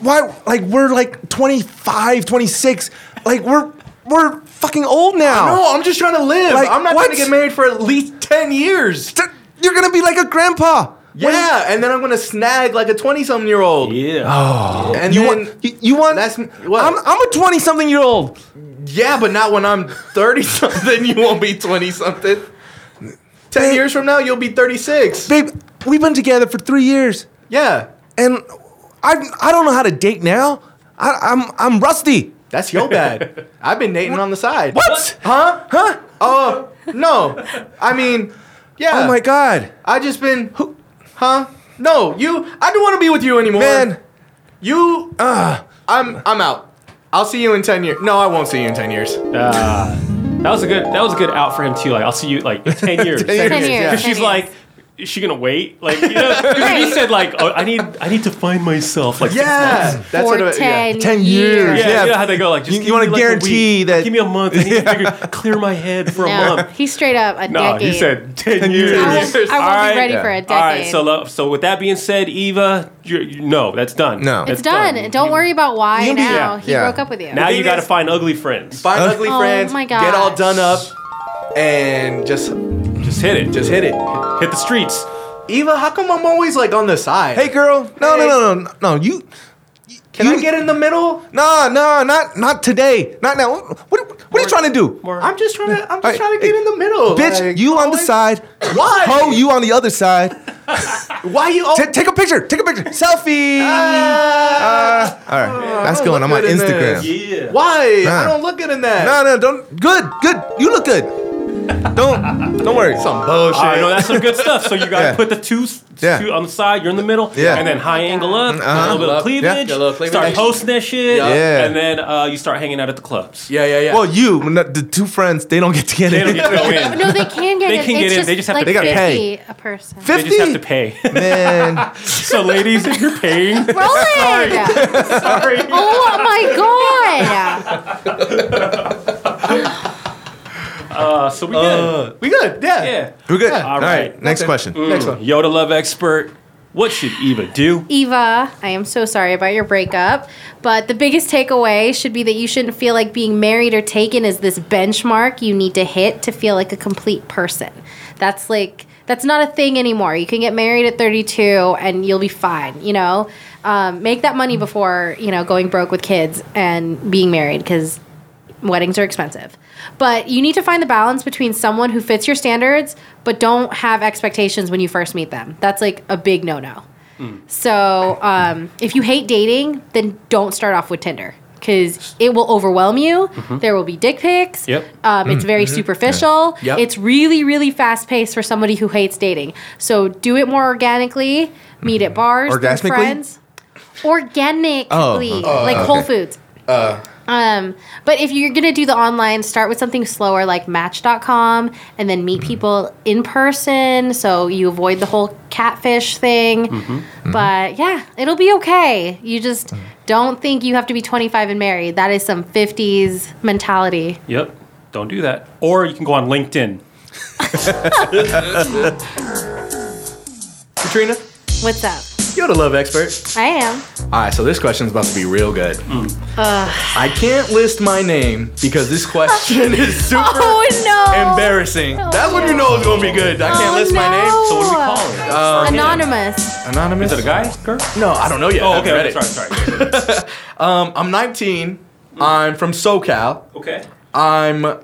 [SPEAKER 8] Why? Like we're like 25, 26. Like we're we're fucking old now.
[SPEAKER 11] no, I'm just trying to live.
[SPEAKER 8] Like,
[SPEAKER 11] I'm not
[SPEAKER 8] what?
[SPEAKER 11] trying to get married for at least ten years.
[SPEAKER 8] Th- You're gonna be like a grandpa.
[SPEAKER 11] Yeah, and then I'm gonna snag like a twenty-something year old.
[SPEAKER 9] Yeah.
[SPEAKER 11] And
[SPEAKER 8] Oh. You
[SPEAKER 11] then
[SPEAKER 8] want? You, you want?
[SPEAKER 11] that's what?
[SPEAKER 8] I'm, I'm a 20 something year old.
[SPEAKER 11] yeah, but not when I'm thirty-something. you won't be twenty-something. Ten
[SPEAKER 8] Babe.
[SPEAKER 11] years from now, you'll be thirty-six.
[SPEAKER 8] Babe, we've been together for three years,
[SPEAKER 11] Yeah,
[SPEAKER 8] and I I don't know how to date now. I, I'm I'm rusty.
[SPEAKER 11] that's your bad. I've been dating on the side.
[SPEAKER 8] What?
[SPEAKER 11] Huh? Huh? Oh no. I mean, yeah.
[SPEAKER 8] Oh my god,
[SPEAKER 11] I just been. Huh? No, you. I don't want to be with you anymore.
[SPEAKER 8] man.
[SPEAKER 11] You. I'm. I'm out. I'll see you in ten years. No, I won't see you in ten years.
[SPEAKER 9] Ah, that was a good. That was a good out for him too. Like I'll see you like in ten years.
[SPEAKER 10] 10 years.
[SPEAKER 9] Because she's
[SPEAKER 10] 10
[SPEAKER 9] like, is she gonna wait? Like you know, 'cause he
[SPEAKER 10] Right.
[SPEAKER 9] said like, oh, I need I need to find myself. Like six months.
[SPEAKER 11] Yeah, that's
[SPEAKER 10] for
[SPEAKER 11] what. I- yeah.
[SPEAKER 10] 10,
[SPEAKER 8] 10
[SPEAKER 10] years.
[SPEAKER 8] years.
[SPEAKER 9] Yeah,
[SPEAKER 8] Yeah.
[SPEAKER 9] you know how they go like just
[SPEAKER 8] You-
[SPEAKER 9] give
[SPEAKER 8] you wanna
[SPEAKER 9] me, like, a
[SPEAKER 8] guarantee
[SPEAKER 9] week.
[SPEAKER 8] that-
[SPEAKER 9] give me a month. I need to figure, clear my head for a
[SPEAKER 10] No,
[SPEAKER 9] month.
[SPEAKER 10] he's straight up a
[SPEAKER 9] No,
[SPEAKER 10] decade.
[SPEAKER 9] he said ten, years.
[SPEAKER 10] I won't, I won't
[SPEAKER 9] All right.
[SPEAKER 10] be ready for a
[SPEAKER 9] All
[SPEAKER 10] decade.
[SPEAKER 9] right, so lo- so with that being said, Eva, you're, you, no, that's done.
[SPEAKER 8] No.
[SPEAKER 10] it's
[SPEAKER 9] That's
[SPEAKER 10] done. Don't worry about why
[SPEAKER 8] You be-
[SPEAKER 10] now.
[SPEAKER 9] Yeah.
[SPEAKER 10] He
[SPEAKER 8] Yeah.
[SPEAKER 10] broke up with you.
[SPEAKER 9] Now
[SPEAKER 11] The
[SPEAKER 9] you
[SPEAKER 11] thing
[SPEAKER 9] got to
[SPEAKER 11] is-
[SPEAKER 9] find ugly friends.
[SPEAKER 11] Find ugly
[SPEAKER 10] Oh
[SPEAKER 11] friends.
[SPEAKER 10] my
[SPEAKER 11] Get all
[SPEAKER 10] gosh.
[SPEAKER 11] done up, and just
[SPEAKER 9] Just hit it.
[SPEAKER 11] just hit it.
[SPEAKER 9] hit the streets.
[SPEAKER 11] Eva, how come I'm always like on the side?
[SPEAKER 8] Hey girl, no no no no no you.
[SPEAKER 11] can
[SPEAKER 8] you-
[SPEAKER 11] I get in the middle?
[SPEAKER 8] No no not not today not now. What what are you trying to do?
[SPEAKER 11] I'm just trying to. I'm just
[SPEAKER 8] All right,
[SPEAKER 11] trying to get
[SPEAKER 8] hey,
[SPEAKER 11] in the middle.
[SPEAKER 8] Bitch,
[SPEAKER 11] like,
[SPEAKER 8] you on the
[SPEAKER 11] always-
[SPEAKER 8] side.
[SPEAKER 11] Why?
[SPEAKER 8] Ho, you on the other side.
[SPEAKER 11] Why you? al-
[SPEAKER 8] Ta- take a picture. Take a picture. Selfie.
[SPEAKER 11] Ah.
[SPEAKER 8] Uh, all right, that's
[SPEAKER 11] don't
[SPEAKER 8] going. I'm
[SPEAKER 11] look
[SPEAKER 8] on
[SPEAKER 11] good in
[SPEAKER 8] Instagram.
[SPEAKER 11] this.
[SPEAKER 9] Yeah.
[SPEAKER 11] Why? I
[SPEAKER 8] Nah.
[SPEAKER 11] don't look good in that.
[SPEAKER 8] No, no, don't. Good, good. You look good. Don't, don't worry.
[SPEAKER 11] Some bullshit.
[SPEAKER 9] All right, no, that's some good stuff. So you got to
[SPEAKER 8] Yeah.
[SPEAKER 9] put the two, s-
[SPEAKER 8] Yeah.
[SPEAKER 9] two on the side. You're in the middle,
[SPEAKER 8] Yeah.
[SPEAKER 9] and then high angle
[SPEAKER 10] Oh
[SPEAKER 9] up, a little bit of
[SPEAKER 11] Love- yeah,
[SPEAKER 9] cleavage.
[SPEAKER 11] a little cleavage.
[SPEAKER 9] Start posting that shit,
[SPEAKER 8] Yeah.
[SPEAKER 9] and then uh, you start hanging out at the clubs.
[SPEAKER 11] Yeah, yeah, yeah.
[SPEAKER 8] Well, you, not- the two friends, they don't get to get
[SPEAKER 9] They don't
[SPEAKER 8] in.
[SPEAKER 9] get to go in.
[SPEAKER 10] no, they can get
[SPEAKER 9] They
[SPEAKER 10] in.
[SPEAKER 9] can
[SPEAKER 10] It's
[SPEAKER 9] get in. They just have to
[SPEAKER 10] like
[SPEAKER 9] pay. They
[SPEAKER 8] gotta pay.
[SPEAKER 10] 50 a person.
[SPEAKER 9] They just have to pay.
[SPEAKER 8] Man,
[SPEAKER 9] so, ladies, if you're paying,
[SPEAKER 10] Roland!
[SPEAKER 9] sorry.
[SPEAKER 10] oh my god!
[SPEAKER 9] Uh, so we good.
[SPEAKER 11] we good. Yeah.
[SPEAKER 9] Yeah.
[SPEAKER 8] we're good.
[SPEAKER 11] Yeah.
[SPEAKER 8] All right, Mm.
[SPEAKER 9] Alright.
[SPEAKER 8] next question.
[SPEAKER 11] Next one.
[SPEAKER 9] Yoda love expert. What should Eva do?
[SPEAKER 10] Eva, I am so sorry about your breakup, but the biggest takeaway should be that you shouldn't feel like being married or taken is this benchmark you need to hit to feel like a complete person. That's like that's not a thing anymore. You can get married at 32 and you'll be fine. You know, um, make that money before you know going broke with kids and being married because weddings are expensive. But you need to find the balance between someone who fits your standards, but don't have expectations when you first meet them. That's like a big no no. So um, if you hate dating, then don't start off with Tinder because it will overwhelm you. There will be dick pics.
[SPEAKER 9] Yep.
[SPEAKER 10] Um, it's very superficial.
[SPEAKER 11] Yep.
[SPEAKER 10] It's really, really fast paced for somebody who hates dating. So do it more organically. Meet at bars, through
[SPEAKER 8] Orgasmically?
[SPEAKER 10] friends. Organically, like Whole Foods. Um, but if you're gonna do the online, start with something slower like Match.com, and then meet people in person, so you avoid the whole catfish thing. But yeah, it'll be okay. You just don't think you have to be 25 and married. That is some 50s mentality.
[SPEAKER 9] Yep. Don't do that. Or you can go on LinkedIn.
[SPEAKER 11] Katrina,
[SPEAKER 10] What's up?
[SPEAKER 11] you're the love expert.
[SPEAKER 10] I am.
[SPEAKER 11] All right, so this question's about to be real good. Uh. I can't list my name because this question is super
[SPEAKER 10] Oh no!
[SPEAKER 11] embarrassing. That's when you know it's gonna be good. I can't
[SPEAKER 10] Oh,
[SPEAKER 11] list my name.
[SPEAKER 10] no.
[SPEAKER 9] So what do we call it?
[SPEAKER 10] Anonymous.
[SPEAKER 11] Anonymous.
[SPEAKER 9] Uh, Is it a guy? Girl?
[SPEAKER 11] No, I don't know yet.
[SPEAKER 9] Oh,
[SPEAKER 11] I
[SPEAKER 9] okay.
[SPEAKER 11] haven't read
[SPEAKER 9] okay
[SPEAKER 11] it.
[SPEAKER 9] sorry, sorry.
[SPEAKER 11] Um, I'm 19. I'm from SoCal.
[SPEAKER 9] Okay.
[SPEAKER 11] I'm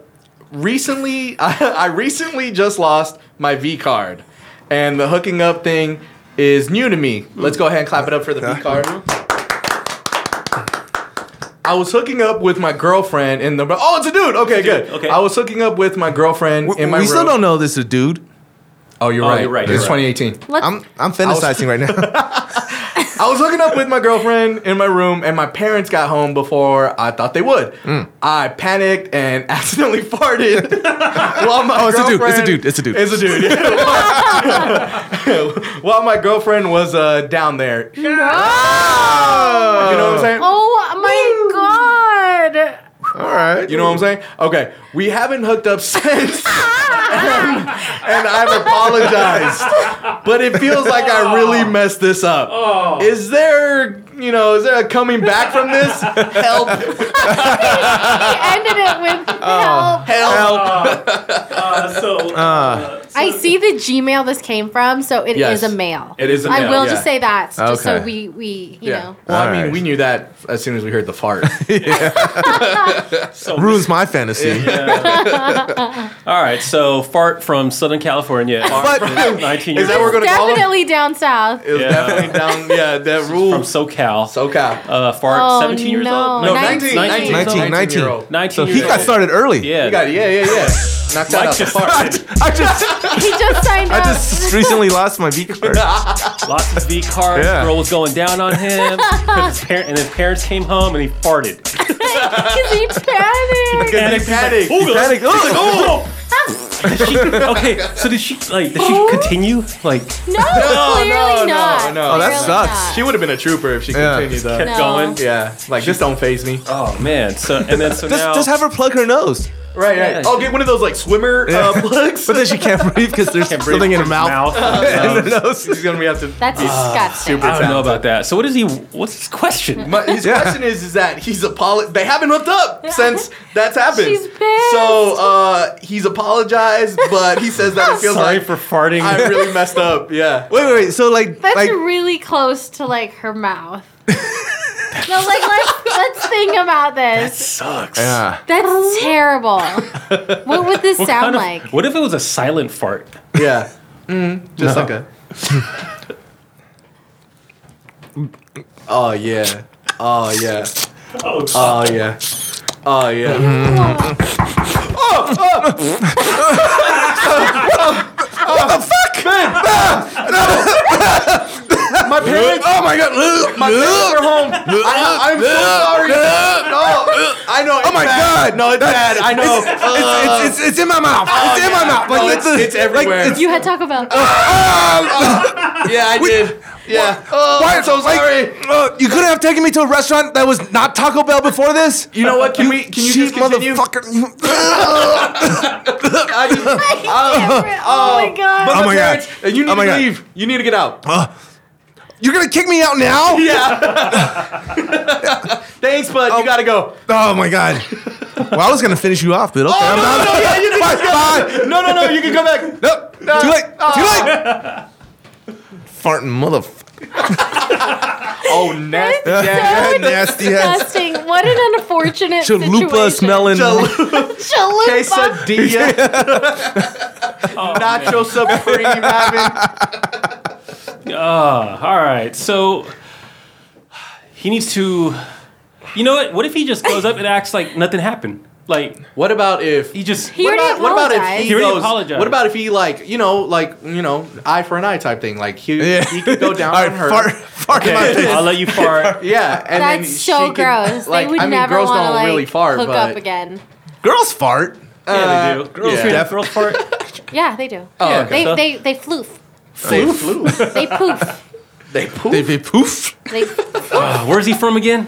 [SPEAKER 11] recently. I, I recently just lost my V card, and the hooking up thing is new to me. Let's go ahead and clap it up for the V card. I was hooking up with my girlfriend in the. Oh, it's a dude. Okay, good.
[SPEAKER 9] okay.
[SPEAKER 11] I was hooking up with my girlfriend
[SPEAKER 8] We,
[SPEAKER 11] in my
[SPEAKER 8] we still
[SPEAKER 11] room.
[SPEAKER 8] don't know this is a dude.
[SPEAKER 11] Oh, you're
[SPEAKER 9] Oh,
[SPEAKER 11] right.
[SPEAKER 9] you're right, you're
[SPEAKER 11] It's
[SPEAKER 9] right.
[SPEAKER 11] 2018.
[SPEAKER 10] Let's,
[SPEAKER 8] I'm, I'm fantasizing right now.
[SPEAKER 11] I was hooking up with my girlfriend in my room, and my parents got home before I thought they would.
[SPEAKER 8] Mm.
[SPEAKER 11] I panicked and accidentally farted. while my
[SPEAKER 8] Oh, it's a dude, it's a
[SPEAKER 11] girlfriend-
[SPEAKER 8] dude, it's a dude.
[SPEAKER 11] It's a dude. while my girlfriend was uh, down there. You know what I'm saying?
[SPEAKER 10] Oh my god.
[SPEAKER 8] All right.
[SPEAKER 11] You know what I'm saying? Okay, we haven't hooked up since, and, and I've apologized. But it feels like I really messed this up. Is there, you know, is there a coming back from this? Help!
[SPEAKER 10] He ended it with help.
[SPEAKER 11] Help!
[SPEAKER 9] Uh, so
[SPEAKER 10] I see the Gmail this came from, so it
[SPEAKER 11] Yes.
[SPEAKER 10] is a male.
[SPEAKER 9] It is a
[SPEAKER 10] I
[SPEAKER 9] male,
[SPEAKER 10] will
[SPEAKER 11] yeah.
[SPEAKER 10] just say that, just so
[SPEAKER 8] Okay.
[SPEAKER 10] we we you
[SPEAKER 11] Yeah.
[SPEAKER 10] know.
[SPEAKER 11] Well, I mean,
[SPEAKER 8] Alright.
[SPEAKER 11] we knew that as soon as we heard the fart.
[SPEAKER 9] so
[SPEAKER 8] Ruins my fantasy.
[SPEAKER 9] All right, so fart from Southern California. Fart from 19 years
[SPEAKER 11] Is that what we're gonna call him?
[SPEAKER 10] Definitely down south.
[SPEAKER 11] It was
[SPEAKER 9] Yeah.
[SPEAKER 11] definitely down. Yeah, that
[SPEAKER 9] from
[SPEAKER 11] rule.
[SPEAKER 9] SoCal.
[SPEAKER 11] SoCal.
[SPEAKER 9] uh, fart
[SPEAKER 10] Oh,
[SPEAKER 9] 17 years
[SPEAKER 10] no.
[SPEAKER 9] old?
[SPEAKER 10] No,
[SPEAKER 9] 19. 19.
[SPEAKER 10] 19,
[SPEAKER 11] 19 year
[SPEAKER 8] 19, 19.
[SPEAKER 11] old.
[SPEAKER 8] So
[SPEAKER 9] 19
[SPEAKER 8] he
[SPEAKER 9] years
[SPEAKER 8] got
[SPEAKER 9] old.
[SPEAKER 8] started early.
[SPEAKER 9] Yeah.
[SPEAKER 11] You got it. Yeah, yeah, yeah. Knocked that
[SPEAKER 9] Mike
[SPEAKER 11] out the
[SPEAKER 9] just
[SPEAKER 11] fart.
[SPEAKER 8] I just,
[SPEAKER 10] He just signed
[SPEAKER 8] I
[SPEAKER 10] up.
[SPEAKER 8] just recently lost my V card.
[SPEAKER 9] Lots of V cards.
[SPEAKER 8] Yeah.
[SPEAKER 9] Girl was going down on him. his par- and his parents came home and he farted.
[SPEAKER 10] Because he panicked.
[SPEAKER 11] Panic, panic.
[SPEAKER 9] Ooh,
[SPEAKER 8] Panic.
[SPEAKER 9] oh. Did she- okay, so did she like? Did
[SPEAKER 10] Oh.
[SPEAKER 9] she continue? Like
[SPEAKER 10] No, clearly
[SPEAKER 11] no,
[SPEAKER 10] not.
[SPEAKER 11] no. Oh, that
[SPEAKER 10] Clearly
[SPEAKER 8] sucks.
[SPEAKER 11] She would have been a trooper if she
[SPEAKER 8] Yeah.
[SPEAKER 11] continued though.
[SPEAKER 9] kept
[SPEAKER 10] No.
[SPEAKER 9] going?
[SPEAKER 11] Yeah, like just don't phase me.
[SPEAKER 9] Oh man. So and then so
[SPEAKER 8] Just,
[SPEAKER 9] now.
[SPEAKER 8] just have her plug her nose.
[SPEAKER 11] Right,
[SPEAKER 9] Yeah,
[SPEAKER 11] right. I'll get one of those like swimmer uh, plugs.
[SPEAKER 8] But then she can't breathe because there's
[SPEAKER 9] Can't breathe.
[SPEAKER 8] something in her mouth.
[SPEAKER 9] mouth.
[SPEAKER 8] In her nose.
[SPEAKER 11] She's gonna be have to.
[SPEAKER 10] That's disgusting.
[SPEAKER 9] I don't know about that. So what is he? What's his question?
[SPEAKER 11] My, his
[SPEAKER 8] Yeah.
[SPEAKER 11] question is, is that he's apolog. They haven't hooked up since that's happened.
[SPEAKER 10] She's pissed.
[SPEAKER 11] So uh, he's apologized, but he says that it feels
[SPEAKER 9] Sorry
[SPEAKER 11] like
[SPEAKER 9] for farting.
[SPEAKER 11] I really messed up. Yeah.
[SPEAKER 8] Wait, wait, wait. So like,
[SPEAKER 10] That's
[SPEAKER 8] like
[SPEAKER 10] really close to like her mouth. no, like let's let's think about this.
[SPEAKER 9] sucks.
[SPEAKER 8] yeah.
[SPEAKER 10] That's terrible. What would this
[SPEAKER 9] Kind
[SPEAKER 10] sound
[SPEAKER 9] of-
[SPEAKER 10] like?
[SPEAKER 9] What if it was a silent fart?
[SPEAKER 11] Yeah. Mm, just like a. oh yeah. Oh yeah.
[SPEAKER 9] Oh,
[SPEAKER 11] Oh yeah. Oh
[SPEAKER 8] Mm-hmm.
[SPEAKER 11] yeah.
[SPEAKER 8] Ah!
[SPEAKER 11] My parents.
[SPEAKER 8] Oh my god! Mm-hmm.
[SPEAKER 11] My parents are home. I, am so sorry. No, I know.
[SPEAKER 8] Oh my god!
[SPEAKER 11] No, it's bad. I know.
[SPEAKER 8] It's, it's, it's, it's in my mouth. it's in my mouth.
[SPEAKER 11] No,
[SPEAKER 8] Like
[SPEAKER 11] it's, it's everywhere.
[SPEAKER 10] You had Taco Bell.
[SPEAKER 11] yeah, I did. Yeah. Oh,
[SPEAKER 8] Why-
[SPEAKER 11] I'm so
[SPEAKER 8] like,
[SPEAKER 11] sorry.
[SPEAKER 8] uh, you could have taken me to a restaurant that was not Taco Bell before this.
[SPEAKER 11] You know what? Can we? Can you just
[SPEAKER 8] Cheap
[SPEAKER 11] continue?
[SPEAKER 8] motherfucker!
[SPEAKER 11] I just,
[SPEAKER 10] I can't re- oh my god.
[SPEAKER 8] Oh my
[SPEAKER 11] parents,
[SPEAKER 8] god!
[SPEAKER 11] and you need
[SPEAKER 8] Oh my
[SPEAKER 11] to
[SPEAKER 8] God.
[SPEAKER 11] leave. You need to get out.
[SPEAKER 8] You're gonna kick me out now?
[SPEAKER 11] yeah. Thanks, but you gotta go.
[SPEAKER 8] Oh my god! Well, I was gonna finish you off, but okay.
[SPEAKER 11] Oh,
[SPEAKER 8] I'm
[SPEAKER 11] no,
[SPEAKER 8] not.
[SPEAKER 11] no, no, yeah, you
[SPEAKER 8] Bye,
[SPEAKER 11] can
[SPEAKER 8] bye.
[SPEAKER 11] No, no, no, you can come back.
[SPEAKER 8] Nope.
[SPEAKER 11] No.
[SPEAKER 8] Too late. Too late. Farting motherfucker.
[SPEAKER 11] Oh, nasty.
[SPEAKER 8] Yeah,
[SPEAKER 10] So
[SPEAKER 8] yeah, nasty ass.
[SPEAKER 10] Disgusting. What an unfortunate
[SPEAKER 8] Chalupa
[SPEAKER 10] situation.
[SPEAKER 8] smelling.
[SPEAKER 10] Chalupa.
[SPEAKER 11] quesadilla. Nacho supreme having.
[SPEAKER 9] Ah, all right. So he needs to. You know what? What if he just goes up and acts like nothing happened? Like
[SPEAKER 11] What about if
[SPEAKER 9] he just.
[SPEAKER 10] He already
[SPEAKER 11] what about if
[SPEAKER 10] apologized.
[SPEAKER 11] he
[SPEAKER 9] He already
[SPEAKER 11] goes,
[SPEAKER 9] apologized.
[SPEAKER 11] What about if he like you know like you know eye for an eye type thing? Like he
[SPEAKER 8] Yeah.
[SPEAKER 11] he could go down
[SPEAKER 8] All right,
[SPEAKER 11] on her.
[SPEAKER 8] fart, fart in my
[SPEAKER 9] Okay,
[SPEAKER 8] face.
[SPEAKER 9] I'll let you fart.
[SPEAKER 11] Yeah, and then
[SPEAKER 10] That's so
[SPEAKER 11] she
[SPEAKER 10] gross.
[SPEAKER 11] Could, like,
[SPEAKER 10] they would
[SPEAKER 11] I mean,
[SPEAKER 10] never
[SPEAKER 11] girls
[SPEAKER 10] want to
[SPEAKER 11] don't
[SPEAKER 10] like
[SPEAKER 11] really fart,
[SPEAKER 10] hook
[SPEAKER 11] but
[SPEAKER 10] up again.
[SPEAKER 8] Girls fart.
[SPEAKER 9] yeah, they do. Girls,
[SPEAKER 11] yeah.
[SPEAKER 9] yeah. girls fart.
[SPEAKER 10] Yeah, they do.
[SPEAKER 11] Oh,
[SPEAKER 9] Yeah,
[SPEAKER 11] okay.
[SPEAKER 10] They
[SPEAKER 9] So-
[SPEAKER 10] they they floof.
[SPEAKER 11] They flew.
[SPEAKER 10] They poof.
[SPEAKER 11] They pooped.
[SPEAKER 8] They, they poof.
[SPEAKER 10] They
[SPEAKER 9] Uh, where's he from again?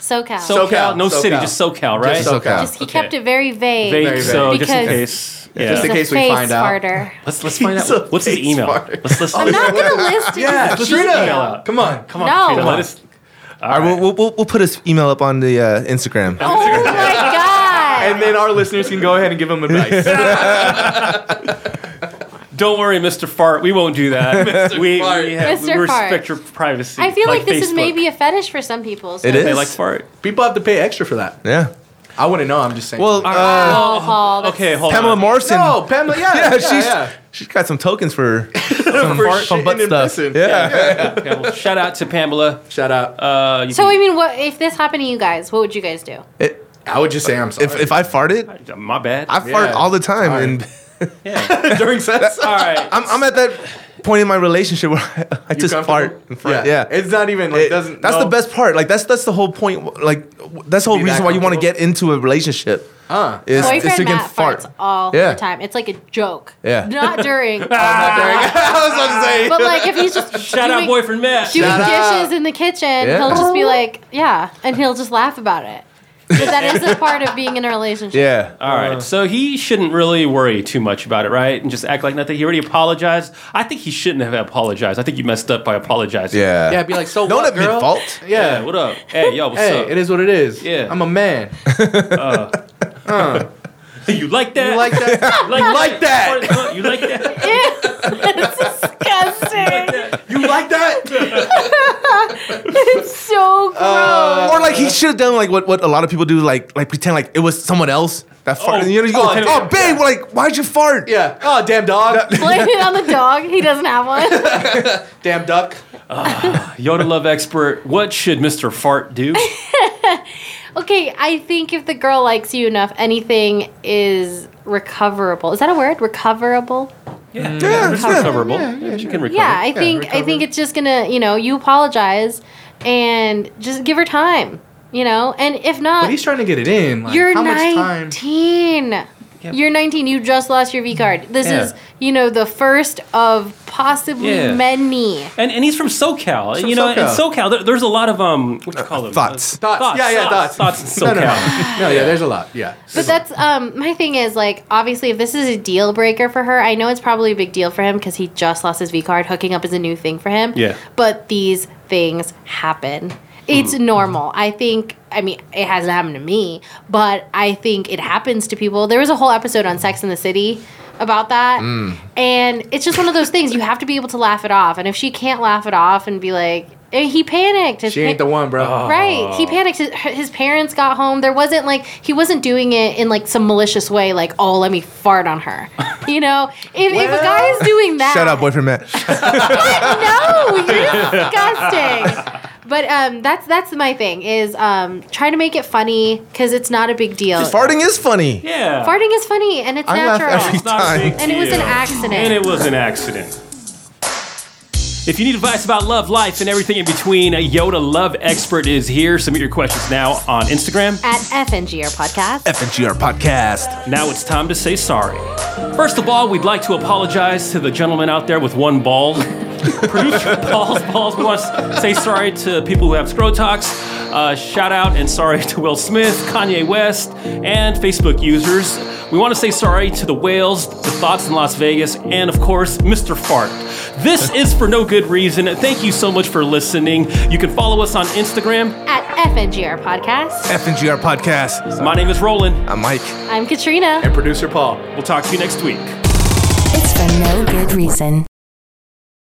[SPEAKER 10] SoCal.
[SPEAKER 9] SoCal.
[SPEAKER 11] SoCal,
[SPEAKER 9] No city,
[SPEAKER 11] SoCal.
[SPEAKER 9] just SoCal, right?
[SPEAKER 11] Just SoCal.
[SPEAKER 10] Just he kept it very vague.
[SPEAKER 9] Vague,
[SPEAKER 11] Very
[SPEAKER 9] so just in
[SPEAKER 10] vague.
[SPEAKER 9] case. Yeah.
[SPEAKER 11] Just in
[SPEAKER 10] He's a
[SPEAKER 11] case we
[SPEAKER 10] face
[SPEAKER 11] find out.
[SPEAKER 10] farter.
[SPEAKER 9] let's let's find
[SPEAKER 11] He's a
[SPEAKER 9] out. What's his
[SPEAKER 11] face
[SPEAKER 9] email?
[SPEAKER 11] farter.
[SPEAKER 9] Let's let's.
[SPEAKER 10] I'm not gonna list it.
[SPEAKER 11] Yeah,
[SPEAKER 10] It's
[SPEAKER 11] Katrina.
[SPEAKER 10] Gmail.
[SPEAKER 11] Come on, come on.
[SPEAKER 10] No.
[SPEAKER 9] Let us-
[SPEAKER 8] All right, we'll, we'll, we'll put his email up on the uh, Instagram.
[SPEAKER 10] Oh my god.
[SPEAKER 11] And then our listeners can go ahead and give them advice.
[SPEAKER 9] Don't worry, Mr. Fart. We won't do that. we,
[SPEAKER 11] Fart.
[SPEAKER 9] We, have, we
[SPEAKER 10] Mr. Fart.
[SPEAKER 9] respect your privacy.
[SPEAKER 10] I feel like, this is
[SPEAKER 9] Facebook.
[SPEAKER 10] maybe a fetish for some people. So
[SPEAKER 8] It
[SPEAKER 9] They
[SPEAKER 8] is.
[SPEAKER 9] like fart.
[SPEAKER 11] People have to pay extra for that.
[SPEAKER 8] Yeah.
[SPEAKER 11] I wouldn't know. I'm just saying.
[SPEAKER 8] Well, uh,
[SPEAKER 10] Oh, Paul, that's-
[SPEAKER 9] Okay, hold
[SPEAKER 8] Pamela
[SPEAKER 9] on.
[SPEAKER 8] Morrison.
[SPEAKER 11] uh, no, Pamela. Yeah,
[SPEAKER 8] yeah,
[SPEAKER 11] yeah,
[SPEAKER 8] she's
[SPEAKER 11] yeah.
[SPEAKER 8] she's got some tokens for
[SPEAKER 11] Some
[SPEAKER 8] fart- some butt stuff. Yeah.
[SPEAKER 9] Okay, well, shout out to Pamela.
[SPEAKER 11] Shout out.
[SPEAKER 9] Uh, you
[SPEAKER 10] So I
[SPEAKER 9] can-
[SPEAKER 10] mean, what if this happened to you guys? What would you guys do?
[SPEAKER 8] It,
[SPEAKER 11] I would just say I'm sorry.
[SPEAKER 8] if if I farted,
[SPEAKER 9] my bad.
[SPEAKER 8] I fart all the time,
[SPEAKER 11] Sorry.
[SPEAKER 8] and
[SPEAKER 9] yeah.
[SPEAKER 11] during sex.
[SPEAKER 9] All right.
[SPEAKER 8] I'm I'm at that point in my relationship where I, I just
[SPEAKER 11] comfortable?
[SPEAKER 8] fart in front.
[SPEAKER 11] Yeah.
[SPEAKER 8] Yeah,
[SPEAKER 11] It's not even, like, doesn't-
[SPEAKER 8] That's
[SPEAKER 11] no.
[SPEAKER 8] the best part. Like that's that's the whole point. Like w- that's the whole
[SPEAKER 11] Be that
[SPEAKER 8] reason why you want to
[SPEAKER 11] comfortable?
[SPEAKER 8] get into a relationship.
[SPEAKER 11] Uh.
[SPEAKER 8] is, is
[SPEAKER 10] Boyfriend
[SPEAKER 8] to get
[SPEAKER 10] Matt
[SPEAKER 8] fart.
[SPEAKER 10] farts all
[SPEAKER 8] Yeah.
[SPEAKER 10] the time. It's like a joke.
[SPEAKER 8] Yeah.
[SPEAKER 10] Not during.
[SPEAKER 11] I was about to say.
[SPEAKER 10] But like if he's just
[SPEAKER 9] Shout out,
[SPEAKER 10] doing-
[SPEAKER 9] boyfriend Matt.
[SPEAKER 10] doing
[SPEAKER 11] Shut up.
[SPEAKER 10] dishes in the kitchen,
[SPEAKER 8] Yeah.
[SPEAKER 10] he'll just be like, yeah, and he'll just laugh about it. But that is a part of being in a relationship.
[SPEAKER 8] Yeah.
[SPEAKER 9] All right, so he shouldn't really worry too much about it, right? And just act like nothing. He already apologized. I think he shouldn't have apologized. I think you messed up by apologizing.
[SPEAKER 8] Yeah.
[SPEAKER 11] yeah, be like, so
[SPEAKER 8] Don't
[SPEAKER 11] what,
[SPEAKER 8] admit
[SPEAKER 11] girl?
[SPEAKER 8] fault.
[SPEAKER 9] Yeah,
[SPEAKER 11] Yeah.
[SPEAKER 9] what up? Hey, yo, what's
[SPEAKER 11] Hey,
[SPEAKER 9] up?
[SPEAKER 11] it is what it is.
[SPEAKER 9] Yeah.
[SPEAKER 11] I'm a man.
[SPEAKER 9] you like that?
[SPEAKER 11] You like that?
[SPEAKER 9] like,
[SPEAKER 11] like that?
[SPEAKER 9] You like that?
[SPEAKER 10] it's disgusting.
[SPEAKER 11] you like that?
[SPEAKER 10] it's so gross.
[SPEAKER 11] Uh,
[SPEAKER 8] Or like he should have done like what, what a lot of people do, like like pretend like it was someone else that farted. you know, you go,
[SPEAKER 9] oh,
[SPEAKER 8] oh,
[SPEAKER 9] yeah.
[SPEAKER 8] babe, like why'd you fart?
[SPEAKER 11] Yeah. Oh, damn dog.
[SPEAKER 10] Blame it on the dog. He doesn't have one.
[SPEAKER 11] damn duck.
[SPEAKER 9] Yoda love expert. What should Mr. Fart do?
[SPEAKER 10] Okay, I think if the girl likes you enough, anything is recoverable. Is that a word? Recoverable?
[SPEAKER 9] Yeah, yeah, it's
[SPEAKER 8] yeah.
[SPEAKER 9] recoverable. you can recover.
[SPEAKER 10] Yeah, I think I think it's just gonna, you know, you apologize and just give her time, you know. And if not,
[SPEAKER 11] But he's trying to get it in. Like,
[SPEAKER 10] You're
[SPEAKER 11] how much time?
[SPEAKER 10] 19. You're 19. You just lost your V card. This
[SPEAKER 9] Yeah.
[SPEAKER 10] is, you know, the first of possibly
[SPEAKER 9] Yeah.
[SPEAKER 10] many.
[SPEAKER 9] And, and he's from SoCal.
[SPEAKER 11] from
[SPEAKER 9] you know, in
[SPEAKER 11] SoCal.
[SPEAKER 9] SoCal, there, there's a lot of um, what do you call them?
[SPEAKER 8] Thoughts.
[SPEAKER 9] Uh,
[SPEAKER 11] Thoughts. Yeah, yeah,
[SPEAKER 9] Thoughts, in
[SPEAKER 11] No,
[SPEAKER 9] SoCal.
[SPEAKER 11] no, no. no, yeah, there's a lot. Yeah.
[SPEAKER 10] But that's um my thing is like obviously if this is a deal breaker for her, I know it's probably a big deal for him because he just lost his V card. Hooking up is a new thing for him.
[SPEAKER 9] Yeah.
[SPEAKER 10] But these things happen. It's
[SPEAKER 11] Mm-hmm.
[SPEAKER 10] normal. I think. I mean, it hasn't happened to me, but I think it happens to people. There was a whole episode on Sex in the City about that,
[SPEAKER 11] Mm.
[SPEAKER 10] and it's just one of those things. You have to be able to laugh it off, and if she can't laugh it off and be like, and he panicked. His
[SPEAKER 11] She ain't
[SPEAKER 10] pa-
[SPEAKER 11] the one,
[SPEAKER 10] Oh.
[SPEAKER 11] bro.
[SPEAKER 10] Right. He panicked. His, his parents got home. There wasn't like he wasn't doing it in like some malicious way, like oh let me fart on her. You know, if, if a guy is doing that,
[SPEAKER 8] Shut up, boyfriend Matt.
[SPEAKER 10] No, you're disgusting. But um, that's that's my thing is um, try to make it funny because it's not a big deal.
[SPEAKER 8] Farting is funny.
[SPEAKER 9] Yeah.
[SPEAKER 10] Farting is funny and it's
[SPEAKER 8] I laugh
[SPEAKER 10] natural.
[SPEAKER 8] every
[SPEAKER 9] It's not a big
[SPEAKER 8] time.
[SPEAKER 10] and it was an
[SPEAKER 9] deal.
[SPEAKER 10] accident.
[SPEAKER 9] And it was an accident. If you need advice about love, life, and everything in between, a Yoda Love Expert is here. Submit your questions now on Instagram.
[SPEAKER 10] At FNGR podcast.
[SPEAKER 8] FNGR podcast.
[SPEAKER 9] Now it's time to say sorry. First of all, we'd like to apologize to the gentleman out there with one ball. Producer Paul's balls. We want to say sorry to people who have scrotox. Uh, shout out and sorry to Will Smith, Kanye West, and Facebook users. We want to say sorry to the whales, the thoughts in Las Vegas, and of course, Mr. Fart. This is for no good reason. Thank you so much for listening. You can follow us on Instagram.
[SPEAKER 10] At FNGR podcast.
[SPEAKER 8] FNGR podcast.
[SPEAKER 9] My name is Roland.
[SPEAKER 8] I'm Mike.
[SPEAKER 10] I'm Katrina.
[SPEAKER 11] Producer Paul.
[SPEAKER 9] We'll talk to you next week.
[SPEAKER 7] It's for no good reason.